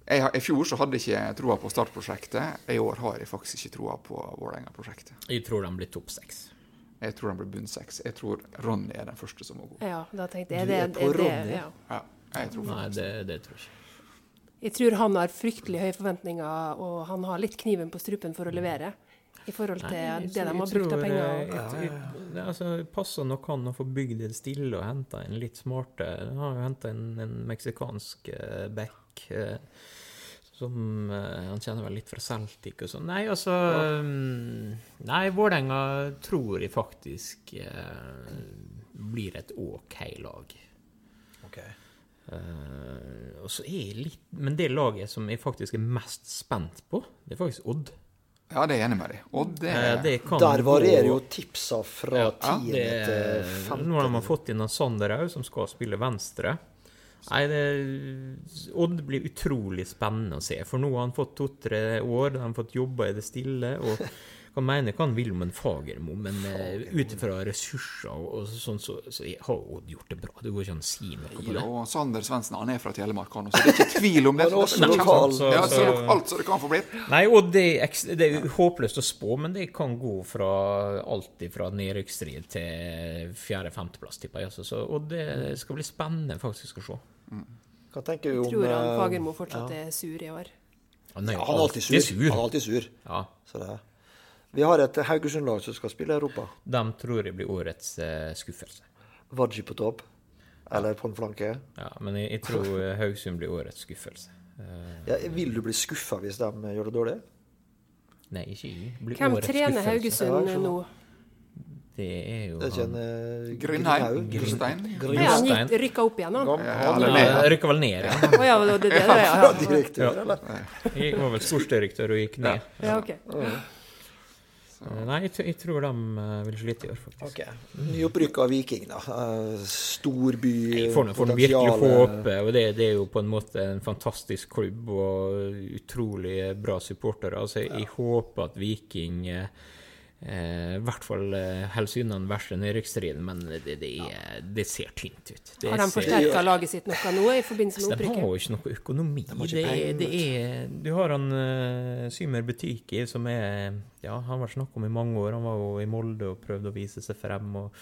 [SPEAKER 2] Jeg, har- I fjor så hadde jeg ikke troa på startprosjektet. I år har jeg faktisk ikke troa på Vålerenga-prosjektet.
[SPEAKER 5] Jeg tror han blir topp seks.
[SPEAKER 2] Jeg tror han blir bunn seks. Jeg tror Ronny er den første som må gå.
[SPEAKER 3] ja, da tenkte jeg
[SPEAKER 4] Du
[SPEAKER 3] det,
[SPEAKER 4] er på
[SPEAKER 3] det- det-
[SPEAKER 4] Ronny.
[SPEAKER 3] ja.
[SPEAKER 2] Ja, jeg tror
[SPEAKER 5] Nei,
[SPEAKER 2] faktisk.
[SPEAKER 5] det, det tror jeg ikke.
[SPEAKER 3] Jeg tror han har fryktelig høye forventninger, og han har litt kniven på strupen for å levere. I forhold til
[SPEAKER 5] Nei,
[SPEAKER 3] det de
[SPEAKER 5] jeg
[SPEAKER 3] har brukt av
[SPEAKER 5] tror,
[SPEAKER 3] penger.
[SPEAKER 5] eh, jeg- jeg- det- Altså, det passer nok han å få bygd det stille og henta en litt smarte Han har jo henta en, en meksikansk eh, back eh, som eh, Han kjenner vel litt fra Celtic og sånn. Nei, altså mm, Nei, Vålerenga tror jeg faktisk eh, blir et OK lag.
[SPEAKER 4] Ok.
[SPEAKER 5] Eh, og så er jeg litt Men det laget som jeg faktisk er mest spent på, det er faktisk Odd.
[SPEAKER 2] Ja, det er jeg enig med deg. Og det,
[SPEAKER 5] Eh, det kan
[SPEAKER 4] Der varierer
[SPEAKER 5] gå-
[SPEAKER 4] jo tipsa fra
[SPEAKER 5] Ja,
[SPEAKER 4] tiende
[SPEAKER 5] det er- eh,
[SPEAKER 4] til
[SPEAKER 5] Nå har man
[SPEAKER 4] femte.
[SPEAKER 5] fått inn en Sander òg, som skal spille venstre. Nei, det, Odd blir utrolig spennende å se. For nå har han fått to-tre år, de har fått jobba i det stille. og kan mene hva han vil om en Fagermo, men eh, ut ifra ressurser og, og sånn, så, så har Odd gjort det bra. Det går ikke an å si noe på
[SPEAKER 2] Ja,
[SPEAKER 5] det.
[SPEAKER 2] og Sander Svendsen han er fra Telemark, han også. Det er ikke tvil om det.
[SPEAKER 4] Men også
[SPEAKER 2] Det er
[SPEAKER 4] lokal,
[SPEAKER 2] kjempe- Ja,
[SPEAKER 5] så-
[SPEAKER 2] så lokalt så det kan få blitt.
[SPEAKER 5] Nei, Odd det er, eks- det er håpløst å spå, men det kan gå fra alt fra nedrykksstrid til fjerde-femteplass, tipper jeg. Altså. Så Odd det skal bli spennende faktisk å se.
[SPEAKER 4] Hva tenker
[SPEAKER 3] Jeg
[SPEAKER 4] du om
[SPEAKER 3] tror han
[SPEAKER 4] eh,
[SPEAKER 3] Fagermo fortsatt er sur i år.
[SPEAKER 5] Han er jo
[SPEAKER 4] ja, Han er alltid sur. Han er alltid sur.
[SPEAKER 5] Ja.
[SPEAKER 4] Så det er. Vi har et Haugesund-lag som skal spille i Europa.
[SPEAKER 5] De tror jeg blir årets eh, skuffelse.
[SPEAKER 4] Vaji på topp. Eller på en flanke.
[SPEAKER 5] Ja, men jeg, jeg tror eh, Haugesund blir årets skuffelse. Eh,
[SPEAKER 4] Ja, vil du bli skuffa hvis de eh, gjør det dårlig?
[SPEAKER 5] nei, ikke jeg. Blir
[SPEAKER 3] Hvem
[SPEAKER 5] årets
[SPEAKER 3] trener
[SPEAKER 5] skuffelse.
[SPEAKER 3] Haugesund
[SPEAKER 4] Ja,
[SPEAKER 3] nå?
[SPEAKER 5] Det er jo
[SPEAKER 4] Det er ikke en
[SPEAKER 5] han.
[SPEAKER 4] eh,
[SPEAKER 2] Grindheim.
[SPEAKER 4] Grindhaug.
[SPEAKER 2] Gristein.
[SPEAKER 3] Nei, han
[SPEAKER 5] Jostein.
[SPEAKER 3] gikk, rykka opp igjen, han.
[SPEAKER 4] Gam- Han
[SPEAKER 5] Ja,
[SPEAKER 4] er
[SPEAKER 5] jeg rykker vel ned, ja.
[SPEAKER 3] Å ja, det, det, det, det, ja.
[SPEAKER 4] fra direktør, eller?
[SPEAKER 5] Jeg var vel sportsdirektør og gikk ned.
[SPEAKER 3] ja ok.
[SPEAKER 5] Eh, Nei, jeg, tr- jeg tror de eh, vil slite i år, faktisk.
[SPEAKER 4] Ok. Nyopprykka Viking, da. Eh, Storby
[SPEAKER 5] Jeg får nå- får nå virkelig håpe, og det, det er jo på en måte en fantastisk klubb og utrolig bra supportere. Altså, jeg håper at Viking eh, eh, i hvert fall eh, holder seg unna den verste nedrykksstriden, men det, det, er, det ser tynt ut. Det
[SPEAKER 3] Har de
[SPEAKER 5] ser-
[SPEAKER 3] forsterka laget sitt noe nå i forbindelse med
[SPEAKER 5] de har
[SPEAKER 3] opprykket?
[SPEAKER 5] jo ikke noe økonomi.
[SPEAKER 4] har
[SPEAKER 5] det
[SPEAKER 4] ikke
[SPEAKER 5] er,
[SPEAKER 4] penger,
[SPEAKER 5] det er, du har han eh, Symer Butiki, som er Ja, han har vært snakk om i mange år. Han var jo i Molde og prøvde å vise seg frem, og,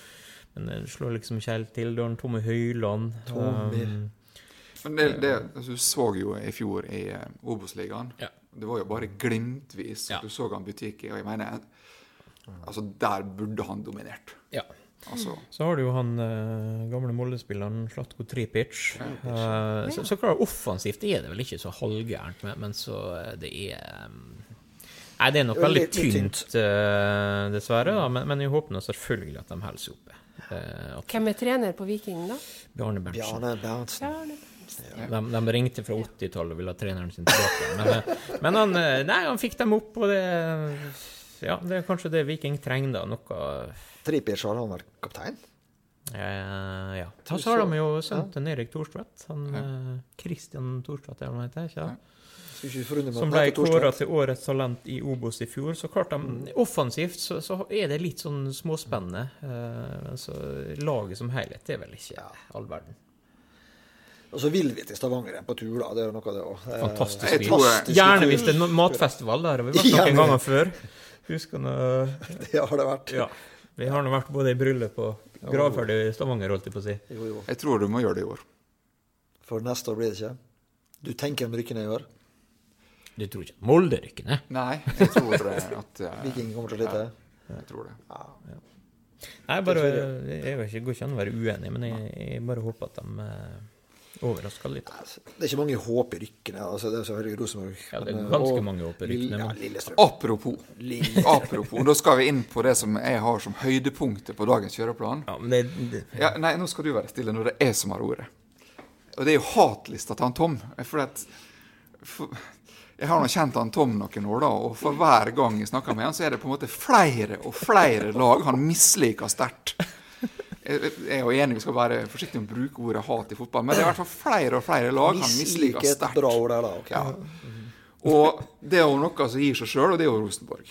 [SPEAKER 5] men det slår liksom ikke helt til. Du har han Tommy Høyland.
[SPEAKER 4] Tommy.
[SPEAKER 5] um,
[SPEAKER 2] Men det, det, altså, du så jo i fjor i eh, Obos-ligaen.
[SPEAKER 5] Ja.
[SPEAKER 2] Det var jo bare glimtvis
[SPEAKER 5] Ja.
[SPEAKER 2] at du så han butikk i, og jeg mener Altså, der burde han dominert.
[SPEAKER 5] ja.
[SPEAKER 2] Altså,
[SPEAKER 5] Så har du jo han eh, gamle Molde-spilleren Slatko Tripic. Eh, så, så klart offensivt er det vel ikke så halvgærent, men, men så eh, det er eh, Nei, det er nok
[SPEAKER 4] Jo,
[SPEAKER 5] veldig
[SPEAKER 4] litt- litt
[SPEAKER 5] tynt, eh, dessverre, da, men, men jeg håper nå selvfølgelig at de holder seg oppe. Eh, at
[SPEAKER 3] Hvem er trener på Viking, da?
[SPEAKER 5] Bjarne Berntsen
[SPEAKER 4] Bjarne Berntsen.
[SPEAKER 3] Bjarne.
[SPEAKER 5] de, de ringte fra 80-tallet og ville ha treneren sin tilbake. Men, eh, men han, eh, nei, han fikk dem opp, og det Ja, det er kanskje det Viking trenger, da. Noe
[SPEAKER 4] Tripic, har han vært kaptein?
[SPEAKER 5] Eh, ja. Og så har de jo sendt en Erik Thorstvedt. Han, eh, Christian Thorstvedt, eller hva han heter. Ikke? det?
[SPEAKER 4] Skulle ikke forundre meg
[SPEAKER 5] Som
[SPEAKER 4] om
[SPEAKER 5] ble
[SPEAKER 4] Petter Thorstvedt-
[SPEAKER 5] kåra til årets talent i Obos i fjor. Så klart de, offensivt så, så er det litt sånn småspennende. eh, Men så laget som helhet er vel ikke all verden.
[SPEAKER 4] Og så vil vi til Stavanger igjen på tur, da. Det er jo noe av det Eh, òg.
[SPEAKER 5] Fantastisk.
[SPEAKER 2] Jeg tror- eh,
[SPEAKER 5] by. Gjerne hvis det er no- matfestival. Der har vi vært
[SPEAKER 4] Ja,
[SPEAKER 5] noen
[SPEAKER 4] men-
[SPEAKER 5] ganger før. Husker nå
[SPEAKER 4] Det har det vært.
[SPEAKER 5] Ja. Vi har nå vært både i bryllup og gravferd i Stavanger, holdt jeg på å si.
[SPEAKER 4] Jo, jo.
[SPEAKER 2] jeg tror du må gjøre det i år.
[SPEAKER 4] For neste år blir det ikke. Du tenker om rykkene i år.
[SPEAKER 5] Du tror ikke Molde rykker ned?
[SPEAKER 2] Nei, jeg tror eh, at eh,
[SPEAKER 4] Viking kommer til å slite.
[SPEAKER 2] Jeg tror det.
[SPEAKER 5] Nei, bare, jeg er jo ikke, går ikke an å være uenig, men jeg, jeg bare håper at de eh, Overraska litt.
[SPEAKER 4] Altså, Det er ikke mange håp i rykkene. Altså, det er selvfølgelig Rosenborg.
[SPEAKER 5] Ja, det er
[SPEAKER 4] men, eh,
[SPEAKER 5] ganske
[SPEAKER 4] og
[SPEAKER 5] mange håp i rykkene,
[SPEAKER 4] Lille- Ja,
[SPEAKER 5] men-
[SPEAKER 4] Lillestrøm.
[SPEAKER 2] Apropos. Apropos. Da skal vi inn på det som jeg har som høydepunktet på dagens kjøreplan.
[SPEAKER 5] Ja, men det, det
[SPEAKER 2] Ja, nei, nå skal du være stille når det er jeg som har ordet. Og det er jo hatlista til han Tom. For at, for, jeg har nå kjent han Tom noen år, da, og for hver gang jeg snakker med han, så er det på en måte flere og flere lag han misliker sterkt. Jeg jeg er jo enig, vi skal være forsiktige med å bruke ordet hat i fotball, men det er i hvert fall flere og flere lag han misliker
[SPEAKER 4] et
[SPEAKER 2] sterkt.
[SPEAKER 4] bra ord der, da. ok.
[SPEAKER 2] Ja. Og det er jo noe som gir seg sjøl, og det er jo Rosenborg.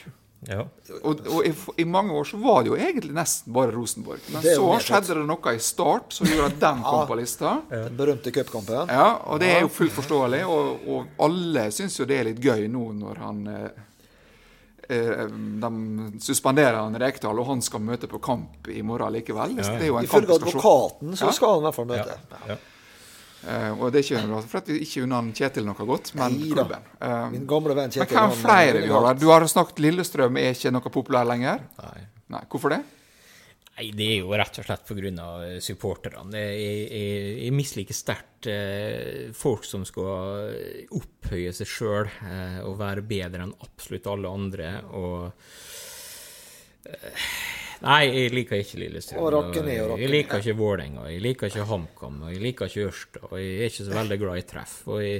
[SPEAKER 5] Ja.
[SPEAKER 2] Og, og i, f- i mange år så var det jo egentlig nesten bare Rosenborg. Men
[SPEAKER 4] Det er jo
[SPEAKER 2] så
[SPEAKER 4] helt rett.
[SPEAKER 2] skjedde det noe i start som gjorde at den kom på lista.
[SPEAKER 4] Den berømte cupkampen.
[SPEAKER 2] Ja, Og det er jo fullt forståelig, og, og alle syns jo det er litt gøy nå når han eh, eh, De suspenderer han Rekdal, og han skal møte på kamp i morgen likevel. Det er jo en kamp
[SPEAKER 4] Ifølge
[SPEAKER 2] vi skal se.
[SPEAKER 4] advokaten så
[SPEAKER 2] Ja.
[SPEAKER 4] skal han i hvert fall møte.
[SPEAKER 5] ja.
[SPEAKER 2] Eh, og det er ikke noe- for at vi ikke unner han Kjetil noe godt, men
[SPEAKER 4] Nei da.
[SPEAKER 2] klubben. Eh,
[SPEAKER 4] Min gamle venn Kjetil.
[SPEAKER 2] men
[SPEAKER 4] han-
[SPEAKER 2] hvem flere
[SPEAKER 4] han-
[SPEAKER 2] vi har der? Du har snakket Lillestrøm er ikke noe populær lenger.
[SPEAKER 5] Nei.
[SPEAKER 2] Nei, Hvorfor det?
[SPEAKER 5] Nei, det er jo rett og slett pga. supporterne. Jeg, jeg, jeg misliker sterkt eh, folk som skal opphøye seg sjøl eh, og være bedre enn absolutt alle andre. og... eh, Nei, jeg liker ikke Lillestrøm.
[SPEAKER 4] Og rakke ned og rakke
[SPEAKER 5] jeg
[SPEAKER 4] ned.
[SPEAKER 5] liker ikke Vålerenga. Jeg liker ikke HamKam. Og jeg liker ikke Ørsta. Og jeg er ikke så veldig glad i treff. Og jeg,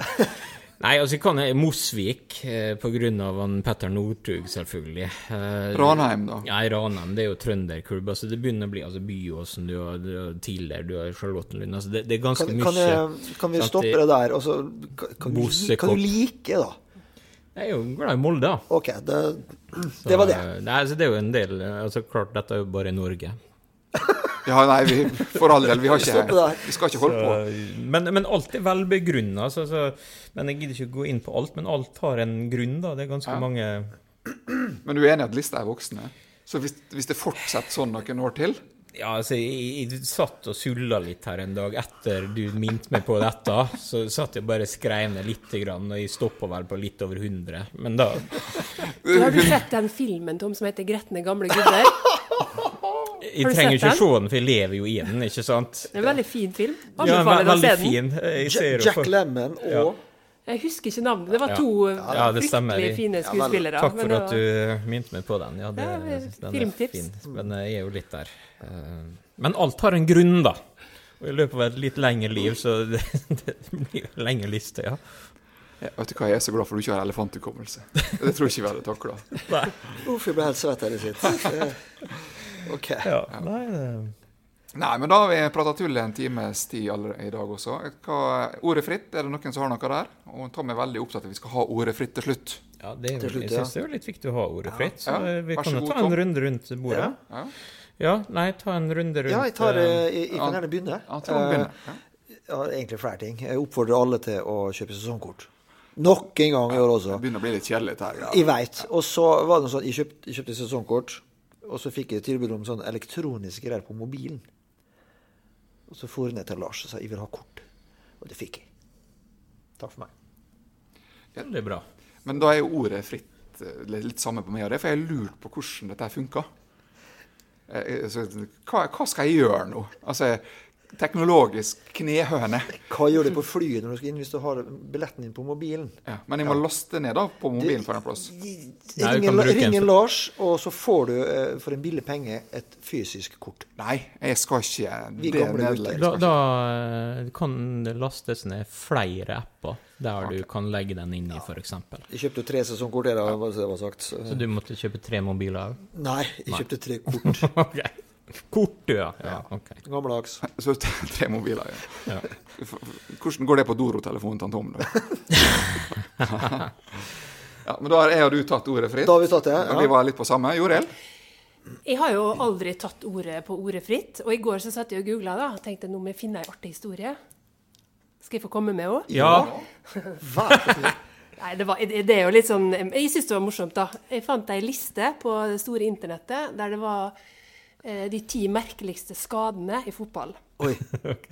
[SPEAKER 5] nei, altså, jeg kan Mosvik eh, på grunn av han Petter Northug, selvfølgelig. Eh,
[SPEAKER 2] Ranheim, da?
[SPEAKER 5] Nei, Ranheim det er jo trønderklubb. Altså, det begynner å bli altså, Byåsen, du har, du har tidligere, du har Charlottenlund altså, det, det er ganske
[SPEAKER 4] Kan,
[SPEAKER 5] mye.
[SPEAKER 4] kan, jeg, kan vi
[SPEAKER 5] Sant,
[SPEAKER 4] stoppe
[SPEAKER 5] det-
[SPEAKER 4] det der? Og så kan, kan, du, li- kan du like, da?
[SPEAKER 5] Jeg er jo glad i Molde, da.
[SPEAKER 4] OK, det, det var det.
[SPEAKER 5] Så, eh, Nei, altså, det er jo en del eh, altså, Klart, dette er jo bare Norge.
[SPEAKER 2] Ja, nei, vi, for all del. Vi, har
[SPEAKER 4] Stopp
[SPEAKER 2] ikke,
[SPEAKER 4] der.
[SPEAKER 2] vi skal ikke holde på.
[SPEAKER 5] Så, men, men alt er vel begrunna. Så, så, men jeg gidder ikke gå inn på alt. Men alt har en grunn, da. Det er ganske mange
[SPEAKER 2] Men du er enig i at lista er voksne? Så hvis, hvis det fortsetter sånn noen år til
[SPEAKER 5] Ja, altså, jeg, jeg satt og sulla litt her en dag etter du minte meg på dette. Så satt jeg bare og skrev ned lite grann, og jeg stoppa vel på litt over 100. Men da
[SPEAKER 3] Men Har du sett den filmen Tom, som heter 'Gretne gamle gubber'? Har
[SPEAKER 5] Jeg
[SPEAKER 3] du
[SPEAKER 5] trenger
[SPEAKER 3] sett
[SPEAKER 5] ikke
[SPEAKER 3] den?
[SPEAKER 5] se den, for jeg lever jo i den, ikke sant?
[SPEAKER 3] Det er en veldig fin film.
[SPEAKER 5] Ja,
[SPEAKER 3] Anbefaler deg å
[SPEAKER 5] veldig
[SPEAKER 3] se den.
[SPEAKER 5] fin. eh, Jeg ser
[SPEAKER 4] Jack,
[SPEAKER 5] jo
[SPEAKER 4] Jack
[SPEAKER 5] for...
[SPEAKER 4] Lemmon og
[SPEAKER 3] Jeg husker ikke navnet. Det var
[SPEAKER 5] Ja.
[SPEAKER 3] to eh,
[SPEAKER 5] Ja, det stemmer.
[SPEAKER 3] fryktelig fine skuespillere.
[SPEAKER 5] Takk
[SPEAKER 3] men
[SPEAKER 5] for
[SPEAKER 3] det
[SPEAKER 5] at
[SPEAKER 3] var-
[SPEAKER 5] du minte meg på den. Ja, det,
[SPEAKER 3] Ja,
[SPEAKER 5] den er
[SPEAKER 3] filmtips.
[SPEAKER 5] fin. Men jeg er jo litt der. Eh, Men alt har en grunn, da. Og i løpet av et litt lengre liv, så det, det blir jo lengre liste, ja.
[SPEAKER 2] ja, Vet du hva, jeg er så glad for du ikke har elefanthukommelse. Det tror jeg ikke vi hadde takla.
[SPEAKER 4] Uff, jeg ble helt svett her i sitt. OK.
[SPEAKER 5] ja. Nei, det...
[SPEAKER 2] Nei, men da har vi prata tull i en times tid allerede i dag også. Hva, ordet fritt, er det noen som har noe der? Og Tom er veldig opptatt av at vi skal ha ordet fritt til slutt.
[SPEAKER 5] Ja, det er,
[SPEAKER 4] Til
[SPEAKER 5] jo-
[SPEAKER 4] slutt,
[SPEAKER 5] jeg
[SPEAKER 4] ja.
[SPEAKER 5] syns det er jo litt viktig å ha ordet fritt, så
[SPEAKER 2] Ja,
[SPEAKER 5] vi
[SPEAKER 2] vær så
[SPEAKER 5] kan jo
[SPEAKER 2] god,
[SPEAKER 5] ta en
[SPEAKER 2] Tom.
[SPEAKER 5] runde rundt bordet.
[SPEAKER 2] Ja.
[SPEAKER 5] Ja, nei, ta en runde rundt
[SPEAKER 4] Ja, jeg, tar,
[SPEAKER 5] eh,
[SPEAKER 4] eh, jeg, jeg kan gjerne begynne.
[SPEAKER 2] Ja, Trond begynner. Ja.
[SPEAKER 4] Eh, ja, egentlig flere ting. Jeg oppfordrer alle til å kjøpe sesongkort. Nok en gang i år også.
[SPEAKER 2] Det begynner å bli litt kjedelig dette her.
[SPEAKER 4] Jeg veit. Og så var det noe sånn, jeg kjøpte, jeg kjøpte sesongkort, og så fikk jeg tilbud om sånn elektroniske greier på mobilen. Og så for jeg ned til Lars og sa jeg vil ha kort. Og det fikk jeg. Takk for meg.
[SPEAKER 5] Veldig bra.
[SPEAKER 2] Men da er jo ordet fritt eh, litt samme på meg og det, for jeg har lurt på hvordan dette her funker. Eh, eh, så, Hva, hva skal jeg gjøre nå? Altså, teknologisk knehøne.
[SPEAKER 4] Hva gjør du på flyet når du skal inn hvis du har billetten din på mobilen?
[SPEAKER 2] Ja, men jeg må laste ned da på mobilen for en plass.
[SPEAKER 5] Nei, du
[SPEAKER 4] Ring
[SPEAKER 5] kan
[SPEAKER 4] en-
[SPEAKER 5] bruke en
[SPEAKER 4] ring en
[SPEAKER 5] for-
[SPEAKER 4] Lars, og så får du eh, for en billig penge et fysisk kort.
[SPEAKER 2] Nei, jeg skal ikke
[SPEAKER 4] Vi
[SPEAKER 2] det
[SPEAKER 4] gamle gutter.
[SPEAKER 2] nedlegges.
[SPEAKER 5] Da, da eh, kan det lastes ned flere apper der du kan legge den inn i, f.eks.
[SPEAKER 4] Jeg kjøpte jo tre sesongkort, det var det var sagt. Så-
[SPEAKER 5] Så du måtte kjøpe tre mobiler òg?
[SPEAKER 4] Nei, jeg kjøpte tre kort.
[SPEAKER 5] OK. Kort, du, ja. ja ok.
[SPEAKER 4] Gammeldags.
[SPEAKER 2] Så tre tre mobiler, ja. F- f- Hvordan går det på Doro-telefonen til han Tom? Da? ja, men da har jeg og du tatt ordet fritt.
[SPEAKER 4] Da har vi tatt det,
[SPEAKER 2] Ja.
[SPEAKER 4] ja.
[SPEAKER 2] Vi var litt på samme. Jorel?
[SPEAKER 3] Jeg har jo aldri tatt ordet på ordet fritt. Og i går så satt jeg og googla og tenkte nå må jeg finne ei artig historie. Skal jeg få komme med òg?
[SPEAKER 5] Ja,
[SPEAKER 4] Vær så snill.
[SPEAKER 3] Nei, det, var, det er jo litt sånn Jeg syns det var morsomt, da. Jeg fant ei liste på det store internettet der det var eh, de ti merkeligste skadene i fotball.
[SPEAKER 4] Oi.
[SPEAKER 5] ok.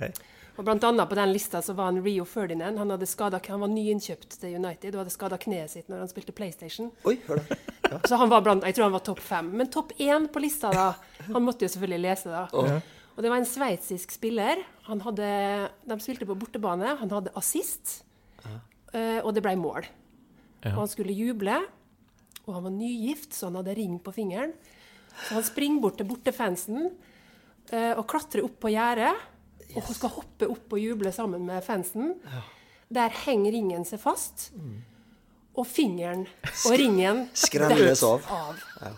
[SPEAKER 3] Og blant annet på den lista så var han Rio Ferdinand. Han, hadde skadet, han var nyinnkjøpt til United og hadde skada kneet sitt når han spilte PlayStation.
[SPEAKER 4] Oi, hør da.
[SPEAKER 3] Så han var blant, jeg tror han var topp fem. Men topp én på lista, da Han måtte jo selvfølgelig lese, da. Og det var en sveitsisk spiller. Han hadde, de spilte på bortebane. Han hadde assist, eh, og det ble mål.
[SPEAKER 5] Ja.
[SPEAKER 3] Og han skulle juble, og han var nygift, så han hadde ring på fingeren. Så han springer bort til bortefansen eh, og klatrer opp på gjerdet. Og hun skal hoppe opp og juble sammen med fansen. Der henger ringen seg fast. Og fingeren og ringen
[SPEAKER 4] Skremmes
[SPEAKER 3] detter
[SPEAKER 4] av.
[SPEAKER 3] av.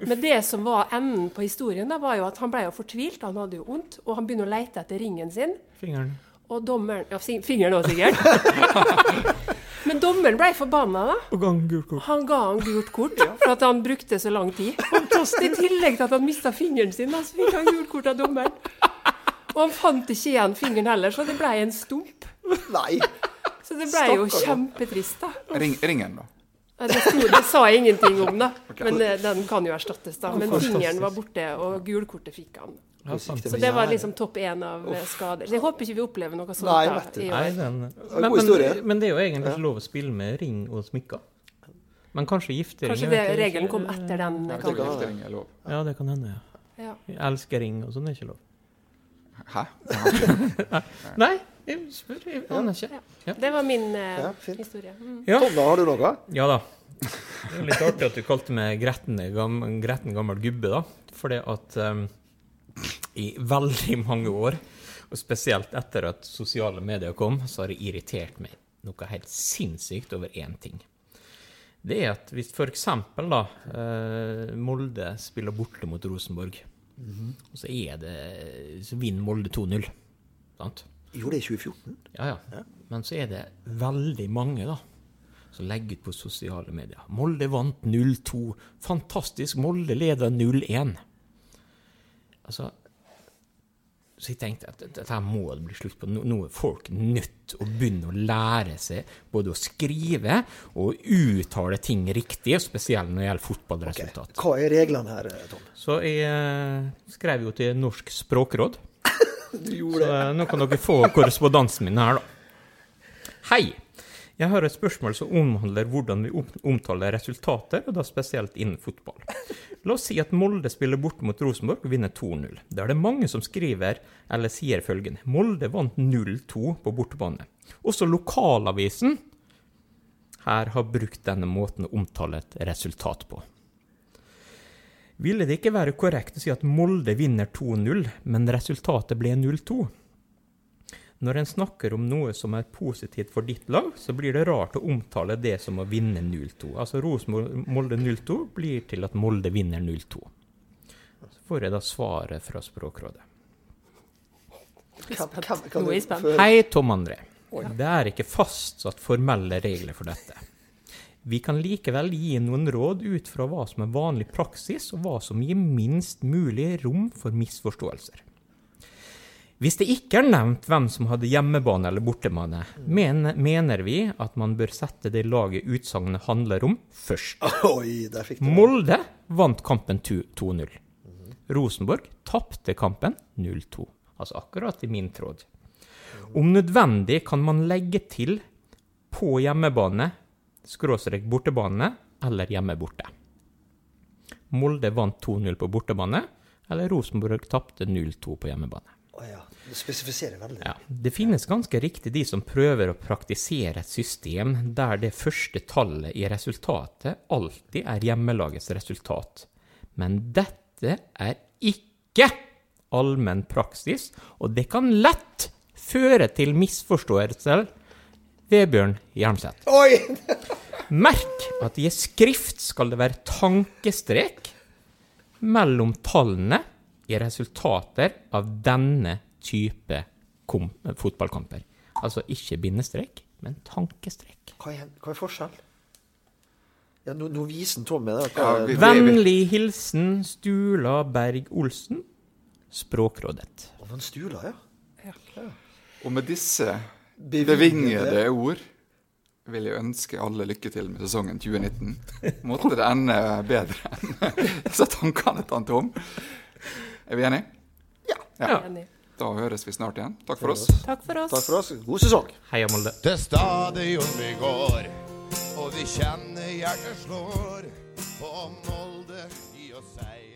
[SPEAKER 3] Men det som var enden på historien, da, var jo at han ble jo fortvilt, han hadde jo vondt, og han begynner å lete etter ringen sin.
[SPEAKER 5] Fingeren.
[SPEAKER 3] Og dommeren Ja, si- fingeren òg, sikkert. Men dommeren ble forbanna, da.
[SPEAKER 5] Og gang gult kort.
[SPEAKER 3] Han ga han gult kort for at han brukte så lang tid. I tillegg til at han mista fingeren sin, da, så fikk han gult kort av dommeren. Og han fant ikke igjen fingeren heller, så det ble en stump.
[SPEAKER 4] Nei!
[SPEAKER 3] Så det ble jo kjempetrist, da.
[SPEAKER 2] Ring, ringen, da.
[SPEAKER 3] Ja, Det, sto, det sa jeg ingenting om, da. Men eh, den kan jo erstattes, da. Men fingeren var borte, og gulkortet fikk han.
[SPEAKER 5] Ja, sant.
[SPEAKER 3] Så det var liksom topp én av eh, skader. Så jeg håper ikke vi opplever noe sånt.
[SPEAKER 4] Nei,
[SPEAKER 3] da,
[SPEAKER 4] vet du.
[SPEAKER 3] i år.
[SPEAKER 5] Nei, den
[SPEAKER 4] god historie.
[SPEAKER 5] Men, men det er jo egentlig ikke lov å spille med ring og smykker. Men kanskje giftering
[SPEAKER 3] Kanskje
[SPEAKER 5] jeg
[SPEAKER 3] det,
[SPEAKER 5] vet ikke.
[SPEAKER 3] regelen kom etter den.
[SPEAKER 2] Jeg
[SPEAKER 3] kan-
[SPEAKER 2] tror ikke giftering er lov.
[SPEAKER 5] Ja, det kan hende. ja.
[SPEAKER 3] Ja.
[SPEAKER 5] Elskering og sånn er ikke lov.
[SPEAKER 2] Hæ?
[SPEAKER 5] Nei, jeg spør. Jeg aner ikke.
[SPEAKER 3] Det var min eh,
[SPEAKER 4] Ja, fint.
[SPEAKER 3] historie. Mm.
[SPEAKER 5] Ja.
[SPEAKER 4] Tom, Sånn da har du noe?
[SPEAKER 5] Ja da. Det er litt artig at du kalte meg gretne, gam, gretten gammel gubbe, da. For det at eh, i veldig mange år, og spesielt etter at sosiale medier kom, så har det irritert meg noe helt sinnssykt over én ting. Det er at hvis f.eks. da eh, Molde spiller borte mot Rosenborg, og så er det Så vinner Molde 2-0. Sant?
[SPEAKER 4] Jo, det er 2014.
[SPEAKER 5] Ja, ja. Men så er det veldig mange da, som legger ut på sosiale medier. Molde vant 0-2. Fantastisk, Molde leder 0-1. Altså, så jeg tenkte at dette her må det bli slutt på. Nå nå er folk nødt å begynne å lære seg både å skrive og uttale ting riktig, spesielt når det gjelder fotballresultat.
[SPEAKER 4] Hva er reglene her, Tom?
[SPEAKER 5] Så jeg eh, skrev jo til Norsk språkråd.
[SPEAKER 4] Du gjorde
[SPEAKER 5] Så eh, nå kan dere få korrespondansen min her, da. Hei! Jeg har et spørsmål som omhandler hvordan vi om- omtaler resultater, og da spesielt innen fotball. La oss si at Molde spiller bort mot Rosenborg og vinner 2-0. Da er det mange som skriver eller sier følgende Molde vant 0-2 på bortebane. Også lokalavisen her har brukt denne måten å omtale et resultat på. Ville det ikke være korrekt å si at Molde vinner 2-0, men resultatet ble 0-2? Når en snakker om noe som er positivt for ditt lag, så blir det rart å omtale det som å vinne 0-2. Altså Rosenborg-Molde 0-2 blir til at Molde vinner 0-2. Så får jeg da svaret fra Språkrådet.
[SPEAKER 4] Hvem- hvem-
[SPEAKER 3] Nå er jeg
[SPEAKER 4] kan
[SPEAKER 3] spent.
[SPEAKER 4] du føre-
[SPEAKER 5] Hei, Tom André. Det er ikke fastsatt formelle regler for dette. Vi kan likevel gi noen råd ut fra hva som er vanlig praksis, og hva som gir minst mulig rom for misforståelser. Hvis det ikke er nevnt hvem som hadde hjemmebane eller bortebane, men, mener vi at man bør sette det laget utsagnet handler om, først.
[SPEAKER 4] Oi, der fikk du det.
[SPEAKER 5] Molde vant kampen 2- 2-0. Rosenborg tapte kampen 0-2. Altså akkurat i min tråd. Om nødvendig kan man legge til på hjemmebane, skråstrek bortebane eller hjemmeborte. Molde vant 2-0 på bortebane, eller Rosenborg tapte 0-2 på hjemmebane.
[SPEAKER 4] Å ja. Du spesifiserer veldig.
[SPEAKER 5] Ja. Det finnes ganske riktig de som prøver å praktisere et system der det første tallet i resultatet alltid er hjemmelagets resultat. Men dette er ikke allmenn praksis, og det kan lett føre til misforståelser. Vebjørn Jernseth.
[SPEAKER 4] Oi!
[SPEAKER 5] Merk at i skrift skal det være tankestrek mellom tallene i resultater av denne type kom fotballkamper. Altså ikke bindestrek, men tankestrek.
[SPEAKER 4] Hva er, hva er forskjellen? Ja, nå, nå viser han Tom meg det.
[SPEAKER 2] Ja,
[SPEAKER 4] Hva,
[SPEAKER 2] vi-
[SPEAKER 5] Vennlig hilsen Stula Berg-Olsen, Språkrådet.
[SPEAKER 4] Å, men stula, eh, ja.
[SPEAKER 2] Og med disse bevingede ord vil jeg ønske alle lykke til med sesongen 2019. Måtte det ende bedre enn disse tankene til han Tom. Er vi enige? Ja.
[SPEAKER 3] Enig.
[SPEAKER 2] Da høres vi snart igjen. Takk for oss.
[SPEAKER 3] Takk for oss.
[SPEAKER 4] Takk for oss. God sesong.
[SPEAKER 5] Heia Molde.
[SPEAKER 1] Til stadion vi går, og vi kjenner hjertet slår. På Molde, gi oss seier.